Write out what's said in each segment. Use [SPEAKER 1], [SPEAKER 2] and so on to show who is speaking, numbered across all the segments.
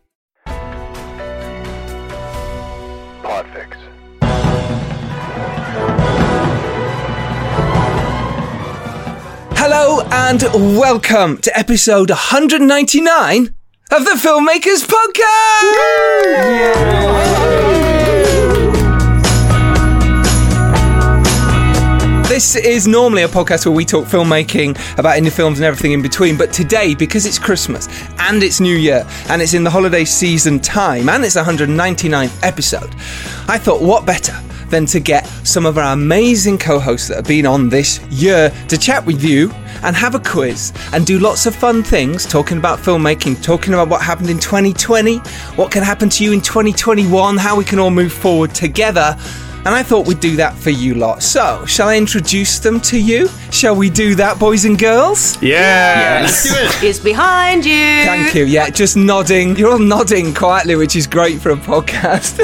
[SPEAKER 1] Podfix.
[SPEAKER 2] Hello and welcome to episode 199 of the Filmmakers Podcast! This is normally a podcast where we talk filmmaking about indie films and everything in between, but today, because it's Christmas and it's New Year and it's in the holiday season time and it's 199th episode, I thought what better than to get some of our amazing co hosts that have been on this year to chat with you and have a quiz and do lots of fun things talking about filmmaking, talking about what happened in 2020, what can happen to you in 2021, how we can all move forward together and I thought we'd do that for you lot. So, shall I introduce them to you? Shall we do that, boys and girls?
[SPEAKER 3] Yeah. Let's do it.
[SPEAKER 4] is behind you.
[SPEAKER 2] Thank you. Yeah, just nodding. You're all nodding quietly, which is great for a podcast.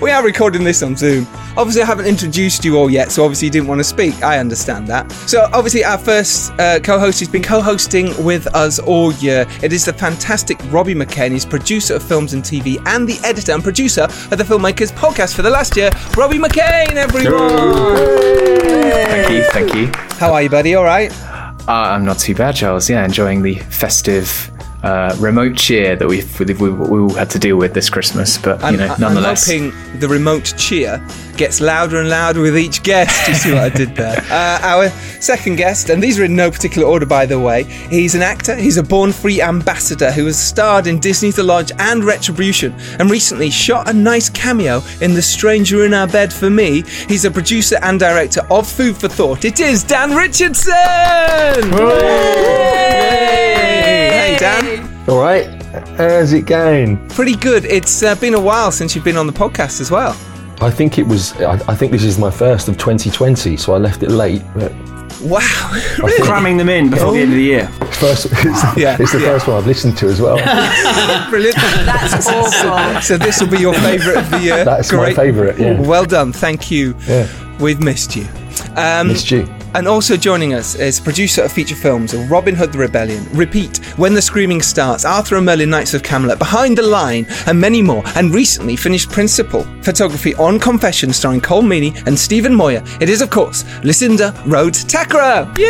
[SPEAKER 2] we are recording this on Zoom. Obviously, I haven't introduced you all yet, so obviously you didn't want to speak. I understand that. So, obviously, our first uh, co host who's been co hosting with us all year. It is the fantastic Robbie McKen. He's producer of films and TV and the editor and producer of the Filmmakers podcast for the last year. Robbie McCain, everyone!
[SPEAKER 3] Thank you. Thank you.
[SPEAKER 2] How are you, buddy? All right?
[SPEAKER 3] Uh, I'm not too bad, Charles. Yeah, enjoying the festive. Uh, remote cheer that we've, we we, we all had to deal with this Christmas, but you
[SPEAKER 2] I'm,
[SPEAKER 3] know,
[SPEAKER 2] I'm
[SPEAKER 3] nonetheless,
[SPEAKER 2] hoping the remote cheer gets louder and louder with each guest. You see what I did there? Uh, our second guest, and these are in no particular order, by the way. He's an actor. He's a born free ambassador who has starred in Disney's The Lodge and Retribution, and recently shot a nice cameo in The Stranger in Our Bed for Me. He's a producer and director of Food for Thought. It is Dan Richardson. Hey, Dan.
[SPEAKER 5] All right, how's it going?
[SPEAKER 2] Pretty good. It's uh, been a while since you've been on the podcast as well.
[SPEAKER 5] I think it was. I, I think this is my first of 2020, so I left it late. But
[SPEAKER 2] Wow. Really?
[SPEAKER 6] cramming them in before the end of the year.
[SPEAKER 5] first, it's,
[SPEAKER 2] Yeah,
[SPEAKER 5] it's the
[SPEAKER 2] yeah.
[SPEAKER 5] first one I've listened to as well.
[SPEAKER 2] Brilliant.
[SPEAKER 4] That's
[SPEAKER 3] Oh,
[SPEAKER 4] awful.
[SPEAKER 2] so this will be your favourite of the year.
[SPEAKER 5] That's my favourite, yeah.
[SPEAKER 2] Well done. Thank you.
[SPEAKER 5] Yeah.
[SPEAKER 2] We've missed you. Um,
[SPEAKER 5] Missed you.
[SPEAKER 2] And also joining us is producer of feature films Robin Hood the Rebellion, Repeat, When the Screaming Starts, Arthur and Merlin Knights of Camelot, Behind the Line, and many more, and recently finished Principal, photography on confession starring Cole Meany and Stephen Moyer. It is, of course, Lucinda Rhodes Takra. Yeah!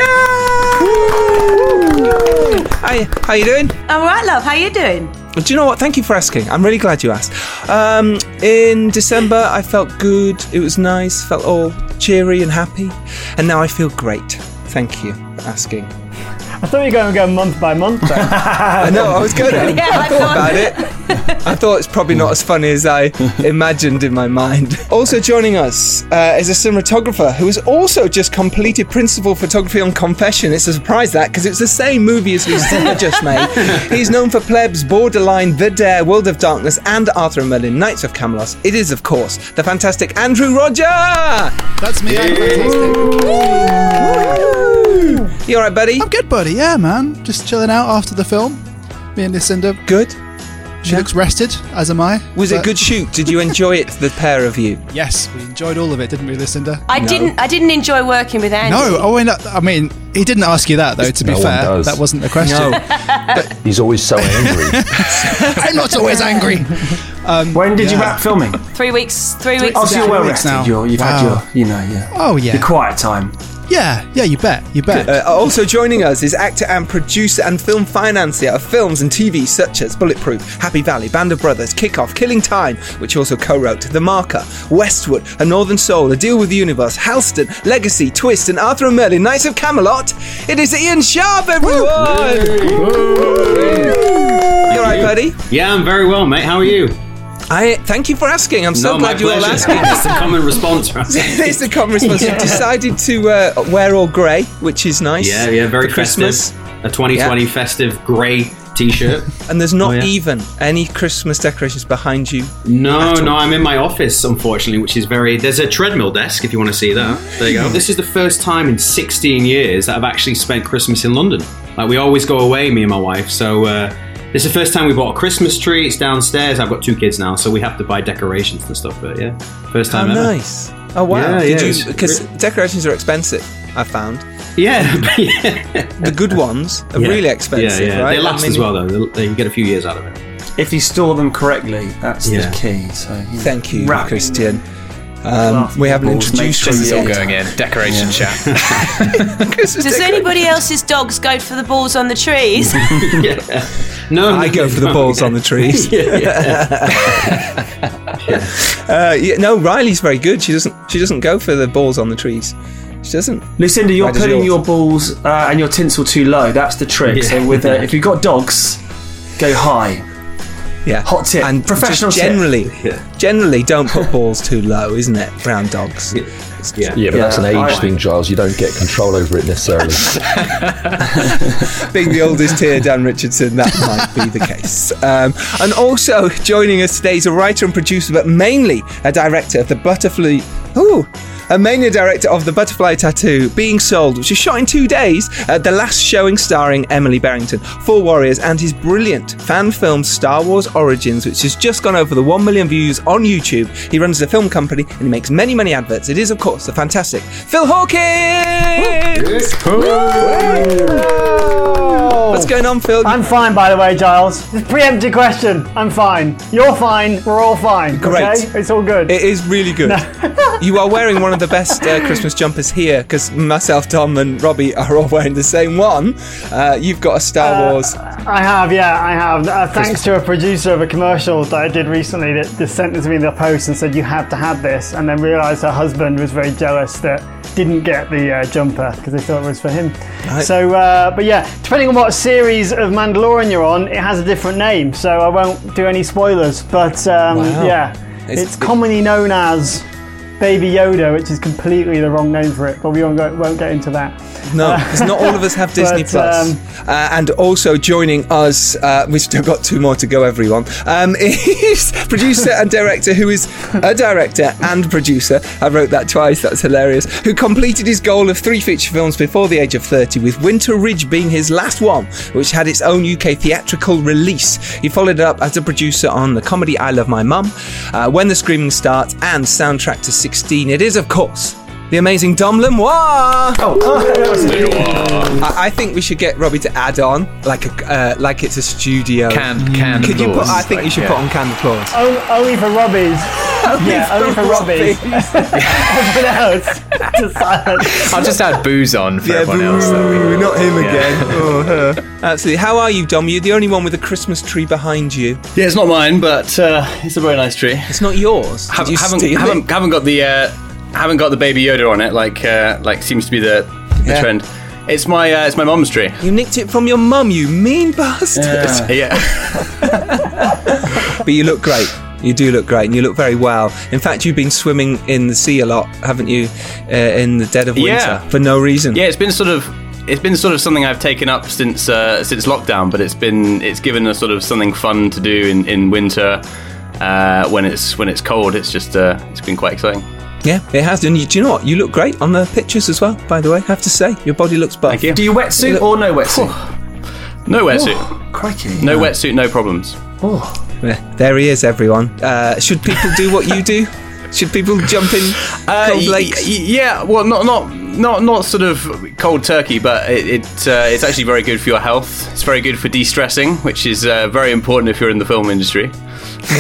[SPEAKER 2] Hi, how you doing?
[SPEAKER 4] I'm all right, love. How you doing?
[SPEAKER 2] Do you know what? Thank you for asking. I'm really glad you asked. Um, in December, I felt good. It was nice. Felt all cheery and happy. And now I feel great. Thank you for asking.
[SPEAKER 7] I thought you were going to go month by month. Then.
[SPEAKER 2] I know. I was good.
[SPEAKER 4] Yeah,
[SPEAKER 2] I
[SPEAKER 4] I
[SPEAKER 2] thought
[SPEAKER 4] thought-
[SPEAKER 2] about it. I thought it's probably not as funny as I imagined in my mind. Also joining us uh, is a cinematographer who has also just completed principal photography on Confession. It's a surprise that because it's the same movie as Lucinda just made. He's known for Plebs, Borderline, The Dare, World of Darkness, and Arthur and Merlin: Knights of Camelot. It is, of course, the fantastic Andrew Roger.
[SPEAKER 8] That's me. I'm fantastic.
[SPEAKER 2] You all right, buddy?
[SPEAKER 8] I'm good, buddy. Yeah, man. Just chilling out after the film. Me and Lucinda.
[SPEAKER 2] Good.
[SPEAKER 8] She looks rested, as am I.
[SPEAKER 2] Was it a
[SPEAKER 8] But-
[SPEAKER 2] good shoot? Did you enjoy it, the pair of you?
[SPEAKER 8] Yes, we enjoyed all of it, didn't we, Lucinda?
[SPEAKER 4] I didn't. I didn't enjoy working with Andy.
[SPEAKER 8] No, oh, and, uh, I mean, he didn't ask you that, though, to be
[SPEAKER 5] No one
[SPEAKER 8] fair.
[SPEAKER 5] does.
[SPEAKER 8] That wasn't the question.
[SPEAKER 5] He's always so angry.
[SPEAKER 8] I'm not always angry.
[SPEAKER 2] Oh, um,
[SPEAKER 6] When did you
[SPEAKER 8] Yeah.
[SPEAKER 6] wrap filming?
[SPEAKER 4] Three weeks. Three weeks.
[SPEAKER 6] Oh, so you're
[SPEAKER 4] ago.
[SPEAKER 6] well
[SPEAKER 8] weeks
[SPEAKER 6] rested.
[SPEAKER 8] now.
[SPEAKER 6] You're, you've
[SPEAKER 8] Wow.
[SPEAKER 6] had your, you know, yeah.
[SPEAKER 8] Oh, yeah.
[SPEAKER 6] Your quiet time.
[SPEAKER 8] Yeah, yeah, you bet. You bet.
[SPEAKER 2] Uh, also joining us is actor and producer and film financier of films and TV such as Bulletproof, Happy Valley, Band of Brothers, Kickoff, Killing Time, which also co-wrote The Marker, Westwood, A Northern Soul, A Deal with the Universe, Halston, Legacy, Twist, and Arthur and Merlin, Knights of Camelot. It is Ian Sharp, everyone. You all right, buddy?
[SPEAKER 9] Yeah, I'm very well, mate. How are you?
[SPEAKER 2] I thank you for asking. I'm so
[SPEAKER 9] no, my
[SPEAKER 2] glad you all
[SPEAKER 9] pleasure.
[SPEAKER 2] asked me.
[SPEAKER 9] That's the common response, right?
[SPEAKER 2] it's the common response. You've decided to uh, wear all grey, which is nice.
[SPEAKER 9] yeah, yeah, very
[SPEAKER 2] for Christmas.
[SPEAKER 9] festive. A 2020 festive grey T-shirt.
[SPEAKER 2] And there's not
[SPEAKER 9] Oh, yeah.
[SPEAKER 2] even any Christmas decorations behind you.
[SPEAKER 9] No,
[SPEAKER 2] At all.
[SPEAKER 9] no, I'm in my office, unfortunately, which is very. There's a treadmill desk if you want to see that. There
[SPEAKER 2] Hmm.
[SPEAKER 9] you go. this is the first time in 16 years that I've actually spent Christmas in London. Like, we always go away, me and my wife. So, uh, this is the first time we bought a Christmas tree. It's downstairs. I've got two kids now, so we have to buy decorations and stuff. But yeah, first
[SPEAKER 2] How
[SPEAKER 9] time ever.
[SPEAKER 2] nice. Oh wow!
[SPEAKER 9] Yeah, yeah,
[SPEAKER 2] Did you
[SPEAKER 9] it's-
[SPEAKER 2] because decorations are expensive? I found.
[SPEAKER 9] Yeah,
[SPEAKER 2] the good ones are
[SPEAKER 9] Yeah.
[SPEAKER 2] really expensive,
[SPEAKER 9] Yeah, yeah.
[SPEAKER 2] right?
[SPEAKER 9] They last
[SPEAKER 2] I mean-
[SPEAKER 9] as well, though. They, you get a few years out of it.
[SPEAKER 6] If you store them correctly, that's
[SPEAKER 9] Yeah.
[SPEAKER 6] the key. So you
[SPEAKER 2] Thank you,
[SPEAKER 6] wrap
[SPEAKER 2] Christian. Um, we haven't
[SPEAKER 6] Balls, make
[SPEAKER 2] introduced
[SPEAKER 6] sure
[SPEAKER 2] you
[SPEAKER 6] it's all
[SPEAKER 2] yet.
[SPEAKER 6] going
[SPEAKER 3] in. Decoration chat.
[SPEAKER 4] Does anybody else's dogs go for the balls on the trees?
[SPEAKER 9] No,
[SPEAKER 2] I go for the balls on the trees.
[SPEAKER 9] Yeah,
[SPEAKER 2] Uh, yeah, no, Riley's very good. She doesn't. She doesn't go for the balls on the trees. She doesn't.
[SPEAKER 6] Lucinda, you're
[SPEAKER 2] Why does
[SPEAKER 6] putting
[SPEAKER 2] yours?
[SPEAKER 6] your balls uh, and your tinsel too low. That's the trick.
[SPEAKER 2] Yeah.
[SPEAKER 6] So with uh, if you've got dogs, go high.
[SPEAKER 2] Yeah,
[SPEAKER 6] hot tip
[SPEAKER 2] and
[SPEAKER 6] professional
[SPEAKER 2] just
[SPEAKER 6] tip.
[SPEAKER 2] generally, generally don't put balls too low, isn't it? Brown dogs. It's-
[SPEAKER 9] Yeah,
[SPEAKER 5] Yeah, but that's an age
[SPEAKER 2] I-
[SPEAKER 5] thing, Giles. You don't get control over it necessarily.
[SPEAKER 2] being the oldest here, Dan Richardson, that might be the case. Um, and also joining us today is a writer and producer, but mainly a director of the Butterfly. Ooh. A mania director of The Butterfly Tattoo, Being Sold, which is shot in two days at the last showing starring Emily Barrington, Four Warriors, and his brilliant fan film Star Wars Origins, which has just gone over the 1 million views on YouTube. He runs a film company and he makes many, many adverts. It is, of course, the fantastic Phil Hawkins! What's going on, Phil?
[SPEAKER 7] I'm fine, by the way, Giles. Preemptive question. I'm fine. You're fine. We're all fine.
[SPEAKER 2] Great.
[SPEAKER 7] Okay? It's all good.
[SPEAKER 2] It is really good. you are wearing one of the best uh, Christmas jumpers here because myself, Tom, and Robbie are all wearing the same one. Uh, you've got a Star Wars.
[SPEAKER 7] I have, yeah, I have. Uh, thanks to a producer of a commercial that I did recently that just sent it to me in the post and said you have to have this, and then realised her husband was very jealous that didn't get the uh, jumper because they thought it was for him. So, uh, but yeah, depending on what series of Mandalorian you're on, it has a different name, so I won't do any spoilers. But um,
[SPEAKER 2] Wow.
[SPEAKER 7] yeah,
[SPEAKER 2] It's-
[SPEAKER 7] it's, commonly known as Baby Yoda, which is completely the wrong name for it, but we won't, go, won't get into that.
[SPEAKER 2] No,
[SPEAKER 7] Uh,
[SPEAKER 2] because not all of us have Disney
[SPEAKER 7] but,
[SPEAKER 2] Plus.
[SPEAKER 7] um,
[SPEAKER 2] uh, and also joining us, uh, we've still got two more to go, everyone, um, is producer and director who is a director and producer. I wrote that twice, that's hilarious. Who completed his goal of three feature films before the age of 30, with Winter Ridge being his last one, which had its own UK theatrical release. He followed it up as a producer on the comedy I Love My Mum, uh, When the Screaming Starts, and soundtrack to 16. It is, of course, the amazing Dom
[SPEAKER 10] Oh,
[SPEAKER 2] Lemoir. I, I think we should get Robbie to add on like a uh, like it's a studio.
[SPEAKER 3] Can- can
[SPEAKER 2] Could you put?
[SPEAKER 3] applause,
[SPEAKER 2] I think you
[SPEAKER 3] like,
[SPEAKER 2] should
[SPEAKER 3] yeah.
[SPEAKER 2] put on canned applause.
[SPEAKER 7] On- Only for Robbie's. yeah, only for Robbie's. Everyone else, just silence.
[SPEAKER 3] I'll just add booze on for
[SPEAKER 2] Yeah,
[SPEAKER 3] everyone else.
[SPEAKER 2] boo, not him
[SPEAKER 3] Yeah.
[SPEAKER 2] again. Oh, her. Absolutely. How are you, Dom? You're the only one with a Christmas tree behind you.
[SPEAKER 10] Yeah, it's not mine, but uh, it's a very nice tree.
[SPEAKER 2] It's not yours.
[SPEAKER 10] Have,
[SPEAKER 2] Did you
[SPEAKER 10] haven't,
[SPEAKER 2] steal it?
[SPEAKER 10] haven't, haven't got the uh, haven't got the baby Yoda on it. Like uh, like seems to be the, the
[SPEAKER 2] Yeah.
[SPEAKER 10] trend. It's my uh, it's my mum's tree.
[SPEAKER 2] You nicked it from your mum, you mean bastard.
[SPEAKER 10] Yeah.
[SPEAKER 2] but you look great. You do look great, and you look very well. In fact, you've been swimming in the sea a lot, haven't you? Uh, in the dead of winter,
[SPEAKER 10] Yeah.
[SPEAKER 2] for no reason.
[SPEAKER 10] Yeah, it's been sort of it's been sort of something I've taken up since uh, since lockdown, but it's been it's given us sort of something fun to do in in winter uh, when it's when it's cold. It's just uh, it's been quite exciting.
[SPEAKER 2] Yeah, it has. And you, do you know what? You look great on the pictures as well. By the way, I have to say, your body looks buff.
[SPEAKER 10] you.
[SPEAKER 6] Do you wetsuit or no wetsuit?
[SPEAKER 10] No wetsuit.
[SPEAKER 6] crikey.
[SPEAKER 10] No wetsuit, no problems. Oh.
[SPEAKER 2] Yeah, There he is, everyone. Uh, should people do what you do? Should people jump in cold
[SPEAKER 10] Uh, y-
[SPEAKER 2] lakes?
[SPEAKER 10] y- yeah, well, not not not not sort of cold turkey, but it, it uh, it's actually very good for your health. It's very good for de-stressing, which is uh, very important if you're in the film industry.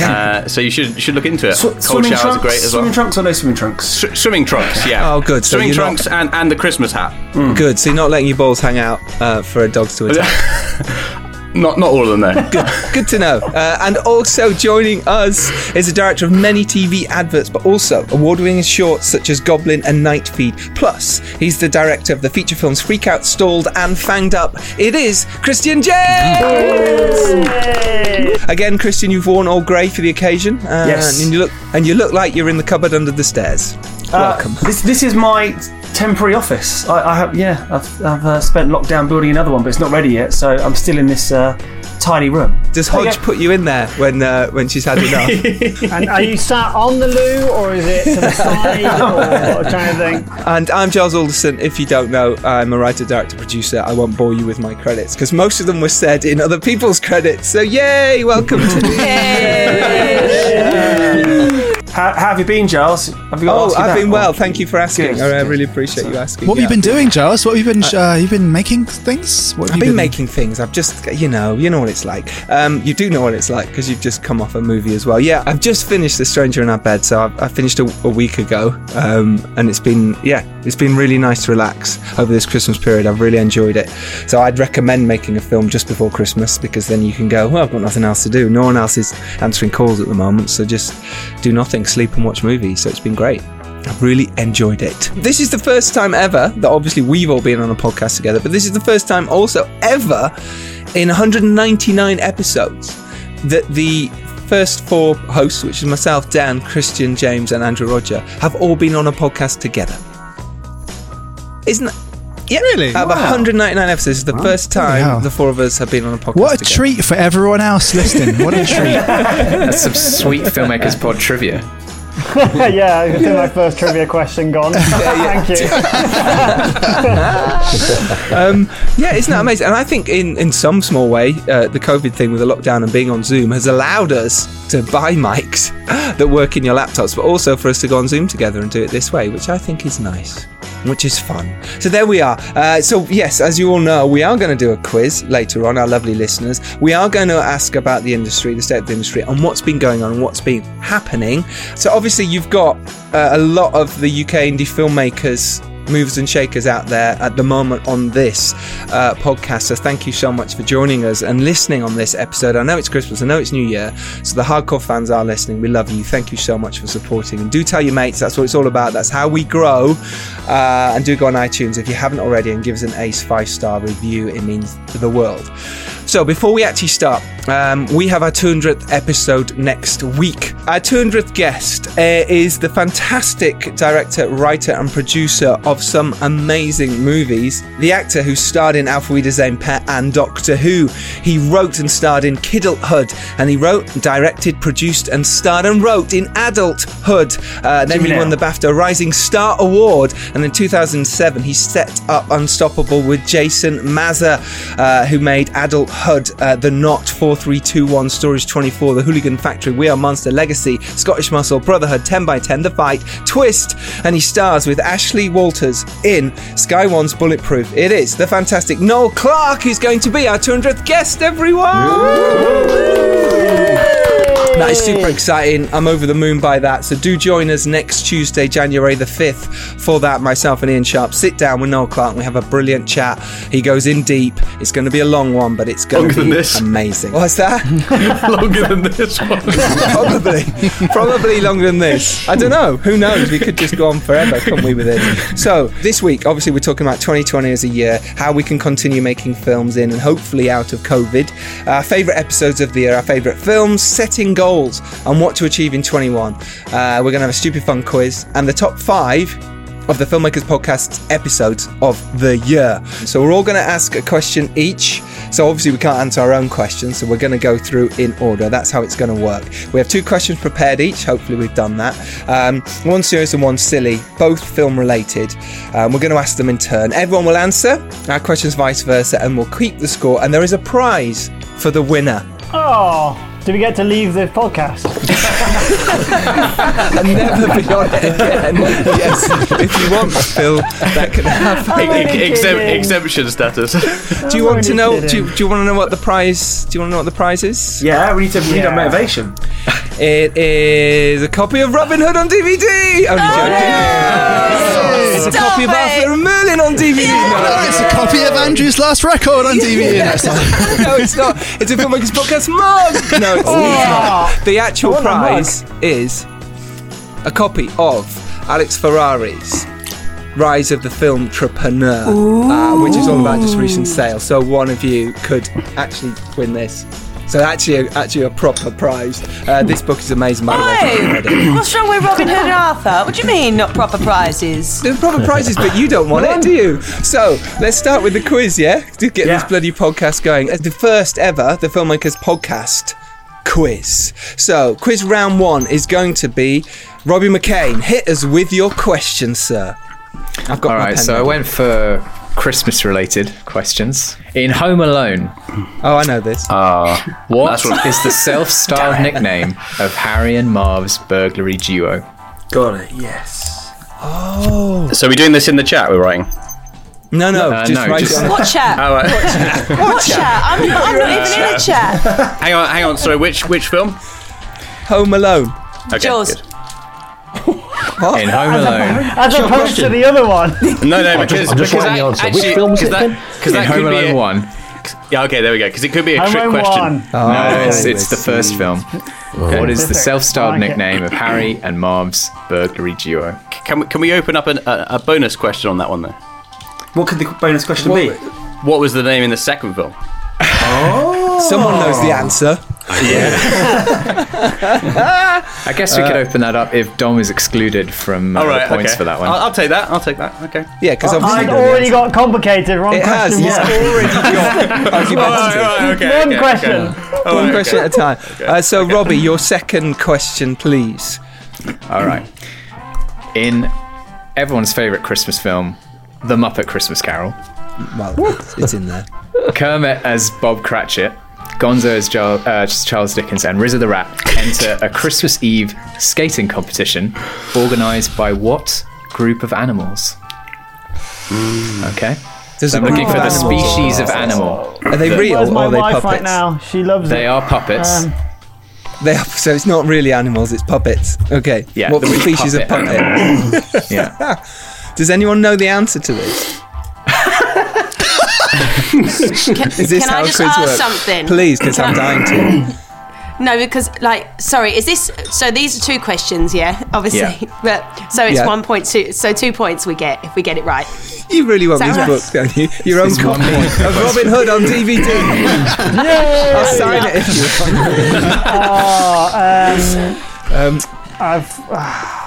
[SPEAKER 10] Uh, so you should should look into it.
[SPEAKER 6] Sw-
[SPEAKER 10] cold
[SPEAKER 6] swimming
[SPEAKER 10] showers
[SPEAKER 6] trunks,
[SPEAKER 10] are great as well.
[SPEAKER 6] swimming trunks or no swimming trunks?
[SPEAKER 10] Sw- swimming trunks, yeah.
[SPEAKER 2] Oh, good, so
[SPEAKER 10] Swimming
[SPEAKER 2] you're not-
[SPEAKER 10] trunks and, and the Christmas hat.
[SPEAKER 2] Good. So you're not letting your balls hang out uh, for a dog to attack.
[SPEAKER 10] Not not all of them though.
[SPEAKER 2] good, good to know. Uh, and also joining us is the director of many TV adverts, but also award-winning shorts such as Goblin and Night Feed. Plus, he's the director of the feature films Freak Out, Stalled, and Fanged Up. It is Christian James. Again, Christian, you've worn all grey for the occasion. Uh,
[SPEAKER 6] Yes.
[SPEAKER 2] And you look and you look like you're in the cupboard under the stairs. Welcome.
[SPEAKER 6] This this is my temporary office. I, I have yeah. I've, I've uh, spent lockdown building another one, but it's not ready yet. So I'm still in this uh, tiny room.
[SPEAKER 2] Does Hodge put you in there when uh, when she's had enough?
[SPEAKER 7] and are you sat on the loo or is it to the side or trying to think?
[SPEAKER 2] And I'm Giles Alderson. If you don't know, I'm a writer, director, producer. I won't bore you with my credits because most of them were said in other people's credits. So, yay! Welcome to
[SPEAKER 6] How, how have you been, Giles? Have you got to
[SPEAKER 2] Oh,
[SPEAKER 6] ask you
[SPEAKER 2] I've
[SPEAKER 6] that,
[SPEAKER 2] been
[SPEAKER 6] or-
[SPEAKER 2] well. Thank you for asking.
[SPEAKER 6] Good,
[SPEAKER 2] I, I really appreciate you asking.
[SPEAKER 8] What have
[SPEAKER 2] yeah.
[SPEAKER 8] you been doing, Giles? What have you been? Uh, you've been making things. What
[SPEAKER 2] I've
[SPEAKER 8] have you
[SPEAKER 2] been, making things. I've just, you know, you know what it's like. Um, you do know what it's like because you've just come off a movie as well. Yeah, I've just finished The Stranger in Our Bed, so I've, I finished a, a week ago, um, and it's been, yeah, it's been really nice to relax over this Christmas period. I've really enjoyed it. So I'd recommend making a film just before Christmas because then you can go. Well, I've got nothing else to do. No one else is answering calls at the moment, so just do nothing, sleep and watch movies. So it's been great. I really enjoyed it. This is the first time ever that obviously we've all been on a podcast together, but this is the first time also ever in 199 episodes that the first four hosts, which is myself, Dan, Christian, James, and Andrew Roger, have all been on a podcast together. Isn't that? Yeah, really? Out of 199 episodes, this is the first time
[SPEAKER 8] hell.
[SPEAKER 2] the four of us have been on a podcast.
[SPEAKER 8] What a
[SPEAKER 2] together.
[SPEAKER 8] treat for everyone else listening. What a treat.
[SPEAKER 3] That's some sweet filmmakers pod trivia.
[SPEAKER 7] yeah, I think my first trivia question gone. Thank you.
[SPEAKER 2] um, yeah, isn't that amazing? And I think in, in some small way, uh, the COVID thing with the lockdown and being on Zoom has allowed us to buy mics that work in your laptops, but also for us to go on Zoom together and do it this way, which I think is nice, which is fun. So there we are. Uh, so, yes, as you all know, we are going to do a quiz later on, our lovely listeners. We are going to ask about the industry, the state of the industry, and what's been going on and what's been happening. So, obviously, you've got uh, a lot of the UK indie filmmakers movers and shakers out there at the moment on this uh, podcast. So thank you so much for joining us and listening on this episode. I know it's Christmas, I know it's New Year, so the hardcore fans are listening. We love you. Thank you so much for supporting. And do tell your mates. That's what it's all about. That's how we grow. Uh, and do go on iTunes if you haven't already and give us an ace five star review. It means the world. So before we actually start, um, we have our 200th episode next week. Our 200th guest uh, is the fantastic director, writer, and producer of some amazing movies. The actor who starred in Auf Wiedersehen Pet and Doctor Who. He wrote and starred in Kiddlehood, and he wrote, directed, produced, and starred and wrote in Adulthood. Uh, then
[SPEAKER 6] Jimmy
[SPEAKER 2] he won
[SPEAKER 6] now.
[SPEAKER 2] the BAFTA Rising Star Award, and in 2007 he set up Unstoppable with Jason Mazza, uh, who made Adult HUD, uh, The Knot, 4321, Stories 24, The Hooligan Factory, We Are Monster, Legacy, Scottish Muscle, Brotherhood, 10x10, The Fight, Twist, and he stars with Ashley Walters in Sky One's Bulletproof. It is the fantastic Noel Clark who's going to be our 200th guest, everyone! That is super exciting. I'm over the moon by that. So do join us next Tuesday, January the 5th, for that. Myself and Ian Sharp sit down with Noel Clark and we have a brilliant chat. He goes in deep. It's going to be a long one, but it's going
[SPEAKER 10] Longer
[SPEAKER 2] to
[SPEAKER 10] than
[SPEAKER 2] be
[SPEAKER 10] this.
[SPEAKER 2] amazing. What's that?
[SPEAKER 10] Longer than this one.
[SPEAKER 2] probably, probably longer than this. I don't know. Who knows? We could just go on forever, couldn't we? With it. So this week, obviously, we're talking about 2020 as a year, how we can continue making films in and hopefully out of COVID. Our favourite episodes of the year, our favourite films, setting goals, and what to achieve in 21. Uh, we're going to have a stupid fun quiz and the top five of the Filmmakers Podcast's episodes of the year. So we're all going to ask a question each. So obviously we can't answer our own questions, so we're going to go through in order. That's how it's going to work. We have two questions prepared each. Hopefully we've done that. Um, one serious and one silly, both film related. Um, we're going to ask them in turn. Everyone will answer our questions, vice versa, and we'll keep the score. And there is a prize for the winner.
[SPEAKER 7] Oh, do we get to leave the podcast?
[SPEAKER 2] and never be on it again. Oh, yes, if you want, Phil, that can happen.
[SPEAKER 10] Exempt, exemption status.
[SPEAKER 2] Do you want to
[SPEAKER 10] only
[SPEAKER 2] know?
[SPEAKER 10] kidding.
[SPEAKER 2] Do you, do you want to know what the prize? Do you want to know what the prize is?
[SPEAKER 6] Yeah, we need to we need our motivation.
[SPEAKER 2] It is a copy of Robin Hood on DVD. Only joking. It's a copy of Arthur and Merlin on DVD. No,
[SPEAKER 8] It's a copy of Andrew's last record on DVD. That's all.
[SPEAKER 2] no, it's not. It's a filmmakers podcast mug. No, it's,
[SPEAKER 8] Oh.
[SPEAKER 2] not. The actual
[SPEAKER 8] I want a mug.
[SPEAKER 2] prize is a copy of Alex Ferrari's Rise of the Film Entrepreneur, uh, which is all about just recent sales. So one of you could actually win this. So actually, actually a proper prize. Uh, this book is amazing, by the way. if you haven't read it.
[SPEAKER 4] No! What's wrong with Robin Hood and Arthur? What do you mean, not proper prizes?
[SPEAKER 2] There's proper prizes, but you don't want it, do you? So let's start with the quiz, yeah? To get this bloody podcast going. As the first ever, the Filmmakers Podcast quiz. So, quiz round one is going to be Robbie McCain. Hit us with your question, sir. I've got
[SPEAKER 3] All
[SPEAKER 2] my
[SPEAKER 3] right,
[SPEAKER 2] pen
[SPEAKER 3] so I
[SPEAKER 2] ready.
[SPEAKER 3] went for Christmas-related questions. In Home Alone.
[SPEAKER 2] Oh, I know this.
[SPEAKER 3] Ah,
[SPEAKER 2] That's
[SPEAKER 3] what
[SPEAKER 2] what-
[SPEAKER 3] is the self-styled
[SPEAKER 2] Damn it.
[SPEAKER 3] nickname of Harry and Marv's burglary duo?
[SPEAKER 2] Got it, yes. Oh.
[SPEAKER 10] So we're doing this in the chat. We're writing. Oh,
[SPEAKER 2] No, no,
[SPEAKER 3] just Uh, no, write just- it on-
[SPEAKER 4] What chat?
[SPEAKER 10] All right.
[SPEAKER 4] What chat? I'm not, I'm not even in a chat.
[SPEAKER 10] hang on, hang on. Sorry, which which film?
[SPEAKER 2] Home Alone.
[SPEAKER 10] Okay.
[SPEAKER 4] Jaws.
[SPEAKER 10] good.
[SPEAKER 3] In Home Alone.
[SPEAKER 7] As
[SPEAKER 10] Sure
[SPEAKER 7] opposed to
[SPEAKER 10] question.
[SPEAKER 7] the other one.
[SPEAKER 10] No, no,
[SPEAKER 3] I'm
[SPEAKER 10] because
[SPEAKER 3] just- I'm
[SPEAKER 10] because
[SPEAKER 3] just writing
[SPEAKER 10] that-
[SPEAKER 3] the answer. Which
[SPEAKER 10] actually-
[SPEAKER 3] film was
[SPEAKER 10] because
[SPEAKER 3] it
[SPEAKER 10] that,
[SPEAKER 3] then?
[SPEAKER 10] Because
[SPEAKER 3] In
[SPEAKER 10] that
[SPEAKER 3] Home
[SPEAKER 10] could be
[SPEAKER 3] Alone
[SPEAKER 10] a-
[SPEAKER 3] one.
[SPEAKER 10] Yeah, okay, there we go. Because it could be a
[SPEAKER 3] Home
[SPEAKER 10] trick
[SPEAKER 3] Alone
[SPEAKER 10] question.
[SPEAKER 3] one. No, it's, it's the first film. What is the
[SPEAKER 10] Specific.
[SPEAKER 3] self-styled
[SPEAKER 10] I like it.
[SPEAKER 3] nickname of Harry and Marv's burglary duo?
[SPEAKER 10] Can we can we open up an, a, a bonus question on that one though?
[SPEAKER 6] What could the bonus question be?
[SPEAKER 10] What was the name in the second film?
[SPEAKER 2] Someone knows the answer.
[SPEAKER 3] I guess we
[SPEAKER 2] Uh,
[SPEAKER 3] could open that up if Dom is excluded from uh,
[SPEAKER 10] All
[SPEAKER 3] the
[SPEAKER 10] right,
[SPEAKER 3] points
[SPEAKER 10] okay.
[SPEAKER 3] for that one.
[SPEAKER 10] I'll, I'll take that. I'll take that. Okay.
[SPEAKER 2] Yeah,
[SPEAKER 7] I've already got complicated. Wrong
[SPEAKER 2] It has,
[SPEAKER 7] question.
[SPEAKER 2] it's already got argumentative.
[SPEAKER 7] One question.
[SPEAKER 2] One question at a time. Uh, so, Robbie, your second question, please.
[SPEAKER 3] All right. In everyone's favourite Christmas film, The Muppet Christmas Carol,
[SPEAKER 2] Well, it's in there.
[SPEAKER 3] Kermit as Bob Cratchit, Gonzo as Jar- uh, Charles Dickens, and Rizzo the Rat enter a Christmas Eve skating competition organised by what group of animals?
[SPEAKER 2] Hmm.
[SPEAKER 3] Okay.
[SPEAKER 2] There's a
[SPEAKER 3] I'm looking
[SPEAKER 2] group
[SPEAKER 3] for
[SPEAKER 2] of
[SPEAKER 3] the
[SPEAKER 2] animals.
[SPEAKER 3] species of animal.
[SPEAKER 2] Are they
[SPEAKER 3] that-
[SPEAKER 2] real
[SPEAKER 7] Where's
[SPEAKER 2] or
[SPEAKER 7] my
[SPEAKER 2] are they
[SPEAKER 7] wife
[SPEAKER 2] puppets?
[SPEAKER 7] right now? She loves
[SPEAKER 3] They
[SPEAKER 7] it.
[SPEAKER 3] are puppets.
[SPEAKER 7] Um,
[SPEAKER 2] They are, so it's not really animals; it's puppets. Okay.
[SPEAKER 3] Yeah,
[SPEAKER 2] What
[SPEAKER 3] the word
[SPEAKER 2] species of
[SPEAKER 3] puppet.
[SPEAKER 2] puppet?
[SPEAKER 3] Yeah.
[SPEAKER 2] Does anyone know the answer to this? is this
[SPEAKER 4] can
[SPEAKER 2] how
[SPEAKER 4] I
[SPEAKER 2] a
[SPEAKER 4] just
[SPEAKER 2] quiz
[SPEAKER 4] ask
[SPEAKER 2] works?
[SPEAKER 4] something?
[SPEAKER 2] Please, because I'm dying to.
[SPEAKER 4] No, because like, sorry, is this? So these are two questions, yeah, obviously.
[SPEAKER 2] Yeah.
[SPEAKER 4] But so it's
[SPEAKER 2] Yeah.
[SPEAKER 4] one point two. So two points we get if we get it right.
[SPEAKER 2] You really want
[SPEAKER 4] Sounds-
[SPEAKER 2] these books, don't you? Your own copy of Robin Hood on DVD. I'll sign it if you want.
[SPEAKER 7] oh, um,
[SPEAKER 2] Um,
[SPEAKER 7] I've. ah.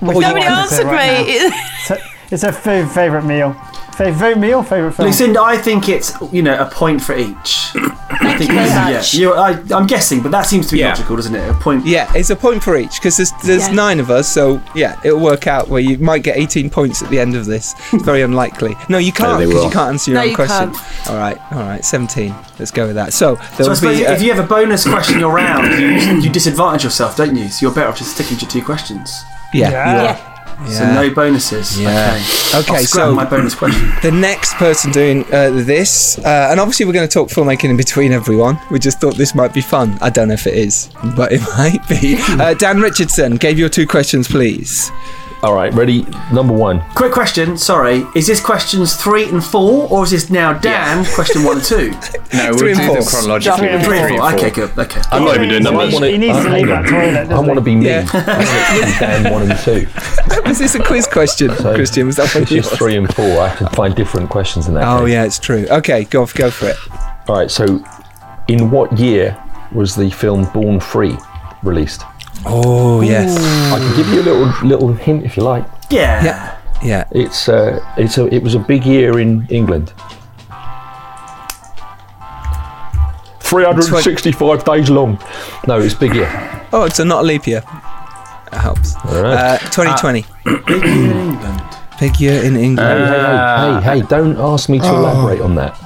[SPEAKER 2] Well,
[SPEAKER 4] Nobody answered me.
[SPEAKER 7] it's, a, it's a fav- favorite meal. Fav- favorite meal. Favorite film.
[SPEAKER 6] Lucinda, I think it's you know a point for each. I think
[SPEAKER 7] you very
[SPEAKER 6] yeah,
[SPEAKER 7] much.
[SPEAKER 6] you're- I, I'm guessing, but that seems to be logical, doesn't it? A point.
[SPEAKER 2] Yeah, it's a point for each because there's, there's
[SPEAKER 6] Yeah.
[SPEAKER 2] nine of us, so yeah, it'll work out where you might get 18 points at the end of this. It's very unlikely. No,
[SPEAKER 3] Oh,
[SPEAKER 2] you can't
[SPEAKER 6] they
[SPEAKER 2] because you
[SPEAKER 6] will.
[SPEAKER 2] can't answer your
[SPEAKER 6] No,
[SPEAKER 2] own
[SPEAKER 6] you
[SPEAKER 2] question.
[SPEAKER 6] can't.
[SPEAKER 2] All right, all right, 17. Let's go with that. So
[SPEAKER 6] So I
[SPEAKER 2] there'll
[SPEAKER 6] suppose
[SPEAKER 2] be. uh,
[SPEAKER 6] if you have a bonus question around, you, you disadvantage yourself, don't you? So you're better off just sticking to two questions.
[SPEAKER 2] Yeah, you are.
[SPEAKER 6] So
[SPEAKER 2] Yeah.
[SPEAKER 6] no bonuses.
[SPEAKER 2] Yeah.
[SPEAKER 6] Okay.
[SPEAKER 2] Okay,
[SPEAKER 6] I'll scrap
[SPEAKER 2] so-
[SPEAKER 6] my bonus question.
[SPEAKER 2] the next person doing uh, this, uh, and obviously we're going to talk filmmaking in between everyone. We just thought this might be fun. I don't know if it is, but it might be. Uh, Dan Richardson, gave your two questions, please.
[SPEAKER 5] All right, ready? Number one.
[SPEAKER 6] Quick question. Sorry, is this questions three and four, or is this now Dan question one and two?
[SPEAKER 3] No, we'll
[SPEAKER 6] Three and
[SPEAKER 3] do them
[SPEAKER 6] four.
[SPEAKER 3] chronologically.
[SPEAKER 6] Three and
[SPEAKER 3] Three and
[SPEAKER 6] four.
[SPEAKER 3] four.
[SPEAKER 6] Okay, good. Okay.
[SPEAKER 5] I'm not even doing
[SPEAKER 6] that.
[SPEAKER 5] numbers. I wanna-
[SPEAKER 7] He needs to
[SPEAKER 5] I-
[SPEAKER 7] leave
[SPEAKER 5] hang
[SPEAKER 7] that
[SPEAKER 5] on.
[SPEAKER 7] toilet, doesn't
[SPEAKER 5] I want to be me.
[SPEAKER 2] Yeah.
[SPEAKER 5] Dan one and two.
[SPEAKER 2] was this a quiz question, Christian? Was that one
[SPEAKER 5] It's
[SPEAKER 2] of yours?
[SPEAKER 5] just three and four. I have to find different questions in that.
[SPEAKER 2] Oh,
[SPEAKER 5] case.
[SPEAKER 2] yeah, it's true. Okay, go, go for it.
[SPEAKER 5] All right. So, in what year was the film Born Free released?
[SPEAKER 2] Oh, yes.
[SPEAKER 5] I can give you a little little hint if you like.
[SPEAKER 6] Yeah.
[SPEAKER 2] Yeah.
[SPEAKER 5] It's uh, it's a it was a big year in England. Three hundred and sixty-five days long. No, it's big year.
[SPEAKER 2] Oh, it's a not a leap year. That helps. Uh, 2020.
[SPEAKER 6] Big year
[SPEAKER 2] Big year in
[SPEAKER 6] in England.
[SPEAKER 2] England.
[SPEAKER 5] Uh, Hey, hey, hey, hey, don't ask me to elaborate on that.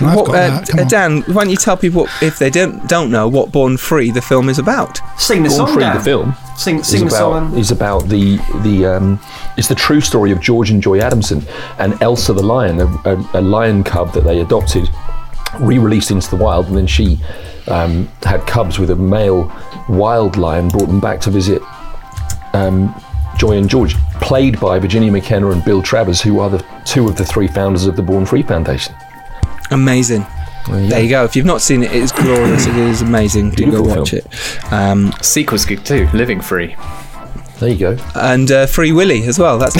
[SPEAKER 2] What- uh, uh, Dan, why don't you tell people what, if they don't don't know what Born Free the film is about?
[SPEAKER 6] Sing the
[SPEAKER 5] Born
[SPEAKER 6] song.
[SPEAKER 5] Free,
[SPEAKER 6] Dan.
[SPEAKER 5] the film,
[SPEAKER 6] Sing,
[SPEAKER 5] is
[SPEAKER 6] sing the
[SPEAKER 5] about,
[SPEAKER 6] song.
[SPEAKER 5] is about the the um, it's the true story of George and Joy Adamson and Elsa the lion, a, a, a lion cub that they adopted, re-released into the wild, and then she um, had cubs with a male wild lion, brought them back to visit um, Joy and George, played by Virginia McKenna and Bill Travers, who are the two of the three founders of the Born Free Foundation.
[SPEAKER 2] Amazing. There you go. If you've not seen it, it is glorious. it is amazing. Do go watch it. Um,
[SPEAKER 3] Sequel's good too. Living Free.
[SPEAKER 5] There you go.
[SPEAKER 2] And uh, Free Willy as well. That's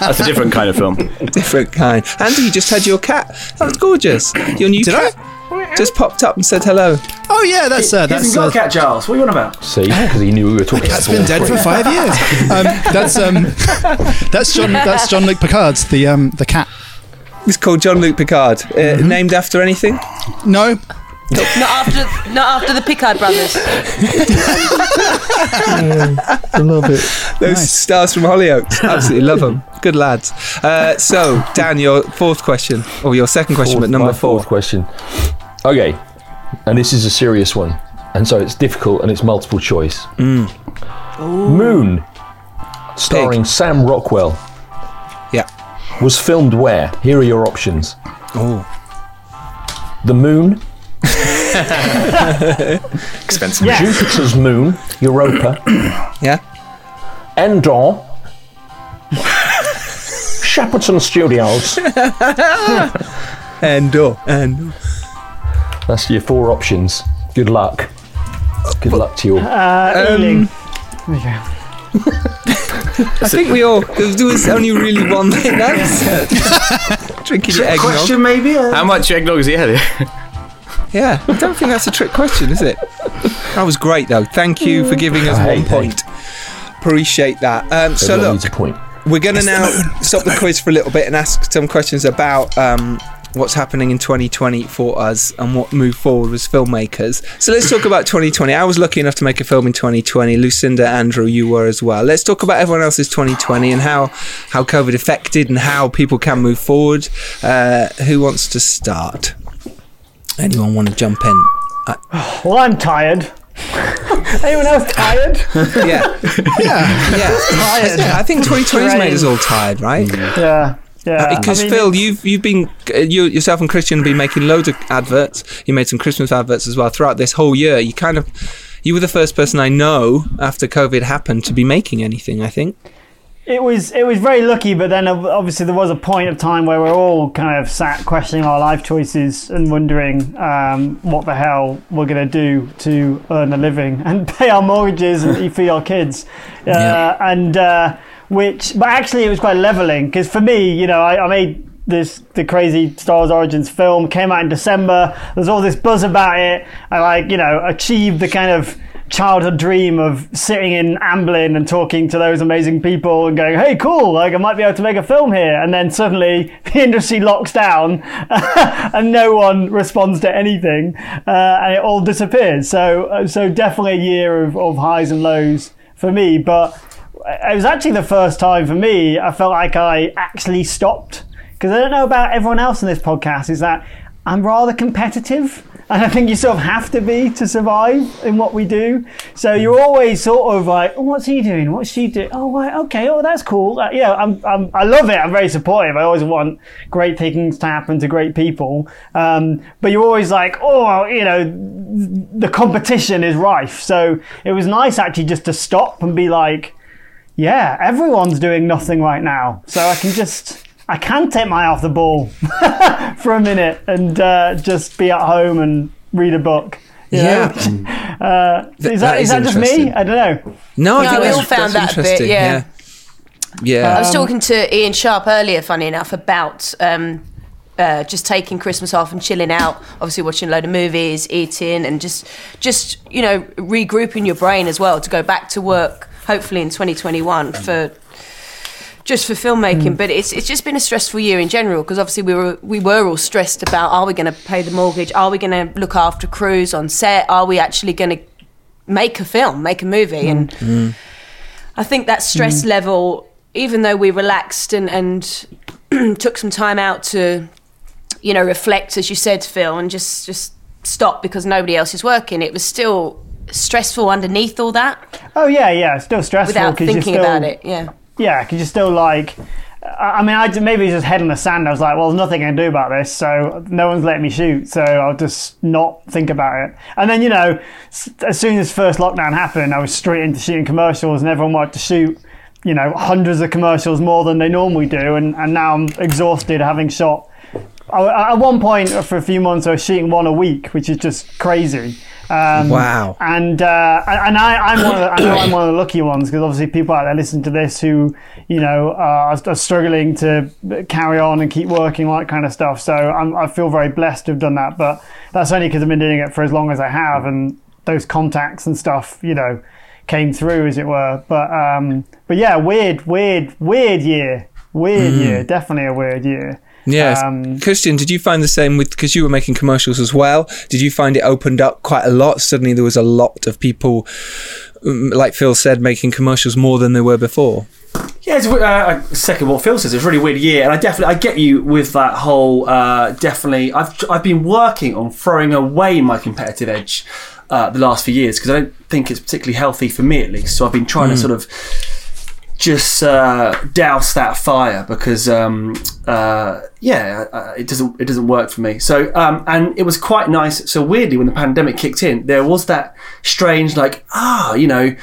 [SPEAKER 10] That's a different kind of film.
[SPEAKER 2] different kind. Andy, you just had your cat. That was gorgeous. Your new cat. just popped up and said hello.
[SPEAKER 8] Oh yeah, that's uh, that's uh,
[SPEAKER 6] Cat Giles. What are you on about?
[SPEAKER 5] See, because he knew we were talking.
[SPEAKER 8] Cat's Oh. been dead for five years. Um, that's um, that's John. That's John Luke Picard's the um, the cat. Mm-hmm.
[SPEAKER 2] It's called John Luke Picard. Uh, Named after anything?
[SPEAKER 8] No.
[SPEAKER 4] Not after, not after the Picard brothers.
[SPEAKER 5] Oh.
[SPEAKER 8] I love it.
[SPEAKER 2] Those stars from Hollyoaks. Absolutely love them. Good lads. Uh, so, Dan, your fourth question, or your second question,
[SPEAKER 5] Fourth-
[SPEAKER 2] but number
[SPEAKER 5] my
[SPEAKER 2] four.
[SPEAKER 5] Fourth question. Okay, and this is a serious one, and so it's difficult and it's multiple choice.
[SPEAKER 2] Mm.
[SPEAKER 5] Moon, starring Sam Rockwell.
[SPEAKER 2] Yeah.
[SPEAKER 5] Was filmed where? Here are your options.
[SPEAKER 2] Oh.
[SPEAKER 5] The moon.
[SPEAKER 3] Expensive.
[SPEAKER 5] Jupiter's moon, Europa.
[SPEAKER 2] yeah.
[SPEAKER 5] Endor. Shepperton Studios.
[SPEAKER 2] Endor. Endor.
[SPEAKER 5] That's your four options. Good luck. Good luck to you all.
[SPEAKER 7] Uh,
[SPEAKER 2] Um,
[SPEAKER 7] Ealing.
[SPEAKER 2] I think we all. There was only really one thing answered. Drinking your eggnog.
[SPEAKER 6] Question maybe. uh,
[SPEAKER 10] How much eggnog is he had?
[SPEAKER 2] Yeah, I don't think that's a trick question, is it? That was great, though. Thank you
[SPEAKER 6] Mm.
[SPEAKER 2] for giving us one point. Appreciate that. Um, so
[SPEAKER 5] Everyone
[SPEAKER 2] look,
[SPEAKER 5] needs a point.
[SPEAKER 2] we're going to now stop the quiz for a little bit and ask some questions about um, what's happening in 2020 for us and what move forward as filmmakers. So let's talk about 2020. I was lucky enough to make a film in 2020. Lucinda, Andrew, you were as well. Let's talk about everyone else's 2020 and how how COVID affected and how people can move forward. Uh, who wants to start? Anyone want to jump in? Uh,
[SPEAKER 7] Well, I'm tired. Anyone else tired?
[SPEAKER 2] yeah,
[SPEAKER 8] Yeah.
[SPEAKER 2] yeah.
[SPEAKER 7] tired.
[SPEAKER 2] I think 2020's made us
[SPEAKER 7] Drained.
[SPEAKER 2] all tired, right?
[SPEAKER 7] Yeah. Yeah. I
[SPEAKER 2] because
[SPEAKER 7] mean,
[SPEAKER 2] Phil, you've you've been uh, you yourself and Christian have been making loads of adverts. You made some Christmas adverts as well throughout this whole year. You kind of you were the first person I know after COVID happened to be making anything. I think.
[SPEAKER 7] it was it was very lucky, but then ob- obviously there was a point of time where we're all kind of sat questioning our life choices and wondering um, what the hell we're gonna do to earn a living and pay our mortgages and feed our kids, uh,
[SPEAKER 2] Yeah.
[SPEAKER 7] and uh, which but actually it was quite leveling because for me, you know, I, I made this the crazy Star Wars Origins film came out in December. There's all this buzz about it. I like you know achieved the kind of childhood dream of sitting in Amblin and talking to those amazing people and going, hey, cool, like I might be able to make a film here. And then suddenly the industry locks down and no one responds to anything, uh, and it all disappears. So uh, so definitely a year of, of highs and lows for me, but. It was actually the first time for me I felt like I actually stopped because I don't know about everyone else in this podcast is that I'm rather competitive, and I think you sort of have to be to survive in what we do. So you're always sort of like, oh, "What's he doing? What's she doing? Oh, right, okay, oh, that's cool." Uh, yeah, I'm, I'm, I love it. I'm very supportive. I always want great things to happen to great people. Um, but you're always like, "Oh, you know, the competition is rife." So it was nice actually just to stop and be like, yeah, everyone's doing nothing right now, so I can just I can take my eye off the ball for a minute and uh, just be at home and read a book. you
[SPEAKER 2] Yeah.
[SPEAKER 7] know? Uh, is that,
[SPEAKER 2] that
[SPEAKER 7] is
[SPEAKER 2] is
[SPEAKER 7] that just me?
[SPEAKER 2] interesting.
[SPEAKER 7] I don't know.
[SPEAKER 2] No, I
[SPEAKER 4] No,
[SPEAKER 2] think
[SPEAKER 4] we
[SPEAKER 2] that's,
[SPEAKER 4] all found
[SPEAKER 2] that's
[SPEAKER 4] that a bit,
[SPEAKER 2] interesting.
[SPEAKER 4] yeah.
[SPEAKER 2] yeah.
[SPEAKER 4] I
[SPEAKER 2] Yeah.
[SPEAKER 4] was talking to Ian Sharp earlier, funny enough, about um, uh, just taking Christmas off and chilling out. Obviously, watching a load of movies, eating, and just just you know regrouping your brain as well to go back to work. Hopefully in 2021 for just for filmmaking, but it's it's just been a stressful year in general because obviously we were we were all stressed about are we going to pay the mortgage, are we going to look after crews on set, are we actually going to make a film, make a movie, and
[SPEAKER 7] Mm.
[SPEAKER 4] I think that stress level, even though we relaxed and and took some time out to, you know, reflect as you said, Phil, and just just stop because nobody else is working, it was still stressful underneath all that
[SPEAKER 7] Oh yeah, yeah, it's still stressful
[SPEAKER 4] without
[SPEAKER 7] 'cause you're
[SPEAKER 4] thinking
[SPEAKER 7] still,
[SPEAKER 4] about it. Yeah.
[SPEAKER 7] Yeah, because you're still like, I I mean, I d- maybe it's just head in the sand. I was like, well, there's nothing I can do about this, so no one's letting me shoot, so I'll just not think about it. And then you know, s- as soon as first lockdown happened, I was straight into shooting commercials, and everyone wanted to shoot, you know, hundreds of commercials more than they normally do, and and now I'm exhausted having shot I- at one point for a few months I was shooting one a week, which is just crazy. Um,
[SPEAKER 2] Wow.
[SPEAKER 7] And uh, and I, I'm one of the, I know I'm one of the lucky ones because obviously people out there listening to this who you know are, are struggling to carry on and keep working all that kind of stuff. So I'm, I feel very blessed to have done that, but that's only because I've been doing it for as long as I have, and those contacts and stuff, you know, came through as it were. But um, but yeah, weird, weird, weird year, weird
[SPEAKER 2] Mm.
[SPEAKER 7] year, definitely a weird year.
[SPEAKER 2] Yes.
[SPEAKER 4] Um,
[SPEAKER 2] Christian, did you find the same with because you were making commercials as well? Did you find it opened up quite a lot? Suddenly there was a lot of people, um, like Phil said, making commercials more than there were before.
[SPEAKER 6] Yeah, it's uh, second what Phil says. It's a really weird year, and I definitely I get you with that whole. Uh, definitely, I've I've been working on throwing away my competitive edge uh, the last few years because I don't think it's particularly healthy for me at least. So I've been trying to
[SPEAKER 2] Mm.
[SPEAKER 6] sort of just uh, douse that fire because um, uh, yeah, uh, it doesn't it doesn't work for me. So um, and it was quite nice. So weirdly, when the pandemic kicked in, there was that strange like ah, you know,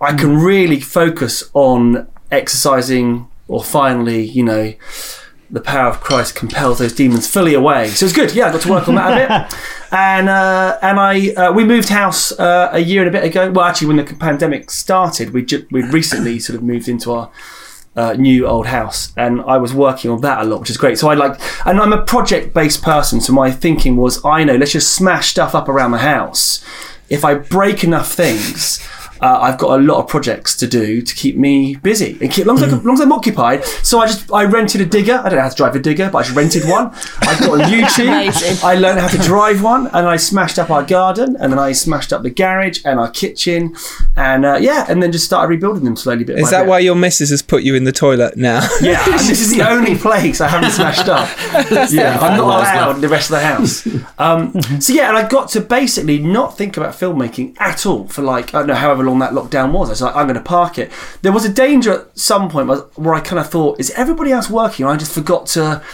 [SPEAKER 6] I can really focus on exercising or finally, you know. The power of Christ compels those demons fully away. So it's good. Yeah, I got to work on that a bit and uh, and I uh, we moved house uh, a year and a bit ago. Well, actually, when the pandemic started, we ju- we recently sort of moved into our uh, new old house, and I was working on that a lot, which is great. So I like, and I'm a project based person, so my thinking was, I know, let's just smash stuff up around the house. If I break enough things. Uh, I've got a lot of projects to do to keep me busy and keep, as, long as,
[SPEAKER 2] Hmm.
[SPEAKER 6] I, as long as I'm occupied. So I just I rented a digger. I don't know how to drive a digger, but I just rented one. I've got a
[SPEAKER 4] Amazing.
[SPEAKER 6] YouTube. I learned how to drive one, and I smashed up our garden, and then I smashed up the garage and our kitchen, and uh, yeah, and then just started rebuilding them slowly. Bit
[SPEAKER 2] Is
[SPEAKER 6] by
[SPEAKER 2] that
[SPEAKER 6] bit.
[SPEAKER 2] why your missus has put you in the toilet now?
[SPEAKER 6] Yeah, and this is the only place I haven't smashed up. yeah, I'm not allowed in the rest of the house. Um, so yeah, and I got to basically not think about filmmaking at all for like I don't know however long that lockdown was. I was like, I'm going to park it. There was a danger at some point where- where I kind of thought, is everybody else working? And I just forgot to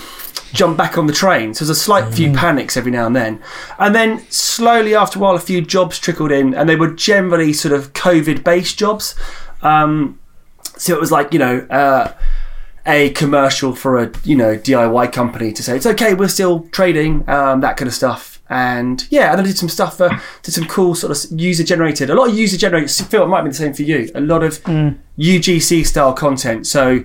[SPEAKER 6] jump back on the train. So there's a slight few panics every now and then. And then slowly after a while, a few jobs trickled in, and they were generally sort of COVID-based jobs. Um, so it was like you know. Uh, a commercial for a you know DIY company to say it's okay, we're still trading, um, that kind of stuff. And yeah, and I did some stuff for did some cool sort of user generated, a lot of user generated. Phil, it might be the same for you. A lot of
[SPEAKER 2] Hmm.
[SPEAKER 6] UGC style content, so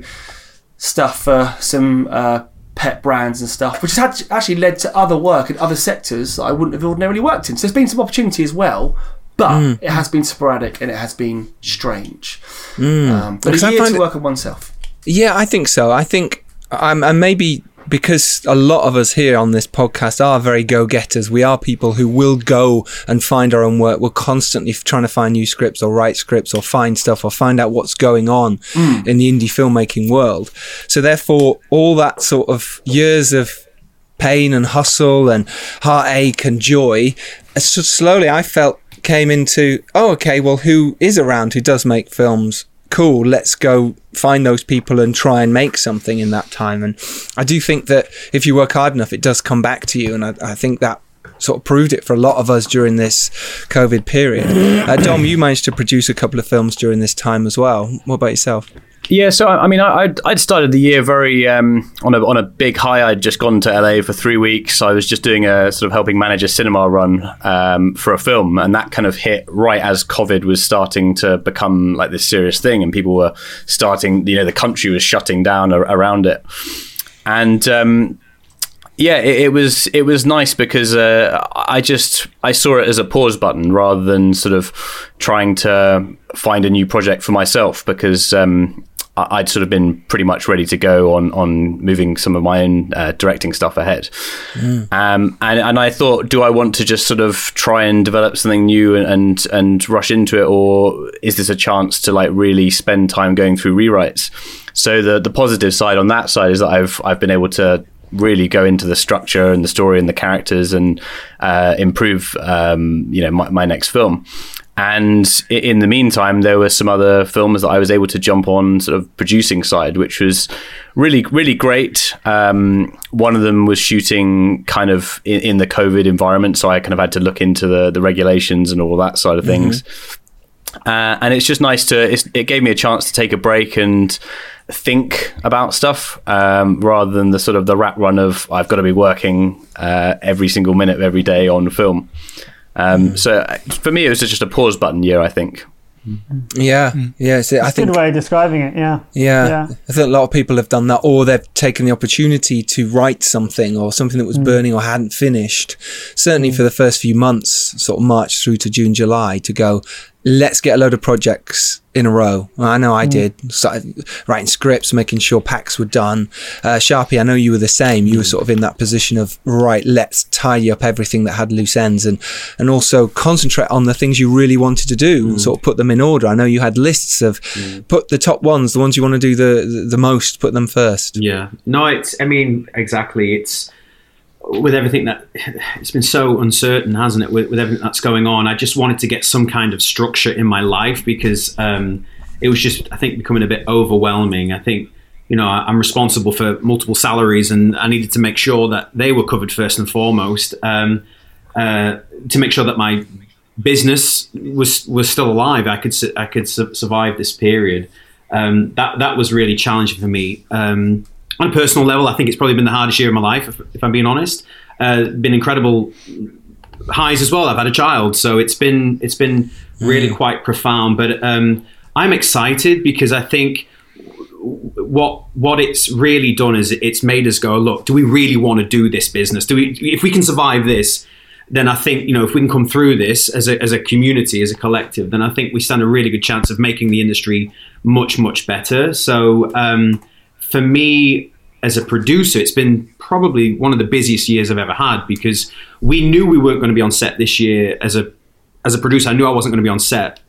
[SPEAKER 6] stuff for some uh, pet brands and stuff, which has had- actually led to other work in other sectors that I wouldn't have ordinarily worked in. So there's been some opportunity as well, but
[SPEAKER 2] Mm.
[SPEAKER 6] it has been sporadic and it has been strange.
[SPEAKER 2] Mm.
[SPEAKER 6] Um, but
[SPEAKER 2] Because
[SPEAKER 6] a
[SPEAKER 2] I
[SPEAKER 6] year
[SPEAKER 2] find
[SPEAKER 6] to
[SPEAKER 2] it-
[SPEAKER 6] work on oneself.
[SPEAKER 2] Yeah, I think so. I think, um, and maybe because a lot of us here on this podcast are very go-getters, we are people who will go and find our own work. We're constantly f- trying to find new scripts or write scripts or find stuff or find out what's going on
[SPEAKER 11] Mm.
[SPEAKER 2] in the indie filmmaking world. So therefore, all that sort of years of pain and hustle and heartache and joy. uh, So slowly, I felt came into oh, okay, well, who is around who does make films? Cool, let's go find those people and try and make something in that time. And I do think that if you work hard enough, it does come back to you. And I, I think that sort of proved it for a lot of us during this COVID period. Uh, Dom, you managed to produce a couple of films during this time as well. What about yourself?
[SPEAKER 10] Yeah, so I I mean, I, I'd, I'd started the year very um, on a on a big high. I'd just gone to LA for three weeks. I was just doing a sort of helping manage a cinema run um, for a film, and that kind of hit right as COVID was starting to become like this serious thing, and people were starting. You know, the country was shutting down ar- around it, and um, yeah, it, it was it was nice because uh, I just I saw it as a pause button rather than sort of trying to find a new project for myself because um, I- I'd sort of been pretty much ready to go on on moving some of my own uh, directing stuff ahead.
[SPEAKER 2] Hmm.
[SPEAKER 3] Mm.
[SPEAKER 10] Um, and, and I thought, do I want to just sort of try and develop something new and, and and rush into it, or is this a chance to like really spend time going through rewrites? So the the positive side on that side is that I've I've been able to really go into the structure and the story and the characters and uh, improve um, you know my, my next film. And i- in the meantime, there were some other films that I was able to jump on, sort of producing side, which was really, really great. Um, one of them was shooting kind of in, in the COVID environment, so I kind of had to look into the the regulations and all that side of things uh, and it's just nice to it's, it gave me a chance to take a break and think about stuff um, rather than the sort of the rat run of I've got to be working uh, every single minute of every day on film.
[SPEAKER 2] Hmm.
[SPEAKER 10] Um, so uh, for me, it was just a pause button year, I think.
[SPEAKER 2] Yeah, yeah. it's- I
[SPEAKER 7] It's a
[SPEAKER 2] think
[SPEAKER 7] good way of describing it. Yeah.
[SPEAKER 2] Yeah.
[SPEAKER 7] Yeah.
[SPEAKER 2] I think a lot of people have done that, or they've taken the opportunity to write something or something that was burning or hadn't finished. Certainly for the first few months, sort of March through to June, July, to go, let's get a load of projects in a row. Well, I know I
[SPEAKER 11] Mm.
[SPEAKER 2] did. Started writing scripts, making sure packs were done. Uh, Sharpie, I know you were the same. You were sort of in that position of, right, let's tidy up everything that had loose ends and, and also concentrate on the things you really wanted to do and sort of put them in order. I know you had lists of put the top ones, the ones you want to do the, the, the most, put them first.
[SPEAKER 9] Yeah. No, it's. I mean, exactly. It's with everything that it's been so uncertain, hasn't it? With, with everything that's going on, I just wanted to get some kind of structure in my life because um, it was just, I think, becoming a bit overwhelming. I think. You know, I- I'm responsible for multiple salaries, and I needed to make sure that they were covered first and foremost. Um, uh, to make sure that my business was was still alive. I could su- I could su- survive this period. Um, that that was really challenging for me. Um, on a personal level, I think it's probably been the hardest year of my life, if, if I'm being honest. Uh, been incredible highs as well. I've had a child, so it's been it's been really quite profound. But um, I'm excited because I think what what it's really done is it's made us go look do we really want to do this business do we if we can survive this then i think you know if we can come through this as a, as a community as a collective then i think we stand a really good chance of making the industry much much better so um, for me as a producer it's been probably one of the busiest years i've ever had because we knew we weren't going to be on set this year as a as a producer i knew i wasn't going to be on set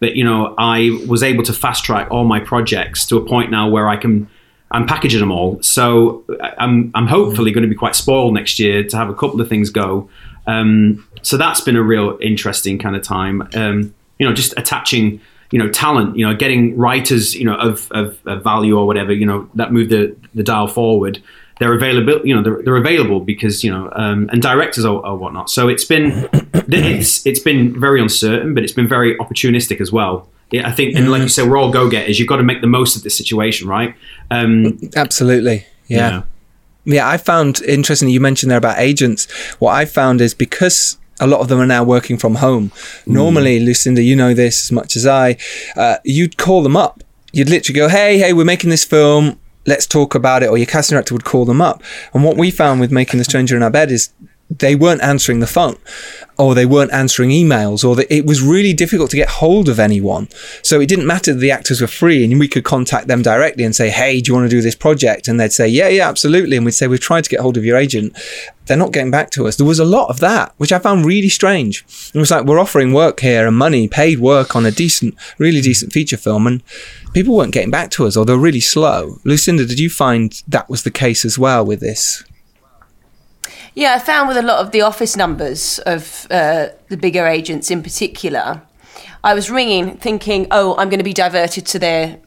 [SPEAKER 9] but you know i was able to fast track all my projects to a point now where i can i'm packaging them all so I- i'm i'm hopefully going to be quite spoiled next year to have a couple of things go um, so that's been a real interesting kind of time um, you know just attaching you know talent you know getting writers you know of, of, of value or whatever you know that move the, the dial forward they're available you know they're, they're available because you know um, and directors or, or whatnot so it's been it's it's been very uncertain but it's been very opportunistic as well yeah, I think, and
[SPEAKER 2] Mm.
[SPEAKER 9] like you said, we're all go-getters. You've got to make the most of this situation, right? Um,
[SPEAKER 2] Absolutely. Yeah.
[SPEAKER 9] Yeah.
[SPEAKER 2] yeah. I found interesting you mentioned there about agents. What I found is because a lot of them are now working from home. Normally, Lucinda, you know this as much as I, uh, you'd call them up. You'd literally go, hey, hey, we're making this film. Let's talk about it. Or your casting director would call them up. And what we found with making The Stranger in Our Bed is they weren't answering the phone or they weren't answering emails or that it was really difficult to get hold of anyone so it didn't matter that the actors were free and we could contact them directly and say hey do you want to do this project and they'd say yeah yeah absolutely and we'd say we've tried to get hold of your agent they're not getting back to us there was a lot of that which i found really strange it was like we're offering work here and money paid work on a decent really decent feature film and people weren't getting back to us or they're really slow lucinda did you find that was the case as well with this
[SPEAKER 4] Yeah, I found with a lot of the office numbers of uh, the bigger agents in particular, I was ringing thinking, oh, I'm going to be diverted to their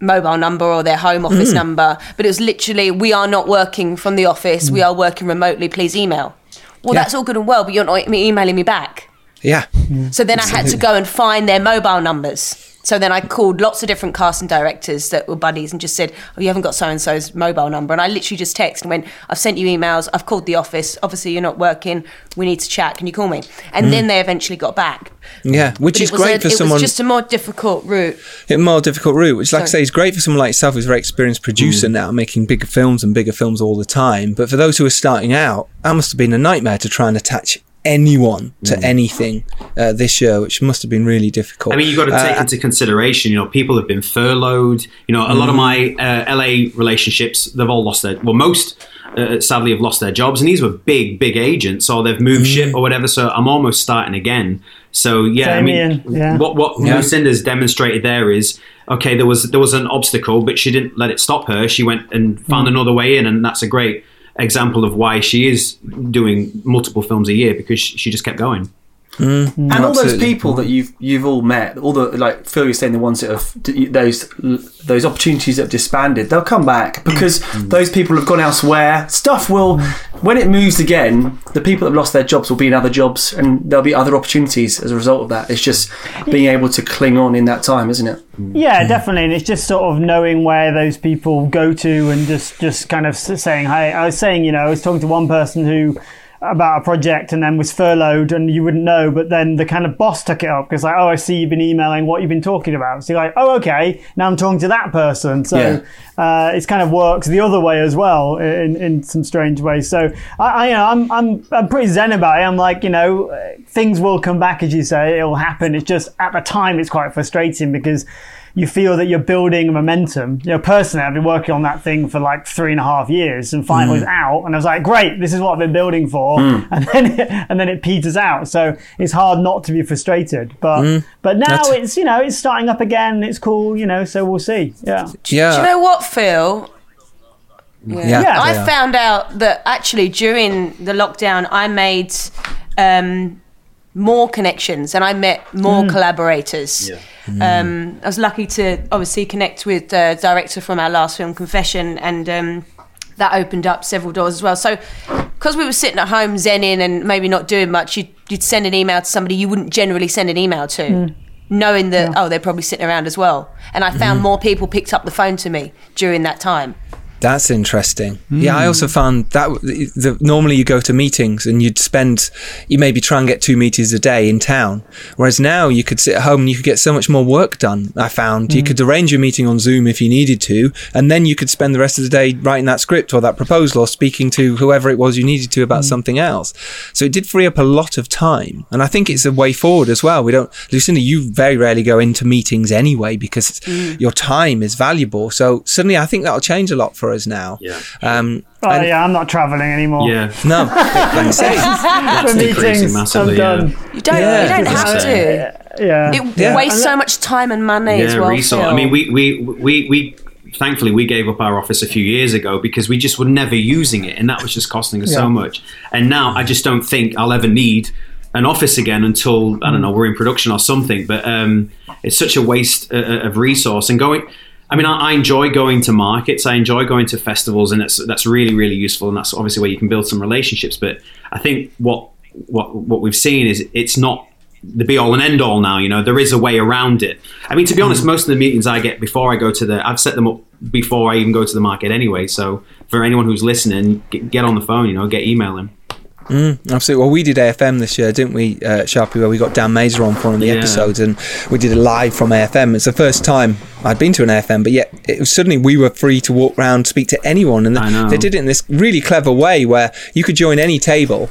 [SPEAKER 4] mobile number or their home office
[SPEAKER 12] Mm.
[SPEAKER 4] number. But it was literally, we are not working from the office, we are working remotely, please email. Well,
[SPEAKER 2] Yeah.
[SPEAKER 4] that's all good and well, but you're not e- emailing me back.
[SPEAKER 2] yeah
[SPEAKER 4] So then I had to
[SPEAKER 2] Absolutely.
[SPEAKER 4] go and find their mobile numbers. So then I called lots of different cast and directors that were buddies and just said, "Oh, you haven't got so and so's mobile number." And I literally just texted and went, "I've sent you emails. I've called the office. Obviously, you're not working. We need to chat. Can you call me?" And
[SPEAKER 2] Mm.
[SPEAKER 4] then they eventually got back.
[SPEAKER 2] yeah which
[SPEAKER 4] But
[SPEAKER 2] is
[SPEAKER 4] it was
[SPEAKER 2] great
[SPEAKER 4] a,
[SPEAKER 2] for
[SPEAKER 4] it
[SPEAKER 2] someone
[SPEAKER 4] was just a more difficult route.
[SPEAKER 2] a more difficult route, which, like I
[SPEAKER 4] Sorry. Mm.
[SPEAKER 2] say, is great for someone like yourself who's a very experienced producer now, making bigger films and bigger films all the time. But for those who are starting out, that must have been a nightmare to try and attach anyone to
[SPEAKER 4] Mm.
[SPEAKER 2] anything uh, this year, which must have been really difficult.
[SPEAKER 9] I mean, you've got to take
[SPEAKER 2] Uh,
[SPEAKER 9] into consideration, you know, people have been furloughed. You know, a lot of my
[SPEAKER 2] Mm.
[SPEAKER 9] uh, LA relationships, they've all lost their, well, most uh, sadly have lost their jobs. And these were big, big agents, or they've moved ship or whatever. So I'm almost starting again. So
[SPEAKER 7] Damien,
[SPEAKER 9] yeah, I mean,
[SPEAKER 7] yeah.
[SPEAKER 9] what what
[SPEAKER 7] Yeah.
[SPEAKER 9] Lucinda's demonstrated there is okay. There was there was an obstacle, but she didn't let it stop her. She went and found another way in, and that's a great example of why she is doing multiple films a year because she she just kept going.
[SPEAKER 2] Hmm.
[SPEAKER 6] and all those
[SPEAKER 9] Absolutely.
[SPEAKER 6] people that you've you've all met, all the like Phil, you're saying the ones that have d- those those
[SPEAKER 8] Mm.
[SPEAKER 6] opportunities that have disbanded, they'll come back because those people have gone elsewhere. Stuff will when it moves again, the people that have lost their jobs will be in other jobs, and there'll be other opportunities as a result of that. It's just being able to cling on in that time, isn't it?
[SPEAKER 7] Yeah, definitely. And it's just sort of knowing where those people go to and just, just kind of s- saying, hey, I was saying, you know, I was talking to one person who about a project and then was furloughed and you wouldn't know, but then the kind of boss took it up because like, oh, I see you've been emailing what you've been talking about. So you're like, oh, okay, now I'm talking to that person. So uh, it's kind of works the other way as well in, in some strange ways. So I, I you know, I'm, I'm, I'm pretty zen about it. I'm like, you know, uh, things will come back, as you say, it'll happen. It's just at the time, it's quite frustrating because you feel that you're building momentum. You know, personally, I've been working on that thing for like three and a half years, and finally
[SPEAKER 11] Mm.
[SPEAKER 7] it's out, and I was like, great, this is what I've been building for,
[SPEAKER 11] Mm.
[SPEAKER 7] and then it, and then it peters out. So it's hard not to be frustrated, but
[SPEAKER 2] Mm.
[SPEAKER 7] but now
[SPEAKER 2] That's-
[SPEAKER 7] it's you know it's starting up again, it's cool, you know, so we'll see. Yeah,
[SPEAKER 2] Yeah.
[SPEAKER 4] Do you know what, Phil?
[SPEAKER 7] Yeah. Yeah.
[SPEAKER 4] I
[SPEAKER 7] Yeah.
[SPEAKER 4] found out that actually during the lockdown, I made um, more connections and I met more
[SPEAKER 12] Mm.
[SPEAKER 4] collaborators.
[SPEAKER 12] Mm.
[SPEAKER 4] Um, I was lucky to obviously connect with the director from our last film, Confession, and um, that opened up several doors as well. So, because we were sitting at home zenning and maybe not doing much, you'd, you'd send an email to somebody you wouldn't generally send an email to
[SPEAKER 12] Mm.
[SPEAKER 4] knowing that oh they're probably sitting around as well and i
[SPEAKER 7] Mm-hmm.
[SPEAKER 4] found more people picked up the phone to me during that time
[SPEAKER 2] That's interesting. Yeah,
[SPEAKER 4] Mm.
[SPEAKER 2] I also found that w- the, normally you go to meetings and you'd spend, you maybe try and get two meetings a day in town. Whereas now you could sit at home and you could get so much more work done. I found you
[SPEAKER 11] Mm.
[SPEAKER 2] could arrange your meeting on Zoom if you needed to, and then you could spend the rest of the day writing that script or that proposal or speaking to whoever it was you needed to
[SPEAKER 7] Mm.
[SPEAKER 2] about something else. So it did free up a lot of time. And I think it's a way forward as well. We don't, Lucinda, you very rarely go into meetings anyway because
[SPEAKER 7] Mm.
[SPEAKER 2] your time is valuable. So suddenly I think that'll change a lot for us now. Yeah. Um,
[SPEAKER 7] oh
[SPEAKER 2] and-
[SPEAKER 7] yeah, I'm not traveling anymore.
[SPEAKER 2] No. Like I say,
[SPEAKER 7] for meetings, I'm done.
[SPEAKER 4] you don't you don't have to
[SPEAKER 7] yeah
[SPEAKER 4] it
[SPEAKER 9] Yeah.
[SPEAKER 4] wastes so much time and money as well
[SPEAKER 9] resource.
[SPEAKER 4] Phil.
[SPEAKER 9] I mean, we, we we we thankfully we gave up our office a few years ago because we just were never using it, and that was just costing us
[SPEAKER 11] Yeah.
[SPEAKER 9] so much. And now I just don't think I'll ever need an office again until I don't know we're in production or something. But um, it's such a waste uh, uh, of resource and going. I mean, I, I enjoy going to markets. I enjoy going to festivals, and that's that's really really useful. And that's obviously where you can build some relationships. But I think what what what we've seen is it's not the be all and end all now. You know, there is a way around it. I mean, to be honest, most of the meetings I get before I go to the, I've set them up before I even go to the market anyway. So for anyone who's listening, get, get on the phone. You know, get emailing.
[SPEAKER 2] Mm, absolutely. Well, we did AFM this year, didn't we, uh, Sharpie? Where we got Dan Mazer on for one of the
[SPEAKER 9] Yeah.
[SPEAKER 2] episodes, and we did it live from AFM. It's the first time I'd been to an AFM, but yet it was suddenly we were free to walk round, speak to anyone, and
[SPEAKER 9] know.
[SPEAKER 2] they did it in this really clever way where you could join any table.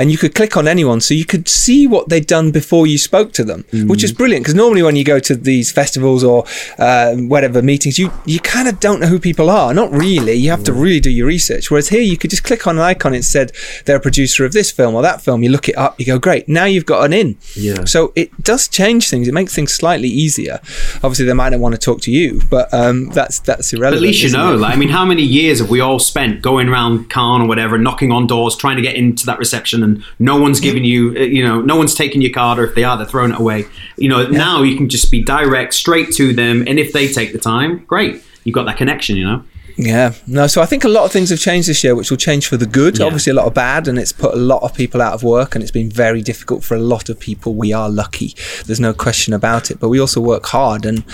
[SPEAKER 2] And you could click on anyone, so you could see what they'd done before you spoke to them,
[SPEAKER 9] Mm.
[SPEAKER 2] which is brilliant. Because normally, when you go to these festivals or uh, whatever meetings, you you kind of don't know who people are. Not really. You have to
[SPEAKER 9] Mm.
[SPEAKER 2] really do your research. Whereas here, you could just click on an icon. It said they're a producer of this film or that film. You look it up. You go, great. Now you've got an in.
[SPEAKER 9] Yeah.
[SPEAKER 2] So it does change things. It makes things slightly easier. Obviously, they might not want to talk to you, but um, that's that's
[SPEAKER 9] But
[SPEAKER 2] irrelevant.
[SPEAKER 9] at least you
[SPEAKER 2] isn't
[SPEAKER 9] know.
[SPEAKER 2] it?
[SPEAKER 9] Like, I mean, how many years have we all spent going around Khan or whatever, knocking on doors, trying to get into that reception, and no one's giving you, uh, you know, no one's taking your card, or if they are, they're throwing it away. You know, now you can just be direct, straight to them, and if they take the time, great. You've got that connection, you know.
[SPEAKER 2] Yeah, no. So I think a lot of things have changed this year, which will change for the good. Obviously, a lot of bad, and it's put a lot of people out of work, and it's been very difficult for a lot of people. We are lucky. There's no question about it. But we also work hard, and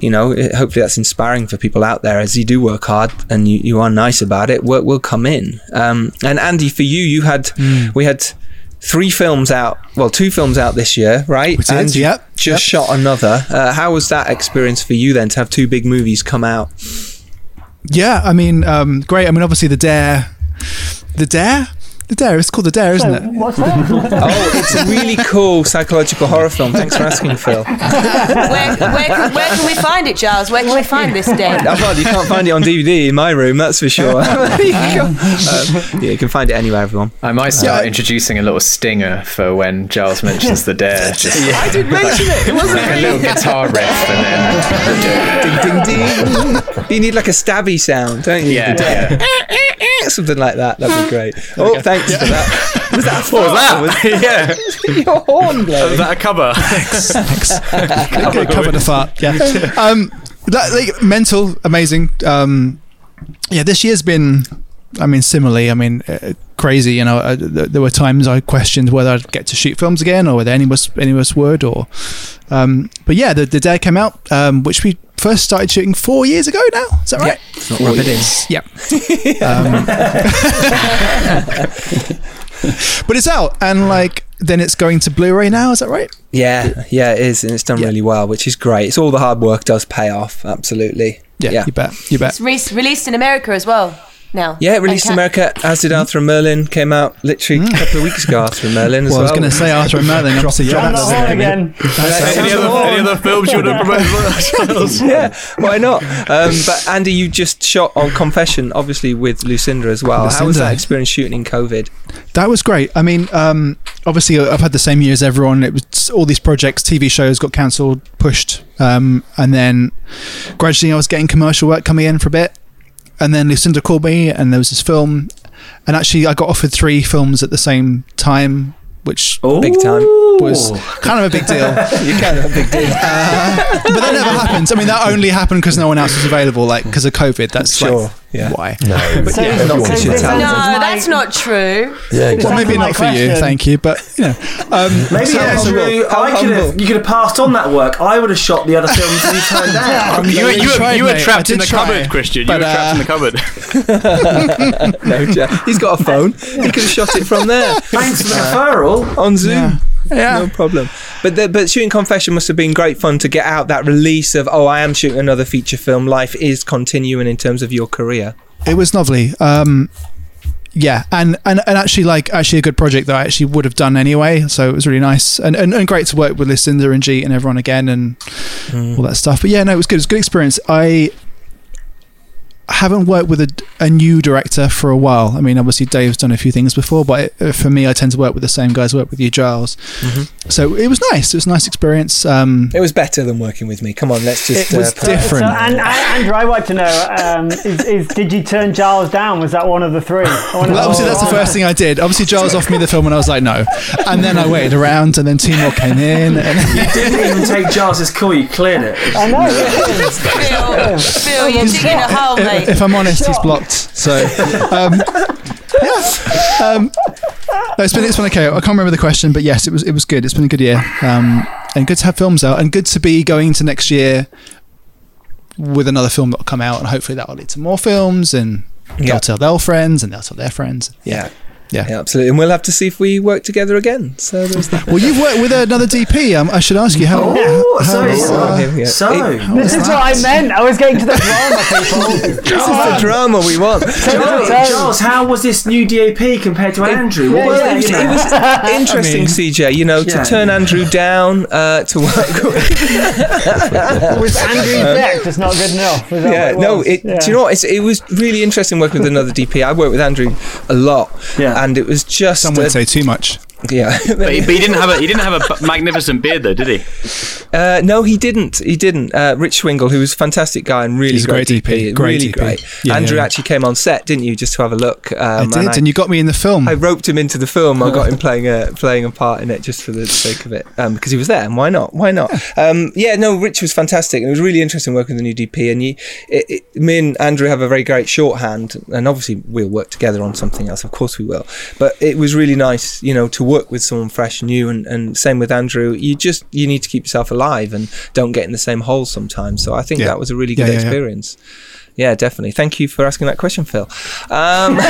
[SPEAKER 2] you know, it, hopefully that's inspiring for people out there. As you do work hard and you, you are nice about it, work will come in. Um, and Andy, for you, you had
[SPEAKER 8] Hmm.
[SPEAKER 2] we had three films out. Well, two films out this year, right?
[SPEAKER 8] did,
[SPEAKER 2] and you
[SPEAKER 8] yep,
[SPEAKER 2] just shot another. Uh, how was that experience for you then to have two big movies come out?
[SPEAKER 8] Yeah, I mean, um, great. I mean, obviously the dare, the dare, the dare. It's called the dare, isn't it?
[SPEAKER 7] What's that?
[SPEAKER 2] oh, it's a really cool psychological horror film. Thanks for asking, Phil.
[SPEAKER 4] where, where, can, where can we find it giles where can we find this den
[SPEAKER 2] Oh, God, you can't find it on DVD in my room, that's for sure. Um, yeah, you can find it anywhere, everyone.
[SPEAKER 3] I might start
[SPEAKER 2] Yeah.
[SPEAKER 3] introducing a little stinger for when Giles mentions the dare. Just
[SPEAKER 2] I did mention it. It wasn't
[SPEAKER 3] like a
[SPEAKER 2] me.
[SPEAKER 3] little guitar riff, and
[SPEAKER 2] ding,
[SPEAKER 3] then
[SPEAKER 2] ding, ding. You need like a stabby sound, don't you?
[SPEAKER 3] Yeah,
[SPEAKER 2] Yeah. Something like that. That'd be great. Oh, thanks for that. Was that a what was
[SPEAKER 3] that? yeah.
[SPEAKER 2] Your horn blowing.
[SPEAKER 10] Is that a cover?
[SPEAKER 8] Cover- cover the fart. Yeah. Um, that, like, mental, amazing. Um, yeah, this year's been. I mean, similarly. I mean, uh, crazy. You know, I, th- there were times I questioned whether I'd get to shoot films again or whether any of us, any of us would. Or, um, but yeah, the, the Dare came out, um, which we first started shooting four years ago now. Is that right?
[SPEAKER 2] It's not rub it in.
[SPEAKER 8] Yep. Um, but it's out, and like then it's going to Blu-ray now. Is that right?
[SPEAKER 2] Yeah, yeah, it is, and it's done really well, which is great. It's all the hard work does pay off, absolutely. Yeah, you
[SPEAKER 8] bet, you
[SPEAKER 4] It's re- released in America as well now.
[SPEAKER 2] Yeah, it released in
[SPEAKER 4] They can't-
[SPEAKER 2] America, as did Arthur and Merlin. Came out literally a couple of weeks ago. Arthur and Merlin as
[SPEAKER 8] Well, I
[SPEAKER 2] well.
[SPEAKER 8] was gonna say Arthur and Merlin, obviously, yeah,
[SPEAKER 2] Dropped
[SPEAKER 8] that's-
[SPEAKER 2] it.
[SPEAKER 8] John again.
[SPEAKER 2] That's-
[SPEAKER 8] Any other-
[SPEAKER 10] any other films you wanna promote?
[SPEAKER 2] yeah, why not? Um, but Andy, you just shot on Confession, obviously with Lucinda as well. How was
[SPEAKER 8] Lucinda.
[SPEAKER 2] that experience shooting in COVID?
[SPEAKER 8] That was great. I mean, um, obviously, I've had the same year as everyone. It was all these projects, TV shows got cancelled, pushed, um, and then gradually, I was getting commercial work coming in for a bit. And then Lucinda called me, and there was this film, and actually, I got offered three films at the same time, which
[SPEAKER 2] big time
[SPEAKER 8] was kind of a big deal.
[SPEAKER 2] you kind of a big deal.
[SPEAKER 8] but that never happens. I mean, that only happened because no one else was available, like because of COVID. That's
[SPEAKER 2] Sure,
[SPEAKER 8] like
[SPEAKER 2] yeah.
[SPEAKER 8] why.
[SPEAKER 5] No,
[SPEAKER 8] but
[SPEAKER 4] So-
[SPEAKER 8] yeah,
[SPEAKER 4] so
[SPEAKER 8] everyone
[SPEAKER 4] this
[SPEAKER 8] should
[SPEAKER 4] is
[SPEAKER 8] tell.
[SPEAKER 4] No, that's not true.
[SPEAKER 8] Well, maybe not for you, thank you. But you know, um,
[SPEAKER 6] Maybe
[SPEAKER 8] so-
[SPEAKER 6] Andrew, I could have, you could have passed on that work. I would have shot the other films that you turned down.
[SPEAKER 10] You, were- you, were-
[SPEAKER 8] tried,
[SPEAKER 10] you were
[SPEAKER 8] mate.
[SPEAKER 10] trapped
[SPEAKER 8] I
[SPEAKER 10] in the
[SPEAKER 8] did try.
[SPEAKER 10] cupboard, Christian.
[SPEAKER 8] But,
[SPEAKER 10] you were trapped in
[SPEAKER 8] uh,
[SPEAKER 10] the cupboard.
[SPEAKER 2] no, Jeff. he's got a phone. He could have shot it from there. Uh,
[SPEAKER 6] Thanks for the referral.
[SPEAKER 2] on Zoom.
[SPEAKER 8] Yeah. Yeah.
[SPEAKER 2] No problem. But the, but shooting confession must have been great fun to get out that release of oh I am shooting another feature film. Life is continuing in terms of your career.
[SPEAKER 8] it was lovely. Um, yeah, and, and and actually, like actually, a good project that I actually would have done anyway. So it was really nice and and, and great to work with Lucinda and G and everyone again and
[SPEAKER 2] Mm.
[SPEAKER 8] all that stuff. But yeah, no, it was good. It was a good experience. I haven't worked with a, a new director for a while. I mean, obviously Dave's done a few things before, but it, for me, I tend to work with the same guys. I work with you, Giles. So it was nice. It was a nice experience. Um,
[SPEAKER 2] Mm-hmm. It was better than working with me. Come on, let's just.
[SPEAKER 4] uh,
[SPEAKER 2] uh,
[SPEAKER 8] It was
[SPEAKER 2] put it-
[SPEAKER 8] different.
[SPEAKER 7] So, and, and Andrew, I want to know: um, is, is did you turn Giles down? Was that one of the three? I wanna
[SPEAKER 8] Well,
[SPEAKER 7] know-
[SPEAKER 8] obviously, that's the first thing I did. Obviously, Giles offered me the film, and I was like, no. And then I waited around, and then two more came in. And
[SPEAKER 6] didn't even take Giles's call. You cleared it.
[SPEAKER 7] I know. yeah.
[SPEAKER 4] Phil, Phil, you're digging a hole, Oh,
[SPEAKER 8] if,
[SPEAKER 4] mate.
[SPEAKER 8] if I'm honest, he's blocked. So, um, yeah. Um, no, it's been it's been okay. I can't remember the question, but yes, it was it was good. It's been a good year, um, and good to have films out, and good to be going into next year with another film that'll come out, and hopefully that will lead to more films, and
[SPEAKER 2] Yeah.
[SPEAKER 8] they'll tell their friends, and they'll tell their friends.
[SPEAKER 2] yeah.
[SPEAKER 8] Yeah.
[SPEAKER 2] yeah, absolutely. And we'll have to see if we work together again. So there's that.
[SPEAKER 8] Well, you've worked with another DP. Um, I should ask you how.
[SPEAKER 6] Oh,
[SPEAKER 8] how-
[SPEAKER 6] so,
[SPEAKER 8] how-
[SPEAKER 6] so,
[SPEAKER 2] Yeah.
[SPEAKER 6] so.
[SPEAKER 7] This is what I meant. I was getting to the drama, people.
[SPEAKER 2] This is the drama we want.
[SPEAKER 6] Giles, Giles, how was this new DAP compared to Andrew? What was
[SPEAKER 2] Well, it,
[SPEAKER 6] it,
[SPEAKER 2] was,
[SPEAKER 6] you know?
[SPEAKER 2] it was interesting, CJ. You know,
[SPEAKER 6] Yeah.
[SPEAKER 2] to turn Andrew down uh, to work with
[SPEAKER 7] Was Andrew's deck just not good enough? Was that
[SPEAKER 2] yeah,
[SPEAKER 7] what
[SPEAKER 2] no.
[SPEAKER 7] was?
[SPEAKER 2] It,
[SPEAKER 7] Yeah.
[SPEAKER 2] Do you know what? It's, it was really interesting working with another DP. I worked with Andrew a lot,
[SPEAKER 6] Yeah.
[SPEAKER 2] and it was just
[SPEAKER 8] Some would
[SPEAKER 2] a-
[SPEAKER 8] say too much.
[SPEAKER 2] yeah.
[SPEAKER 10] But he, but he didn't have a he didn't have a b- magnificent beard though, did he?
[SPEAKER 2] Uh, no, he didn't. He didn't. Uh, Rich Swingle, who was a fantastic guy and really
[SPEAKER 8] He's a
[SPEAKER 2] great,
[SPEAKER 8] great DP, great
[SPEAKER 2] really
[SPEAKER 8] DP.
[SPEAKER 2] great.
[SPEAKER 8] Yeah,
[SPEAKER 2] Andrew
[SPEAKER 8] yeah.
[SPEAKER 2] actually came on set, didn't you, just to have a look? Um,
[SPEAKER 8] I did, and,
[SPEAKER 2] I,
[SPEAKER 8] you got me in the film.
[SPEAKER 2] I roped him into the film. I got him playing a playing a part in it just for the sake of it, um, because he was there. And why not? Why not? Um, yeah, no. Rich was fantastic, and it was really interesting working with the new DP. And you, it, it, me and Andrew have a very great shorthand, and obviously we'll work together on something else. Of course we will. But it was really nice, you know, to work with someone fresh and new. And, and same with Andrew. You just you need to keep yourself alive and don't get in the same hole sometimes. So I think
[SPEAKER 8] Yeah.
[SPEAKER 2] that was a really
[SPEAKER 8] Yeah,
[SPEAKER 2] good
[SPEAKER 8] yeah, yeah.
[SPEAKER 2] experience. Yeah, definitely. Thank you for asking that question, Phil. Um, no,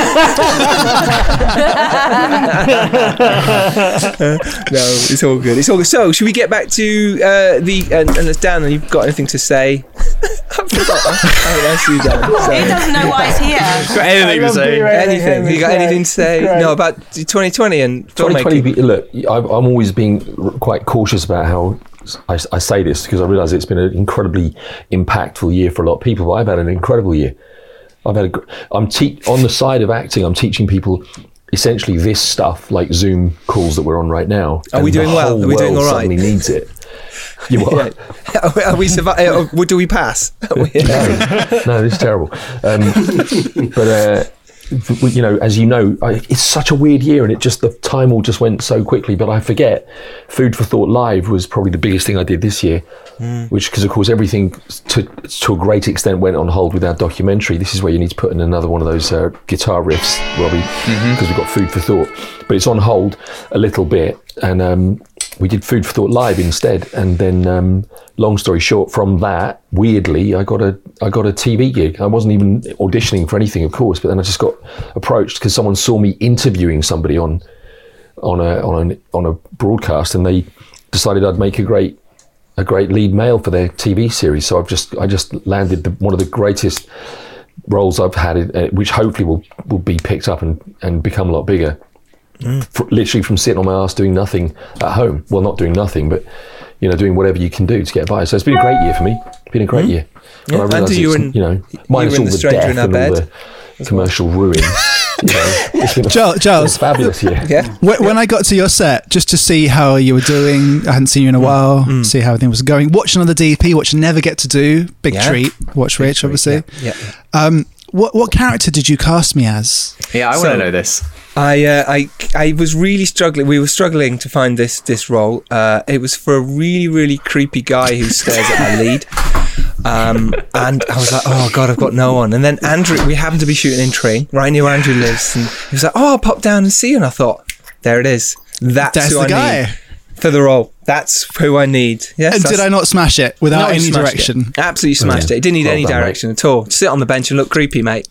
[SPEAKER 2] it's all good. It's all good. So, should we get back to uh, the and, and it's Dan? And you've got anything to say? I forgot. oh, that's you, Dan.
[SPEAKER 4] He
[SPEAKER 2] Sorry.
[SPEAKER 4] doesn't know why he's here.
[SPEAKER 10] Got anything to say?
[SPEAKER 2] Anything? You got anything to say? No, about 2020 and
[SPEAKER 5] 2020.
[SPEAKER 2] filmmaking.
[SPEAKER 5] be- Look, I'm I'm always being r- quite cautious about how I, I say this because I realise it's been an incredibly impactful year for a lot of people. But I've had an incredible year. I've had. A, gr- I'm te- on the side of acting. I'm teaching people essentially this stuff, like Zoom calls that we're on right now.
[SPEAKER 2] Are
[SPEAKER 5] and
[SPEAKER 2] we
[SPEAKER 5] the
[SPEAKER 2] doing well?
[SPEAKER 5] whole
[SPEAKER 2] Are we doing
[SPEAKER 5] world
[SPEAKER 2] all right?
[SPEAKER 5] Suddenly needs it. You what?
[SPEAKER 2] Are we- Are we survive? Or do we pass? Are we-
[SPEAKER 5] no, no, this is terrible. Um, but uh, you know, as you know, I, it's such a weird year, and it just the time all just went so quickly. But I forget, Food for Thought Live was probably the biggest thing I did this year,
[SPEAKER 11] Mm.
[SPEAKER 5] which because of course everything to to a great extent went on hold with our documentary. This is where you need to put in another one of those uh, guitar riffs, Robbie, because we've got Food for Thought, but it's on hold a little bit, and um, we did Food for Thought Live instead. And then, um, long story short, from that, weirdly, I got a I got a TV gig. I wasn't even auditioning for anything, of course, but then I just got approached because someone saw me interviewing somebody on on a on a, on a broadcast, and they decided I'd make a great a great lead male for their TV series. So I've just I just landed the, one of the greatest roles I've had, uh, which hopefully will will be picked up and and become a lot bigger fr- literally from sitting on my ass doing nothing at home. Well, not doing nothing, but you know, doing whatever you can do to get by. So it's been a great year for me. It's been a great year.
[SPEAKER 2] Hmm. Yeah,
[SPEAKER 5] And I
[SPEAKER 2] Andy,
[SPEAKER 5] realise
[SPEAKER 2] you
[SPEAKER 5] it's,
[SPEAKER 2] and-
[SPEAKER 5] you know, minus
[SPEAKER 2] and
[SPEAKER 5] all
[SPEAKER 2] the
[SPEAKER 5] the
[SPEAKER 2] stranger
[SPEAKER 5] death
[SPEAKER 2] in
[SPEAKER 5] and
[SPEAKER 2] our
[SPEAKER 5] all the commercial ruin. you know, it's been a
[SPEAKER 8] Giles,
[SPEAKER 5] fabulous year.
[SPEAKER 8] When, when I got to your set, just to see how you were doing, I hadn't seen you
[SPEAKER 2] Mm.
[SPEAKER 8] in a while, see how everything was going. Watch another DP, which I never get to do. Big
[SPEAKER 2] Yeah.
[SPEAKER 8] treat. Watch Rich, obviously.
[SPEAKER 2] Yeah.
[SPEAKER 8] Um, what what character did you cast me as?
[SPEAKER 3] Yeah, I
[SPEAKER 2] So-
[SPEAKER 3] want to know this.
[SPEAKER 2] I, uh, I I was really struggling. We were struggling to find this this role. Uh, it was for a really really creepy guy who stares at my lead. Um, and I was like, oh god, I've got no one. And then Andrew, we happened to be shooting in Tring, right near where Andrew lives, and he was like, oh, I'll pop down and see you. And I thought, there it is. That's,
[SPEAKER 8] That's
[SPEAKER 2] who
[SPEAKER 8] the
[SPEAKER 2] I
[SPEAKER 8] guy.
[SPEAKER 2] need for the role. That's who I need. Yes.
[SPEAKER 8] and did
[SPEAKER 2] that's-
[SPEAKER 8] I not smash it without
[SPEAKER 2] No, you
[SPEAKER 8] any
[SPEAKER 2] smashed
[SPEAKER 8] direction?
[SPEAKER 2] It. Absolutely smashed it. It didn't need
[SPEAKER 8] Oh, Well
[SPEAKER 2] any
[SPEAKER 8] done, mate.
[SPEAKER 2] direction at all. Sit on the bench and look creepy, mate.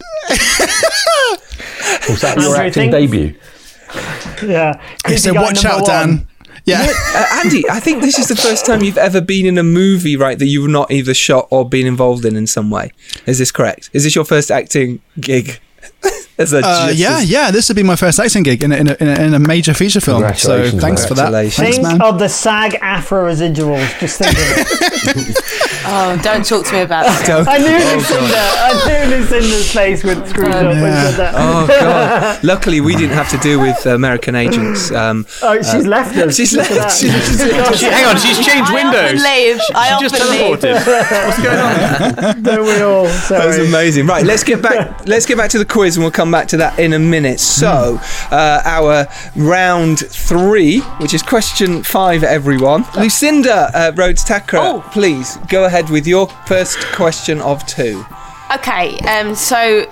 [SPEAKER 5] Was that
[SPEAKER 8] your Andrew, acting think-
[SPEAKER 5] debut?
[SPEAKER 7] Yeah.
[SPEAKER 8] He said, "Watch out, Dan." Yeah.
[SPEAKER 2] uh, Andy, I think this is the first time you've ever been in a movie, right, that you were not either shot or been involved in in some way. Is this correct? Is this your first acting gig? as a
[SPEAKER 8] Uh,
[SPEAKER 2] just
[SPEAKER 8] yeah,
[SPEAKER 2] as-
[SPEAKER 8] yeah. This would be my first acting gig in a, in a, in a, in a major feature film. So
[SPEAKER 2] Congratulations,
[SPEAKER 8] thanks
[SPEAKER 2] mate.
[SPEAKER 8] for that.
[SPEAKER 2] Congratulations.
[SPEAKER 8] Thanks,
[SPEAKER 7] Think
[SPEAKER 8] man.
[SPEAKER 7] of the SAG AFRA residuals. Just think of it.
[SPEAKER 4] Oh, don't talk to me about that.
[SPEAKER 2] Don't.
[SPEAKER 7] I knew
[SPEAKER 2] Oh,
[SPEAKER 7] Lucinda. I knew Lucinda's face would screw up when she said that.
[SPEAKER 2] Oh god! Luckily, we didn't have to deal with American agents. Um,
[SPEAKER 7] Oh, she's left us.
[SPEAKER 2] She's
[SPEAKER 7] Look at
[SPEAKER 2] left.
[SPEAKER 7] that.
[SPEAKER 2] She's- she's-
[SPEAKER 7] Hang on, she's
[SPEAKER 4] I
[SPEAKER 7] changed
[SPEAKER 4] often
[SPEAKER 7] windows.
[SPEAKER 4] leave. I
[SPEAKER 7] She
[SPEAKER 4] often
[SPEAKER 7] just
[SPEAKER 4] leave.
[SPEAKER 7] teleported. What's going on? Don't we all?
[SPEAKER 2] That was
[SPEAKER 7] Sorry.
[SPEAKER 2] amazing. Right, let's get back. let's get back to the quiz, and we'll come back to that in a minute. So,
[SPEAKER 7] Hmm.
[SPEAKER 2] uh, our round three, which is question five, everyone. Lucinda uh, Rhodes Tacker,
[SPEAKER 7] Oh.
[SPEAKER 2] please go ahead with your first question of two.
[SPEAKER 4] Okay, um, so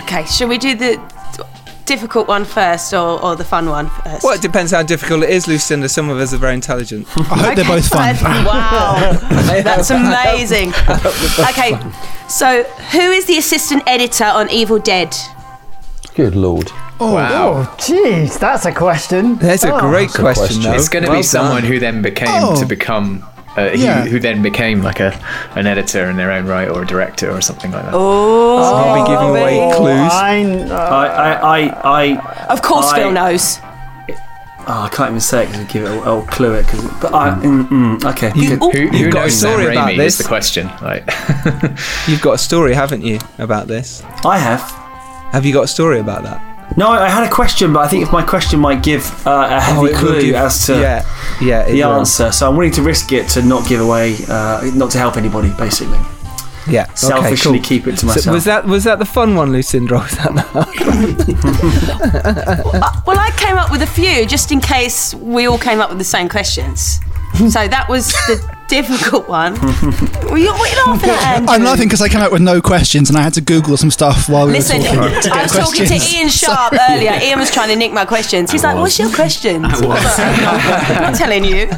[SPEAKER 4] okay, shall we do the difficult one first, or, or the fun one first?
[SPEAKER 2] Well, it depends how difficult it is, Lucinda. Some of us are very intelligent. I
[SPEAKER 8] hope they're both fun.
[SPEAKER 4] Wow, that's amazing. Okay, so who is the assistant editor on Evil Dead?
[SPEAKER 5] Good lord.
[SPEAKER 7] Oh, wow. jeez, that's a question.
[SPEAKER 2] That's
[SPEAKER 7] Oh.
[SPEAKER 3] It's going to
[SPEAKER 2] Well
[SPEAKER 3] be someone
[SPEAKER 2] done.
[SPEAKER 3] who then became
[SPEAKER 7] Oh.
[SPEAKER 3] to become. Uh, who-
[SPEAKER 7] Yeah.
[SPEAKER 3] who, then became like a an editor in their own right or a director or something like that.
[SPEAKER 4] Oh,
[SPEAKER 3] I'll be giving away
[SPEAKER 7] Oh,
[SPEAKER 3] clues.
[SPEAKER 7] uh,
[SPEAKER 6] I, I, I, I,
[SPEAKER 4] of course,
[SPEAKER 6] I-
[SPEAKER 4] Phil knows.
[SPEAKER 6] Oh, I can't even say it because give it. I'll, I'll clue it. 'cause- but I. Mm, mm, okay.
[SPEAKER 2] You-
[SPEAKER 6] good.
[SPEAKER 2] Who- who you've got a knows Sam story about Raimi is this? the
[SPEAKER 3] question. Like,
[SPEAKER 2] You've got a story, haven't you, about this?
[SPEAKER 6] I have.
[SPEAKER 2] Have you got a story about that?
[SPEAKER 6] No, I I had a question, but I think if my question might give uh, a
[SPEAKER 2] Oh,
[SPEAKER 6] heavy
[SPEAKER 2] it will
[SPEAKER 6] clue
[SPEAKER 2] give-
[SPEAKER 6] as to
[SPEAKER 2] yeah, yeah, it
[SPEAKER 6] the
[SPEAKER 2] will.
[SPEAKER 6] answer, so I'm willing to risk it to not give away, uh, not to help anybody, basically.
[SPEAKER 2] Yeah, okay,
[SPEAKER 6] Selfishly
[SPEAKER 2] cool.
[SPEAKER 6] keep it
[SPEAKER 2] So
[SPEAKER 6] to myself.
[SPEAKER 2] was that was that the fun one, Lucinda? Or was that
[SPEAKER 4] Well, I came up with a few just in case we all came up with the same questions. So that was the difficult one. Well, you're, what are you laughing at, Andrew?
[SPEAKER 8] I'm laughing because I came out with no questions and I had to Google some stuff while Oh, we
[SPEAKER 4] Listen,
[SPEAKER 8] were talking. to
[SPEAKER 4] I
[SPEAKER 8] get
[SPEAKER 4] was talking to
[SPEAKER 8] questions.
[SPEAKER 4] Ian Sharp earlier. Ian was trying to nick my questions. He's like, "What's your questions?"
[SPEAKER 8] I was.
[SPEAKER 4] I'm not telling you.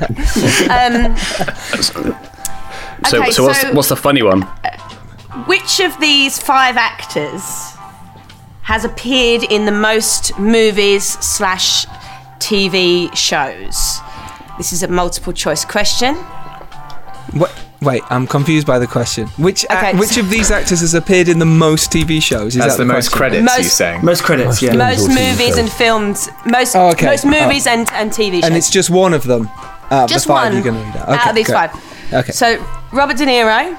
[SPEAKER 4] Um,
[SPEAKER 10] So,
[SPEAKER 4] Okay,
[SPEAKER 10] so what's
[SPEAKER 4] so-
[SPEAKER 10] what's the funny one?
[SPEAKER 6] Uh,
[SPEAKER 4] which of these five actors has appeared in the most movies slash TV shows? This is a multiple choice question.
[SPEAKER 2] What? Wait, I'm confused by the question. Which ac-
[SPEAKER 4] Okay,
[SPEAKER 2] which
[SPEAKER 4] so-
[SPEAKER 2] of these actors has appeared in the most TV shows? Is
[SPEAKER 3] Has
[SPEAKER 2] that
[SPEAKER 3] the most
[SPEAKER 2] question?
[SPEAKER 3] credits, Most- you're saying?
[SPEAKER 6] Most credits, yeah.
[SPEAKER 4] most movies and films, most
[SPEAKER 2] okay.
[SPEAKER 4] most movies
[SPEAKER 2] Oh.
[SPEAKER 4] and, and TV shows.
[SPEAKER 2] And it's just one of them. Out of
[SPEAKER 4] Just
[SPEAKER 2] the 5
[SPEAKER 4] one
[SPEAKER 2] you're going to read out.
[SPEAKER 4] out of these
[SPEAKER 2] great.
[SPEAKER 4] five.
[SPEAKER 2] Okay.
[SPEAKER 4] So Robert De Niro,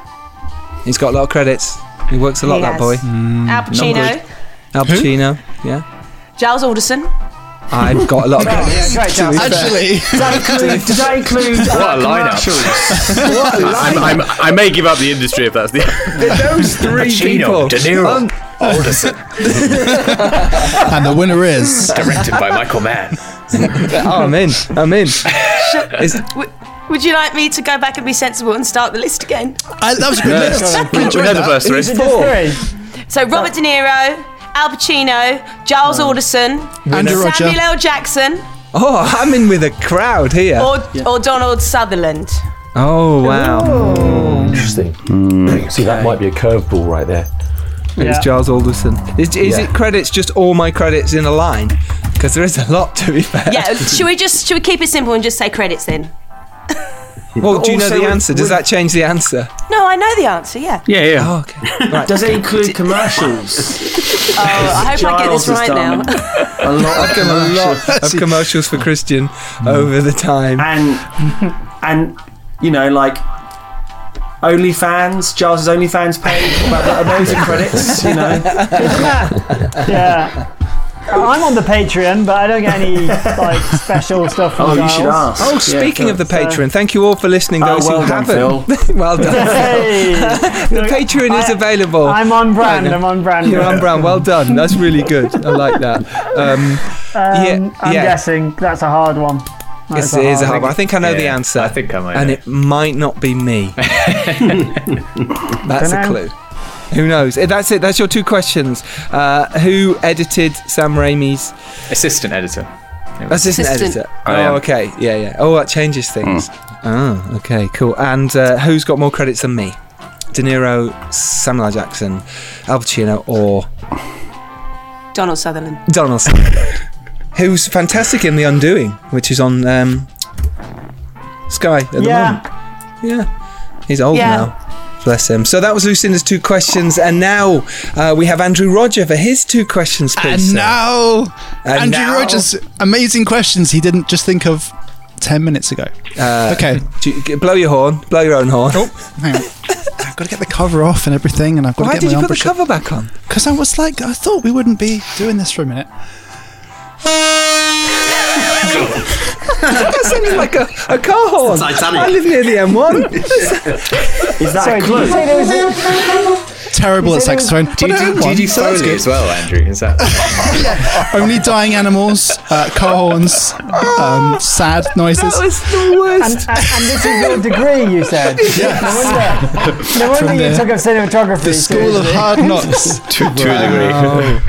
[SPEAKER 2] He's got a lot of credits. He works a lot,
[SPEAKER 4] He
[SPEAKER 2] that
[SPEAKER 4] has.
[SPEAKER 2] boy.
[SPEAKER 4] Al
[SPEAKER 2] Not good.
[SPEAKER 4] Pacino,
[SPEAKER 2] Al Pacino. Yeah.
[SPEAKER 4] Giles Alderson,
[SPEAKER 2] I've got a lot of
[SPEAKER 6] Yeah, great, Dan.
[SPEAKER 10] Actually-
[SPEAKER 6] does that include? Does that include
[SPEAKER 10] What a
[SPEAKER 6] uh,
[SPEAKER 10] lineup!
[SPEAKER 6] commercials? what a lineup!
[SPEAKER 10] I'm, I'm, I may give up the industry if that's the.
[SPEAKER 2] Those three
[SPEAKER 10] Pacino,
[SPEAKER 2] people.
[SPEAKER 10] De Niro, Alderson,
[SPEAKER 8] Um, and the winner is
[SPEAKER 10] directed by Michael Mann.
[SPEAKER 2] oh, I'm in. I'm in. Is-
[SPEAKER 4] Would, would you like me to go back and be sensible and start the list again?
[SPEAKER 8] I, that was a good
[SPEAKER 10] Yeah.
[SPEAKER 8] list.
[SPEAKER 10] Yeah. Good job. Another verse, Who's Rhys.
[SPEAKER 7] Three.
[SPEAKER 4] So Robert De Niro, Al Pacino, Giles Alderson,
[SPEAKER 2] Andrew Roger.
[SPEAKER 4] Samuel L. Jackson,
[SPEAKER 2] Oh, I'm in with a crowd here.
[SPEAKER 4] or, or Donald Sutherland.
[SPEAKER 2] Oh wow!
[SPEAKER 5] Interesting. See, that might be a curveball right there.
[SPEAKER 2] It's
[SPEAKER 5] Yeah.
[SPEAKER 2] Giles Alderson. Is, is
[SPEAKER 5] Yeah.
[SPEAKER 2] it credits? Just all my credits in a line? Because there is a lot to be fair.
[SPEAKER 4] Yeah, should we just should we keep it simple and just say credits then?
[SPEAKER 2] Well,
[SPEAKER 6] But
[SPEAKER 2] do you know
[SPEAKER 6] also
[SPEAKER 2] the
[SPEAKER 6] with-
[SPEAKER 2] answer? Does
[SPEAKER 6] with-
[SPEAKER 2] that change the answer?
[SPEAKER 4] No, I know the answer. Yeah.
[SPEAKER 10] Yeah, yeah.
[SPEAKER 2] Oh, okay. Right.
[SPEAKER 6] Does it include commercials?
[SPEAKER 4] Oh, I hope I get
[SPEAKER 6] Giles
[SPEAKER 4] this
[SPEAKER 6] has
[SPEAKER 4] right now.
[SPEAKER 6] done A lot of
[SPEAKER 2] I've done a lot of
[SPEAKER 6] commercials.
[SPEAKER 2] commercials for Christian over the time.
[SPEAKER 6] and and you know like OnlyFans, Giles' OnlyFans page, about that amazing credits, you know.
[SPEAKER 7] Yeah. I'm on the Patreon, but I don't get any like special stuff from
[SPEAKER 6] Oh, you
[SPEAKER 7] Giles.
[SPEAKER 6] should ask.
[SPEAKER 2] Oh, speaking of the
[SPEAKER 7] so-
[SPEAKER 2] Patreon, thank you all for listening.
[SPEAKER 6] Oh,
[SPEAKER 2] Those
[SPEAKER 6] well
[SPEAKER 2] who
[SPEAKER 6] done,
[SPEAKER 2] haven't, well done.
[SPEAKER 7] Hey,
[SPEAKER 2] the Patreon is
[SPEAKER 7] I-
[SPEAKER 2] available.
[SPEAKER 7] I'm on brand.
[SPEAKER 2] Right,
[SPEAKER 7] I'm on brand.
[SPEAKER 2] You're on brand. Well done. That's really good. I like that. Um,
[SPEAKER 7] Um, I'm
[SPEAKER 2] yeah.
[SPEAKER 7] guessing that's a hard one.
[SPEAKER 2] yes,
[SPEAKER 7] That's
[SPEAKER 2] it is a hard one. I think I know the
[SPEAKER 3] Yeah,
[SPEAKER 2] answer.
[SPEAKER 3] I think I might
[SPEAKER 2] And
[SPEAKER 3] know.
[SPEAKER 2] it might not be me. That's a
[SPEAKER 7] Dunno.
[SPEAKER 2] clue. Who knows? Eh, That's it. That's your two questions. Uh, who edited Sam Raimi's
[SPEAKER 3] Assistant editor.
[SPEAKER 2] assistant,
[SPEAKER 4] Assistant.
[SPEAKER 2] editor?
[SPEAKER 3] I am. Hmm.
[SPEAKER 2] Oh, okay. Yeah, yeah. Oh, that changes things. Oh, okay, cool. And uh, who's got more credits than me? De Niro, Samuel L. Jackson, Al Pacino, or
[SPEAKER 4] Donald Sutherland.
[SPEAKER 2] Donaldson, who's fantastic in The Undoing, which is on um, Sky at the
[SPEAKER 7] Yeah.
[SPEAKER 2] moment. Yeah. He's old
[SPEAKER 4] Yeah.
[SPEAKER 2] now. Bless him. So that was Lucinda's two questions, and now uh, we have Andrew Roger for his two questions, please.
[SPEAKER 8] And
[SPEAKER 2] sir.
[SPEAKER 8] now,
[SPEAKER 2] And
[SPEAKER 8] Andrew
[SPEAKER 2] now-
[SPEAKER 8] Rogers, amazing questions he didn't just think of 10 minutes ago.
[SPEAKER 2] Uh,
[SPEAKER 8] okay, Oh,
[SPEAKER 2] do you- g- blow your horn. Blow your own horn.
[SPEAKER 8] hang on. I've got to get the cover off and everything, and I've got
[SPEAKER 2] Why
[SPEAKER 8] to
[SPEAKER 2] did
[SPEAKER 8] get
[SPEAKER 2] you
[SPEAKER 8] my
[SPEAKER 2] put the cover back on?
[SPEAKER 8] Because I was like, I thought we wouldn't be doing this for a minute.
[SPEAKER 2] That sounded like a, a car horn.
[SPEAKER 9] Titanic.
[SPEAKER 2] I live near the M1.
[SPEAKER 6] Is that a clue?
[SPEAKER 8] Terrible at saxophone.
[SPEAKER 3] Do you
[SPEAKER 8] but I
[SPEAKER 3] do,
[SPEAKER 8] own
[SPEAKER 3] do, you
[SPEAKER 8] one,
[SPEAKER 3] do
[SPEAKER 8] so that's
[SPEAKER 3] Foley
[SPEAKER 8] good.
[SPEAKER 3] as well, Andrew? Is that
[SPEAKER 8] Only dying animals, uh, car horns, um, sad noises.
[SPEAKER 2] the
[SPEAKER 7] And,
[SPEAKER 2] worst.
[SPEAKER 7] and, and this is your degree, you said. No wonder, no
[SPEAKER 8] From
[SPEAKER 7] wonder you
[SPEAKER 8] the-
[SPEAKER 7] took up cinematography.
[SPEAKER 8] The school of
[SPEAKER 7] seriously.
[SPEAKER 8] hard knocks.
[SPEAKER 10] To, to a degree.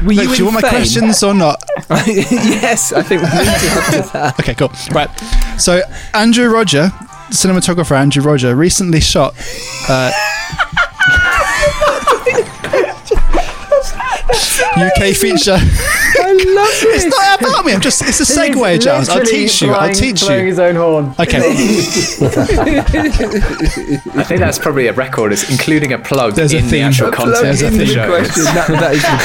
[SPEAKER 2] Were
[SPEAKER 8] Look, do
[SPEAKER 2] in
[SPEAKER 8] you want my
[SPEAKER 2] Fame?
[SPEAKER 8] questions or not?
[SPEAKER 2] yes, I think we need to after that.
[SPEAKER 8] Okay, cool. Right. So Andrew Roger, cinematographer Andrew Roger, recently shot. Uh, UK feature.
[SPEAKER 2] I love
[SPEAKER 8] It's not about me. I'm just. It's a
[SPEAKER 7] He is
[SPEAKER 8] segue, Giles. I'll
[SPEAKER 7] literally
[SPEAKER 8] teach you. I'll
[SPEAKER 7] blowing-
[SPEAKER 8] teach
[SPEAKER 7] blowing
[SPEAKER 8] you.
[SPEAKER 7] his own horn.
[SPEAKER 8] Okay.
[SPEAKER 3] I think that's probably a record. It's including a plug
[SPEAKER 8] There's a
[SPEAKER 3] in the
[SPEAKER 8] theme.
[SPEAKER 3] actual
[SPEAKER 8] A plug
[SPEAKER 3] content
[SPEAKER 8] in
[SPEAKER 3] of the
[SPEAKER 8] the
[SPEAKER 3] show.
[SPEAKER 2] question. That, that is the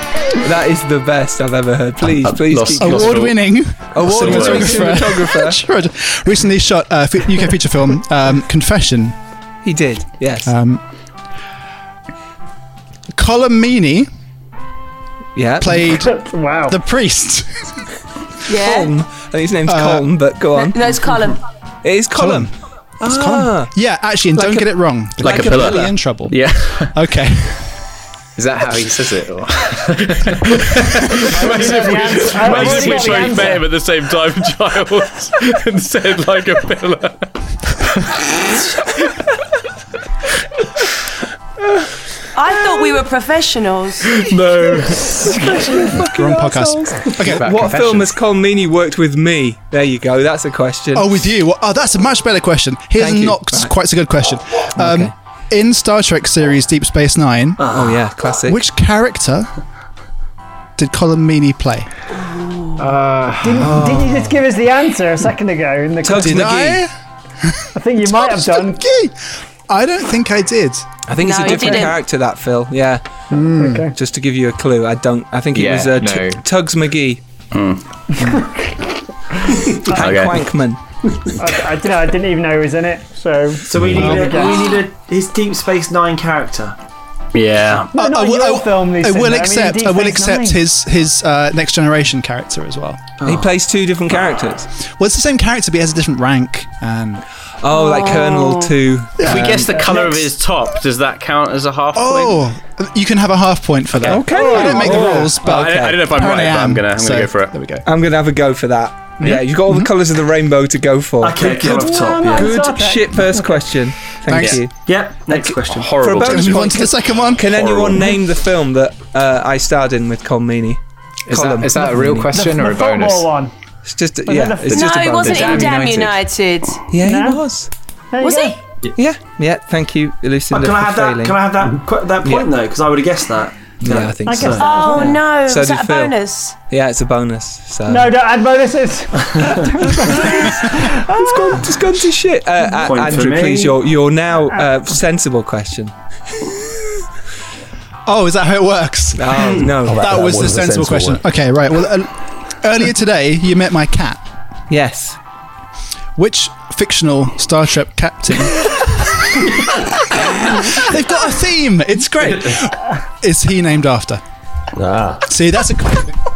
[SPEAKER 2] best. That is the best I've ever heard. Please,
[SPEAKER 3] I've
[SPEAKER 2] please
[SPEAKER 3] lost-
[SPEAKER 2] keep going.
[SPEAKER 3] lost-
[SPEAKER 8] Award-winning
[SPEAKER 2] Award-winning cinematographer.
[SPEAKER 8] cinematographer Andrew Roger recently shot a fe- UK feature film, um, Confession.
[SPEAKER 2] He did, yes.
[SPEAKER 8] Um, Colin Meaney
[SPEAKER 2] yeah.
[SPEAKER 8] played
[SPEAKER 7] wow.
[SPEAKER 8] the priest. Uh,
[SPEAKER 4] Yeah.
[SPEAKER 2] Colm. I think his name's Colm, but go on.
[SPEAKER 4] No, it's Colin.
[SPEAKER 2] It is Colm. It's Colm.
[SPEAKER 8] Yeah, actually, and
[SPEAKER 2] Like
[SPEAKER 8] don't
[SPEAKER 2] a-
[SPEAKER 8] get it wrong.
[SPEAKER 3] like a pillar.
[SPEAKER 8] in trouble.
[SPEAKER 3] Yeah.
[SPEAKER 8] Okay.
[SPEAKER 3] Is that how he says it? Or?
[SPEAKER 10] Imagine if we,
[SPEAKER 7] I've
[SPEAKER 10] imagine
[SPEAKER 7] already got
[SPEAKER 10] if we
[SPEAKER 7] the
[SPEAKER 10] both
[SPEAKER 7] answer.
[SPEAKER 10] met him at the same time, Giles, and said like a pillar.
[SPEAKER 4] I thought we were professionals.
[SPEAKER 10] No.
[SPEAKER 8] Wrong podcast. Okay.
[SPEAKER 3] About
[SPEAKER 2] What film has
[SPEAKER 3] confessions.
[SPEAKER 2] Colm Meaney worked with me? There you go. That's a question.
[SPEAKER 8] Oh, with you. Well, oh, that's a much better question. Here's
[SPEAKER 2] Thank you.
[SPEAKER 8] not quite a good question. Um, In Star Trek series Deep Space Nine,
[SPEAKER 2] Oh, yeah, classic.
[SPEAKER 8] which character did Colin Meaney play?
[SPEAKER 7] Didn't, didn't
[SPEAKER 2] Oh.
[SPEAKER 7] you just give us the answer a second ago? In the
[SPEAKER 2] Tugs
[SPEAKER 8] Did
[SPEAKER 2] McGee.
[SPEAKER 8] I?
[SPEAKER 7] I think you might have done.
[SPEAKER 8] McGee. I don't think I did.
[SPEAKER 2] I think it's
[SPEAKER 4] No,
[SPEAKER 2] a
[SPEAKER 4] he
[SPEAKER 2] different
[SPEAKER 4] didn't.
[SPEAKER 2] character that Phil. Yeah.
[SPEAKER 8] Hmm.
[SPEAKER 7] Okay.
[SPEAKER 2] Just to give you a clue, I don't. I think it
[SPEAKER 3] Yeah,
[SPEAKER 2] was uh, Tu-
[SPEAKER 3] no. Hmm.
[SPEAKER 2] Tugs McGee. Hank
[SPEAKER 3] Okay.
[SPEAKER 2] Wankman.
[SPEAKER 7] I, I don't know. I didn't even know he was in it. So
[SPEAKER 6] So we need,
[SPEAKER 7] Oh,
[SPEAKER 6] a,
[SPEAKER 7] okay.
[SPEAKER 6] we need a, his Deep Space Nine character.
[SPEAKER 10] Yeah.
[SPEAKER 7] No, not
[SPEAKER 8] I, will-
[SPEAKER 7] your
[SPEAKER 8] I-
[SPEAKER 7] film, Lisa,
[SPEAKER 8] I
[SPEAKER 7] but I
[SPEAKER 8] will
[SPEAKER 7] mean
[SPEAKER 8] accept. I
[SPEAKER 7] Deep
[SPEAKER 8] will
[SPEAKER 7] Space
[SPEAKER 8] accept
[SPEAKER 7] Nine. Oh.
[SPEAKER 8] his his uh, next generation character as well.
[SPEAKER 2] He plays two different characters.
[SPEAKER 8] Well, it's the same character, but he has a different rank. And
[SPEAKER 2] oh, like Colonel Two.
[SPEAKER 10] If we guess the colour of his top, does that count as a half
[SPEAKER 8] Oh, you can have a half point for that.
[SPEAKER 10] Okay.
[SPEAKER 8] I don't make the
[SPEAKER 10] Oh.
[SPEAKER 8] rules,
[SPEAKER 10] Well, I
[SPEAKER 8] but
[SPEAKER 10] don't- I don't know if I'm
[SPEAKER 8] apparently
[SPEAKER 10] right,
[SPEAKER 8] I
[SPEAKER 10] but I'm
[SPEAKER 8] am,
[SPEAKER 10] gonna- I'm gonna
[SPEAKER 8] so
[SPEAKER 10] go for it.
[SPEAKER 8] There we go.
[SPEAKER 2] I'm gonna have a go for that.
[SPEAKER 8] Mhm.
[SPEAKER 2] Yeah, you've got all
[SPEAKER 3] Mm-hmm.
[SPEAKER 2] the colours of the rainbow to go for.
[SPEAKER 6] Okay, Okay, good. good top, yeah.
[SPEAKER 2] Good shit. First question. Thank
[SPEAKER 6] Thanks.
[SPEAKER 2] you.
[SPEAKER 6] Yep. Next question.
[SPEAKER 2] For a bonus point, can- Can anyone
[SPEAKER 6] Horrible.
[SPEAKER 2] name the film that uh, I starred in with Colmini?
[SPEAKER 3] Is that- is that a real question The- or a the bonus? football one.
[SPEAKER 2] It's just
[SPEAKER 3] Was
[SPEAKER 2] yeah.
[SPEAKER 3] it the-
[SPEAKER 2] It's just
[SPEAKER 4] no,
[SPEAKER 2] a
[SPEAKER 4] he
[SPEAKER 2] bonus.
[SPEAKER 4] wasn't in Damn United.
[SPEAKER 2] Yeah,
[SPEAKER 4] no.
[SPEAKER 2] he was.
[SPEAKER 4] Was he?
[SPEAKER 2] Yeah, yeah. Thank you, Lucinda.
[SPEAKER 6] Uh, can I have
[SPEAKER 2] for
[SPEAKER 6] that?
[SPEAKER 2] failing.
[SPEAKER 6] Can I have that? qu- That point though, 'cause though, because I would have guessed that.
[SPEAKER 2] Yeah, I think
[SPEAKER 7] I
[SPEAKER 2] so.
[SPEAKER 7] guess
[SPEAKER 4] Oh no!
[SPEAKER 2] So
[SPEAKER 4] was
[SPEAKER 2] did
[SPEAKER 4] that a
[SPEAKER 2] Phil.
[SPEAKER 4] bonus?
[SPEAKER 2] Yeah, it's a bonus. So.
[SPEAKER 7] No, don't add bonuses.
[SPEAKER 2] it's gone. It's gone to shit. Uh, uh,
[SPEAKER 7] Point for
[SPEAKER 2] Andrew,
[SPEAKER 7] me.
[SPEAKER 2] please, your your now uh, sensible question.
[SPEAKER 8] Oh, is that how it works?
[SPEAKER 2] No, Oh, no.
[SPEAKER 8] that,
[SPEAKER 2] That
[SPEAKER 8] was the
[SPEAKER 2] wasn't a
[SPEAKER 8] sensible,
[SPEAKER 2] sensible
[SPEAKER 8] question.
[SPEAKER 2] one.
[SPEAKER 8] Okay, right. Well, uh, earlier today you met my cat.
[SPEAKER 2] Yes.
[SPEAKER 8] Which fictional Star Trek captain? They've got a theme. It's great. Is he named after?
[SPEAKER 5] Ah.
[SPEAKER 8] See, that's a clue.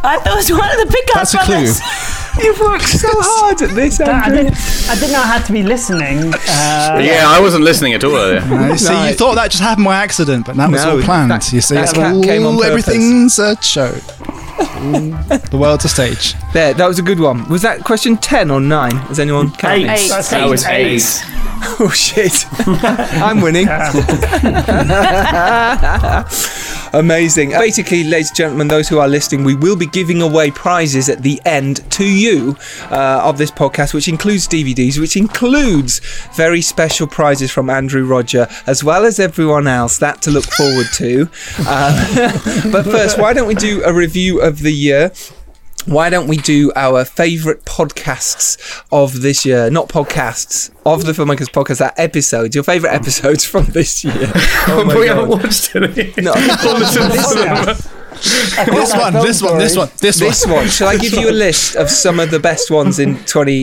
[SPEAKER 4] I thought it was one of the big guys
[SPEAKER 8] That's a clue.
[SPEAKER 4] brothers. You've worked so
[SPEAKER 2] hard at this,
[SPEAKER 7] I didn't, I didn't know I had to be listening. Uh,
[SPEAKER 10] yeah, I wasn't listening at all earlier.
[SPEAKER 8] Uh, see, you thought that just happened by accident, but that was
[SPEAKER 2] No,
[SPEAKER 8] all planned.
[SPEAKER 2] that-
[SPEAKER 8] you see,
[SPEAKER 2] that
[SPEAKER 8] It's
[SPEAKER 2] cat
[SPEAKER 8] all-
[SPEAKER 2] came on purpose.
[SPEAKER 8] everything's a show. the world's a stage.
[SPEAKER 2] There, that was a good one. Was that question ten or nine? Is anyone counting?
[SPEAKER 7] Eight. That's That eight. was eight.
[SPEAKER 2] oh shit! I'm winning. Amazing. Basically, ladies and gentlemen, those who are listening, we will be giving away prizes at the end to you uh, of this podcast, which includes DVDs, which includes very special prizes from Andrew Roger, as well as everyone else. That to look forward to. Um, but first, why don't we do a review of the year? Why don't we do our favourite podcasts of this year? Not podcasts of the filmmakers podcast. That episodes, your favourite episodes from this year. Oh my
[SPEAKER 10] we
[SPEAKER 2] God.
[SPEAKER 10] haven't watched any.
[SPEAKER 2] No.
[SPEAKER 10] On the cinema.
[SPEAKER 2] Listen.
[SPEAKER 8] This one, this one, this one, this one.
[SPEAKER 2] Shall I give you a list of some of the best ones in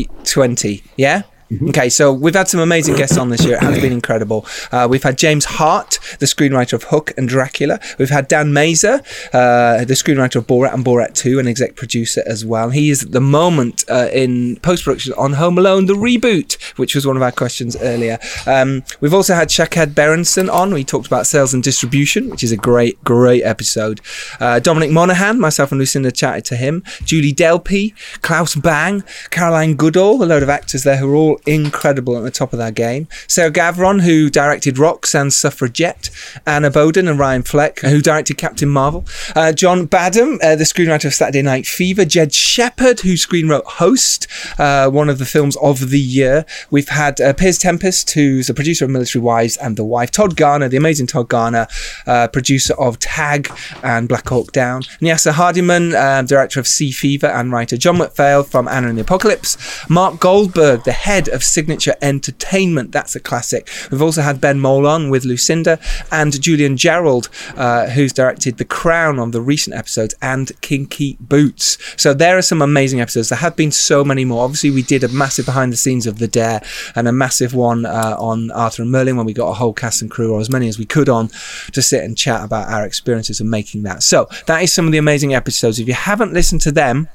[SPEAKER 2] 2020? Yeah. Okay, so we've had some amazing guests on this year. It has been incredible. Uh, we've had James Hart, the screenwriter of Hook and Dracula. We've had Dan Mazer, uh, the screenwriter of Borat and Borat 2, and exec producer as well. He is at the moment uh, in post production on Home Alone, the reboot, which was one of our questions earlier. Um, we've also had Shakad Berenson on. We talked about sales and distribution, which is a great, great episode. Uh, Dominic Monaghan, myself and Lucinda chatted to him. Julie Delpy, Klaus Bang, Caroline Goodall, a load of actors there who are all incredible at the top of their game. Sarah Gavron, who directed Roxanne Suffragette, Anna Bowden and Ryan Fleck, who directed Captain Marvel. Uh, John Badham, uh, the screenwriter of Saturday Night Fever. Jed Shepard, who screenwrote Host, uh, one of the films of the year. We've had uh, Piers Tempest, who's the producer of Military Wives and The Wife. Todd Garner, the amazing Todd Garner, uh, producer of Tag and Black Hawk Down. Nyasa Hardiman, um, director of Sea Fever and writer. John McPhail from Anna and the Apocalypse. Mark Goldberg, the head of Signature Entertainment. That's a classic. We've also had Ben Molon with Lucinda and Julian Gerald, uh, who's directed The Crown on the recent episodes and Kinky Boots. So there are some amazing episodes. There have been so many more. Obviously, we did a massive behind the scenes of The Dare and a massive one uh, on Arthur and Merlin when we got a whole cast and crew or as many as we could on to sit and chat about our experiences of making that. So that is some of the amazing episodes. If you haven't listened to them,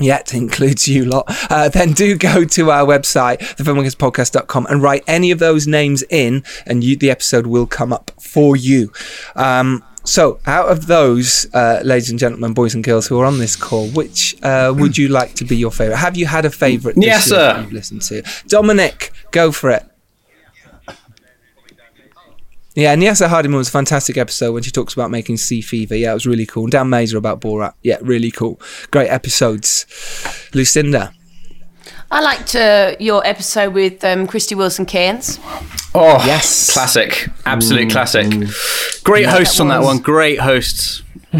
[SPEAKER 2] yet includes you lot, uh, then do go to our website, thefilmmakerspodcast.com, and write any of those names in, and you, the episode will come up for you. Um, so, out of those, uh, ladies and gentlemen, boys and girls who are on this call, which uh, would you like to be your favourite? Have you had a favourite? this
[SPEAKER 10] Yes,
[SPEAKER 2] year
[SPEAKER 10] sir.
[SPEAKER 2] that You've listened to Dominic. Go for it. Yeah, Nyasa Hardiman was a fantastic episode when she talks about making Sea Fever. Yeah, it was really cool. And Dan Mazer about Borat. Yeah, really cool. Great episodes. Lucinda.
[SPEAKER 4] I liked uh, your episode with um, Christy Wilson Cairns.
[SPEAKER 10] Oh, yes. Classic. Absolute
[SPEAKER 8] Mm.
[SPEAKER 10] classic. Great
[SPEAKER 4] Yeah,
[SPEAKER 10] hosts
[SPEAKER 4] that
[SPEAKER 10] on that
[SPEAKER 4] was-
[SPEAKER 10] one. Great hosts.
[SPEAKER 4] I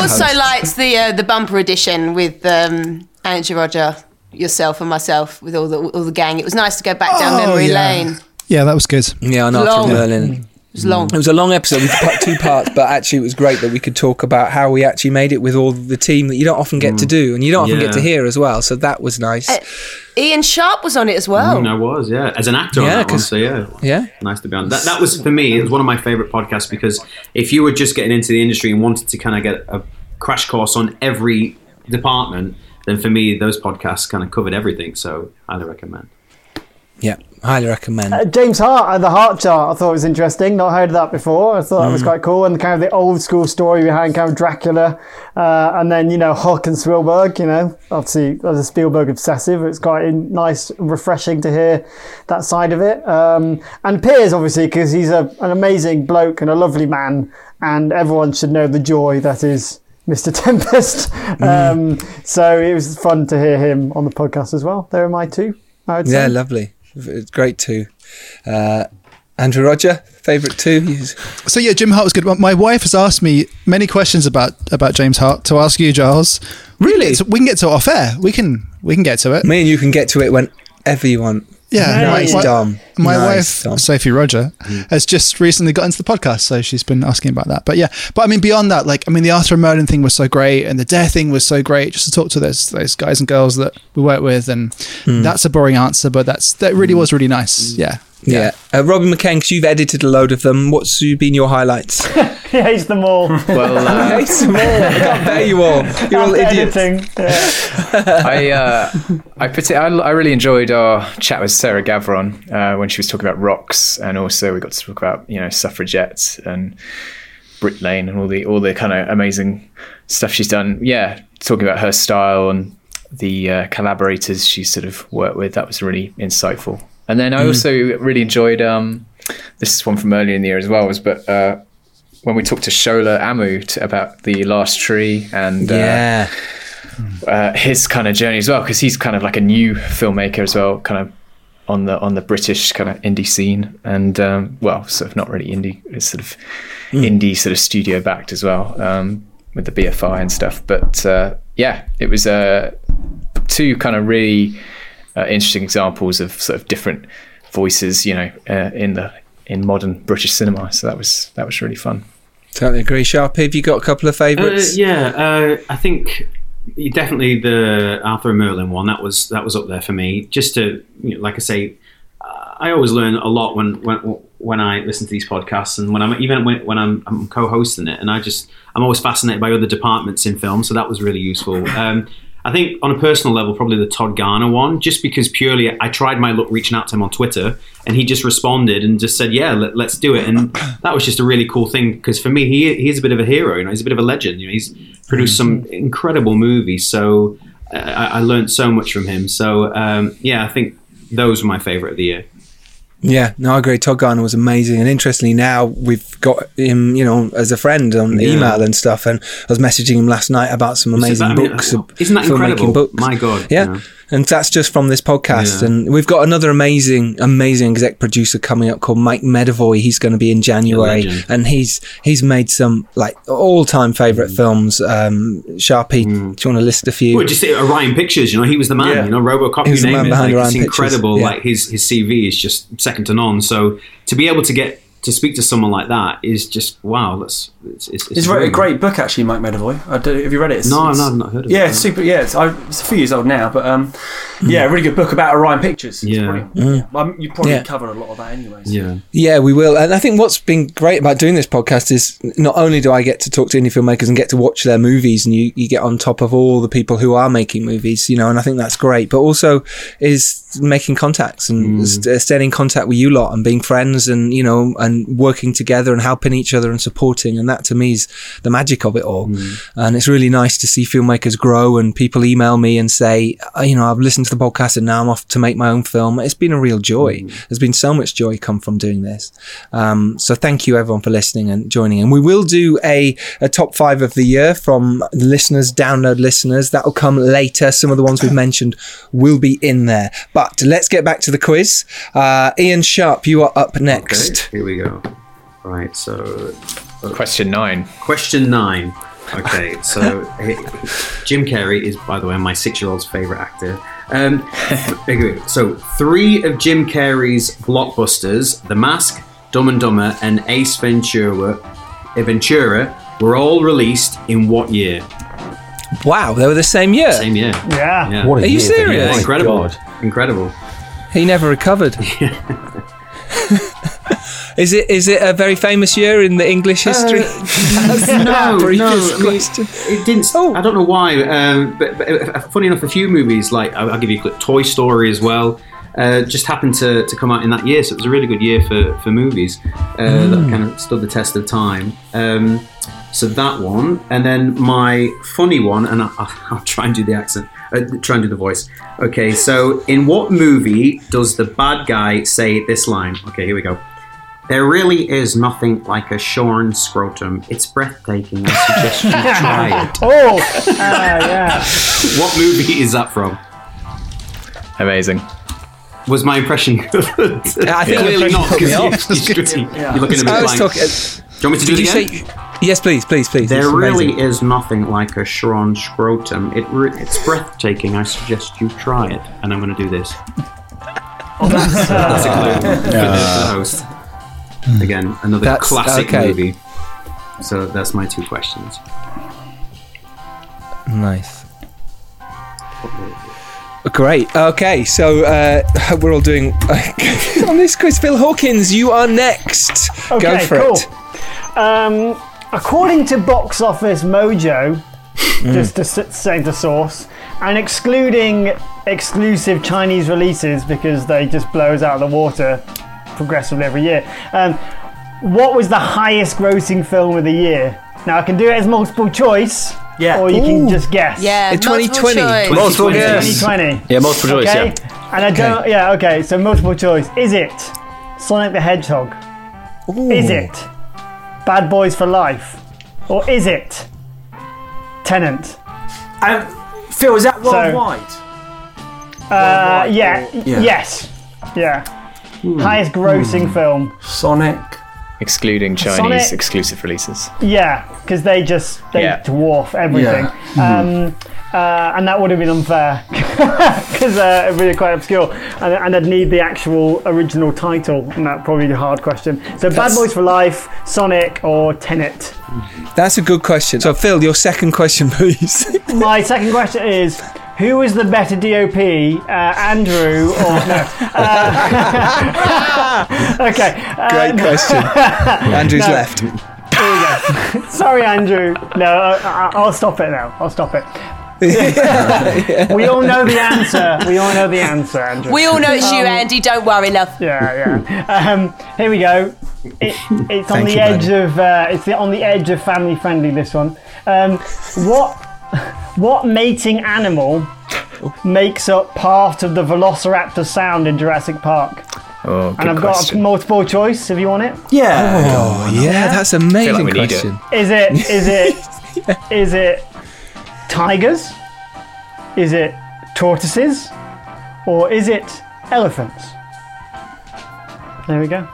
[SPEAKER 4] also liked the uh, the bumper edition with um, Andrew Roger, yourself, and myself with all the all the gang. It was nice to go back down
[SPEAKER 8] Oh,
[SPEAKER 4] memory
[SPEAKER 8] yeah.
[SPEAKER 4] lane.
[SPEAKER 8] Yeah, that was good.
[SPEAKER 2] Yeah,
[SPEAKER 4] Long.
[SPEAKER 2] Merlin.
[SPEAKER 4] was long.
[SPEAKER 2] It was a long episode. We did two parts, but actually, it was great that we could talk about how we actually made it with all the team that you don't often get to do and you don't often get to
[SPEAKER 9] Yeah.
[SPEAKER 2] hear as well. So that was nice.
[SPEAKER 4] Ian Sharp was on it as well.
[SPEAKER 9] Mm, I was, yeah, as an actor.
[SPEAKER 2] Yeah,
[SPEAKER 9] on that one,
[SPEAKER 2] 'cause-
[SPEAKER 9] so yeah,
[SPEAKER 2] yeah,
[SPEAKER 9] nice to be on. That that was for me. It was one of my favorite podcasts because if you were just getting into the industry and wanted to kind of get a crash course on every department, then for me those podcasts kind of covered everything. So highly recommend.
[SPEAKER 2] Yeah, highly recommend.
[SPEAKER 7] Uh, James Hart at the Heart Chart, I thought was interesting. Not heard of that before. I thought that was
[SPEAKER 2] Mm.
[SPEAKER 7] quite cool. And kind of the old school story behind kind of Dracula, uh, and then you know Hulk and Spielberg. You know, obviously as a Spielberg obsessive, it's quite in, nice, refreshing to hear that side of it. Um, and Piers, obviously, because he's a, an amazing bloke and a lovely man, and everyone should know the joy that is. Mr. Tempest.
[SPEAKER 2] Hmm.
[SPEAKER 7] Um, so it was fun to hear him on the podcast as well. There are my two. I would
[SPEAKER 2] Yeah,
[SPEAKER 7] say.
[SPEAKER 2] lovely. It's great too. Uh, Andrew Roger, favourite two. He's-
[SPEAKER 8] So yeah, Jim Hart was good. My wife has asked me many questions about about James Hart to ask you, Giles. Really, we can get to, we can get to it off air. We can we can get to it.
[SPEAKER 2] Me and you can get to it whenever you want.
[SPEAKER 8] Yeah,
[SPEAKER 2] nice,
[SPEAKER 8] my,
[SPEAKER 2] Dom. Mm.
[SPEAKER 8] My
[SPEAKER 2] Nice,
[SPEAKER 8] wife, Sophie Roger, has just recently got into the podcast, so she's been asking about that. But yeah, but I mean, beyond that, like I mean, the Arthur and Merlin thing was so great, and the Dare thing was so great. Just to talk to those those guys and girls that we work with, and
[SPEAKER 2] Hmm.
[SPEAKER 8] that's a boring answer, but that's that really was really nice. Yeah.
[SPEAKER 2] Yeah. Mm. Uh, Robin McCain, because you've edited a load of them. What's been your highlights?
[SPEAKER 7] he hates them all.
[SPEAKER 10] Well, uh,
[SPEAKER 2] Hey, Small, I can't bear you all. You're all
[SPEAKER 7] After
[SPEAKER 2] idiots.
[SPEAKER 7] editing, yeah.
[SPEAKER 3] I uh, I, parti- I I really enjoyed our chat with Sarah Gavron uh, when she was talking about rocks, and also we got to talk about you know suffragettes and Brit Lane and all the all the kind of amazing stuff she's done. Yeah, talking about her style and the uh, collaborators she sort of worked with. That was really insightful. And then I
[SPEAKER 10] Mm.
[SPEAKER 3] also really enjoyed um, this is one from earlier in the year as well. Was but uh, when we talked to Shola Amu t- about the last tree and
[SPEAKER 2] Yeah.
[SPEAKER 3] uh, uh, his kind of journey as well, because he's kind of like a new filmmaker as well, kind of on the on the British kind of indie scene, and um, well, sort of not really indie, it's sort of indie sort of studio backed as well um, with the BFI and stuff. But uh, yeah, it was uh, two kind of really uh, interesting examples of sort of different voices, you know, uh, in the in modern British cinema. So that was that was really fun.
[SPEAKER 2] Totally agree. Sharpie, have you got a couple of favourites?
[SPEAKER 9] Uh, yeah, uh, I think definitely the Arthur and Merlin one that was that was up there for me. Just to you know, like I say, uh, I always learn a lot when when when I listen to these podcasts and when I'm even when, when I'm, I'm co-hosting it, and I just I'm always fascinated by other departments in film, so that was really useful. Um, I think on a personal level, probably the Todd Garner one, just because purely I tried my luck reaching out to him on Twitter, and he just responded and just said, "Yeah, let, let's do it." And that was just a really cool thing because for me, he he is a bit of a hero. You know, he's a bit of a legend. You know, he's produced some incredible movies, so I, I I learned so much from him. So um, yeah, I think those were my favorite of the year.
[SPEAKER 2] Yeah, no, I agree. Todd Garner was amazing, and interestingly, now we've got him, you know, as a friend on
[SPEAKER 9] Yeah.
[SPEAKER 2] email and stuff. And I was messaging him last night about some
[SPEAKER 9] Isn't
[SPEAKER 2] amazing
[SPEAKER 9] that- I mean,
[SPEAKER 2] books,
[SPEAKER 9] isn't that
[SPEAKER 2] filmmaking
[SPEAKER 9] incredible?
[SPEAKER 2] Books.
[SPEAKER 9] My God,
[SPEAKER 2] yeah. And that's just from this podcast,
[SPEAKER 9] Yeah.
[SPEAKER 2] and we've got another amazing, amazing exec producer coming up called Mike Medavoy. He's going to be in January,
[SPEAKER 9] legend.
[SPEAKER 2] and he's he's made some like all-time favorite films. Um, Sharpie, do you want to list a few?
[SPEAKER 9] Mm. Well, just uh, Orion Pictures, you know, he was the man. You know, RoboCop,
[SPEAKER 2] He
[SPEAKER 9] you
[SPEAKER 2] was the
[SPEAKER 9] name
[SPEAKER 2] man
[SPEAKER 9] it.
[SPEAKER 2] behind
[SPEAKER 9] Like,
[SPEAKER 2] Orion
[SPEAKER 9] it's
[SPEAKER 2] Pictures,
[SPEAKER 9] incredible.
[SPEAKER 2] yeah.
[SPEAKER 9] Like his his CV is just second to none. So to be able to get to speak to someone like that is just wow. That's it's it's,
[SPEAKER 6] He's wrote a great book actually, Mike Medavoy. I don't, have you read it? It's,
[SPEAKER 9] No,
[SPEAKER 6] it's,
[SPEAKER 9] no, I've not heard of it,
[SPEAKER 6] yeah,
[SPEAKER 9] no.
[SPEAKER 6] It's super. Yeah, it's, I, it's a few years old now, but um, yeah, a really good book about Orion Pictures. It's
[SPEAKER 9] Yeah.
[SPEAKER 6] brilliant.
[SPEAKER 2] Mm.
[SPEAKER 6] yeah. Um, you probably
[SPEAKER 2] Yeah.
[SPEAKER 6] cover a lot of that anyway. so-
[SPEAKER 9] Yeah.
[SPEAKER 2] Yeah, we will. And I think what's been great about doing this podcast is not only do I get to talk to indie filmmakers and get to watch their movies and you, you get on top of all the people who are making movies, you know, and I think that's great, but also is making contacts and st- uh, staying in contact with you lot and being friends and, you know, and working together and helping each other and supporting. And that to me is the magic of it all. And it's really nice to see filmmakers grow and people email me and say, "Uh, you know, I've listened to the podcast and now I'm off to make my own film. It's been a real joy. There's been so much joy come from doing this. Um, so thank you everyone for listening and joining. And we will do a, a top five of the year from listeners, download listeners. That'll come later. Some of the ones we've mentioned will be in there. But let's get back to the quiz. Uh, Ian Sharp, you are up next.
[SPEAKER 9] Here we go. Right, so uh,
[SPEAKER 3] question nine.
[SPEAKER 9] Question nine. Okay, so he- Jim Carrey is, by the way, my six-year-old's favorite actor. Um, okay, so three of Jim Carrey's blockbusters: The Mask, Dumb and Dumber, and Ace Ventura, Ventura were all released in what year?
[SPEAKER 2] Wow, they were the same year.
[SPEAKER 9] Same year.
[SPEAKER 7] Yeah.
[SPEAKER 2] What a Are you year that is. serious?
[SPEAKER 9] Incredible.
[SPEAKER 2] My God.
[SPEAKER 9] Incredible.
[SPEAKER 2] He never recovered. is it is it a very famous year in the English history?
[SPEAKER 9] no,
[SPEAKER 2] Brief
[SPEAKER 9] no.
[SPEAKER 2] is-
[SPEAKER 9] I mean, it didn't. I don't know why. Um, but, but uh, funny enough, a few movies like I'll, I'll give you a clip, Toy Story as well. Uh, just happened to, to come out in that year, so it was a really good year for, for movies uh, that
[SPEAKER 11] Mm.
[SPEAKER 9] kind of stood the test of time. Um, so that one, and then my funny one, and I, I'll try and do the accent, uh, try and do the voice. Okay, so in what movie does the bad guy say this line? Okay, here we go. There really is nothing like a shorn scrotum. It's breathtaking. I suggest you try it.
[SPEAKER 7] Oh, ah, yeah.
[SPEAKER 9] What movie is that from?
[SPEAKER 3] Amazing.
[SPEAKER 9] Was my impression good?
[SPEAKER 2] I think
[SPEAKER 9] clearly
[SPEAKER 2] your
[SPEAKER 9] not
[SPEAKER 2] impression put me
[SPEAKER 9] because you,
[SPEAKER 2] off.
[SPEAKER 9] you're, you're looking at me
[SPEAKER 2] I was
[SPEAKER 9] blank.
[SPEAKER 2] talking-
[SPEAKER 9] Do
[SPEAKER 2] uh,
[SPEAKER 9] you want me to do
[SPEAKER 2] Did
[SPEAKER 9] it
[SPEAKER 2] you
[SPEAKER 9] again?
[SPEAKER 2] Yes, please, please, please.
[SPEAKER 9] There
[SPEAKER 2] It's amazing.
[SPEAKER 9] really is nothing like a shorn scrotum. It re- it's breathtaking. I suggest you try it. And I'm going to do this. That's a clue for the- for the host. Again, another
[SPEAKER 2] That's-
[SPEAKER 9] classic
[SPEAKER 2] okay.
[SPEAKER 9] movie. So that's my two questions.
[SPEAKER 2] Nice. Great. Okay, so uh, we're all doing on this quiz. Phil Hawkins, you are next. Go
[SPEAKER 7] Okay,
[SPEAKER 2] for
[SPEAKER 7] cool.
[SPEAKER 2] it.
[SPEAKER 7] Um, according to Box Office Mojo,
[SPEAKER 2] Mm.
[SPEAKER 7] just to s- save the source, and excluding exclusive Chinese releases because they just blow us out of the water progressively every year. Um, what was the highest grossing film of the year? Now I can do it as multiple choice. Yeah. Or you can
[SPEAKER 6] Ooh.
[SPEAKER 7] just guess.
[SPEAKER 6] Yeah, In multiple 2020. choice. Multiple guess.
[SPEAKER 7] 2020.
[SPEAKER 6] Yeah, multiple choice,
[SPEAKER 7] Okay?
[SPEAKER 6] yeah.
[SPEAKER 7] And I don't. Yeah. Okay. So multiple choice. Is it Sonic the Hedgehog? Is it Bad Boys for Life? Or is it Tenant?
[SPEAKER 6] And Phil, is that worldwide?
[SPEAKER 7] uh, yeah,
[SPEAKER 6] or-
[SPEAKER 7] yeah.
[SPEAKER 6] Yeah.
[SPEAKER 7] Yes. Yeah. Highest grossing film.
[SPEAKER 6] Sonic.
[SPEAKER 3] Excluding Chinese
[SPEAKER 7] Sonic-
[SPEAKER 3] exclusive releases.
[SPEAKER 7] Yeah, because they just they
[SPEAKER 3] Yeah.
[SPEAKER 7] dwarf everything.
[SPEAKER 3] Yeah.
[SPEAKER 7] Um, uh, and that would have been unfair because uh, it'd be quite obscure, and, and I'd need the actual original title, and that probably the hard question. So, Bad
[SPEAKER 2] That's-
[SPEAKER 7] Boys for Life, Sonic, or Tenet.
[SPEAKER 2] That's a good question. So, Phil, your second question, please.
[SPEAKER 7] My second question is Who is the better DOP, uh, Andrew or. No. Uh, okay. uh,
[SPEAKER 2] Great question. Andrew's
[SPEAKER 7] no.
[SPEAKER 2] left.
[SPEAKER 7] Here we go. Sorry, Andrew. No, I, I, I'll stop it now. I'll stop it. We all know the answer. We all know the answer, Andrew.
[SPEAKER 4] We all know it's you,
[SPEAKER 7] Um,
[SPEAKER 4] Andy. Don't worry, love.
[SPEAKER 7] Yeah, yeah. Um, here we go. It, it's on
[SPEAKER 4] Thank
[SPEAKER 7] the
[SPEAKER 4] you,
[SPEAKER 7] edge of uh, it's the, on the edge of family friendly. This one. Um, what what mating animal makes up part of the Velociraptor sound in Jurassic Park?
[SPEAKER 3] Oh, good
[SPEAKER 7] and I've
[SPEAKER 3] question.
[SPEAKER 7] got a multiple choice if you want it.
[SPEAKER 2] Oh, yeah, that's an
[SPEAKER 3] Feel
[SPEAKER 2] amazing
[SPEAKER 3] like we need it.
[SPEAKER 2] question.
[SPEAKER 7] Is it is it is it tigers? Is it tortoises? Or is it elephants? There we go.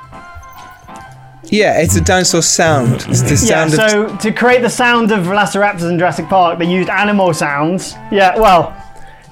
[SPEAKER 2] Yeah, it's a dinosaur sound. It's the
[SPEAKER 7] yeah,
[SPEAKER 2] sound of.
[SPEAKER 7] so to create the sound of velociraptors in Jurassic Park, they used animal sounds. Yeah, well,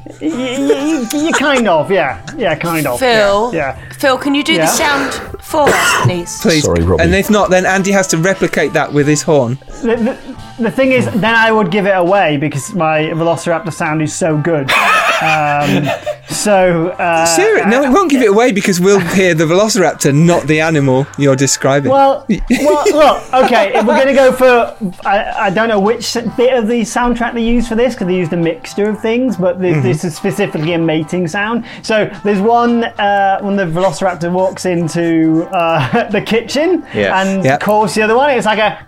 [SPEAKER 7] y- y- y- you kind of, yeah, yeah, kind of.
[SPEAKER 4] Phil,
[SPEAKER 7] yeah,
[SPEAKER 4] Phil, can you do
[SPEAKER 7] Yeah.
[SPEAKER 4] the sound for us, please?
[SPEAKER 2] Please. And if not, then Andy has to replicate that with his horn.
[SPEAKER 7] yeah. The, the, the thing is, then I would give it away because my velociraptor sound is so good. um, so uh,
[SPEAKER 2] Sarah, no, we won't give it away because we'll hear the velociraptor, not the animal you're describing.
[SPEAKER 7] Well, well, look, okay, if we're going to go for, I, I don't know which bit of the soundtrack they used for this, because they used a mixture of things, but th-
[SPEAKER 2] Mhm.
[SPEAKER 5] Mm-hmm.
[SPEAKER 7] this is specifically a mating sound. So there's one uh, when the velociraptor walks into uh, the kitchen
[SPEAKER 2] Yeah.
[SPEAKER 7] and
[SPEAKER 2] Yeah.
[SPEAKER 7] calls the other one, it's like a.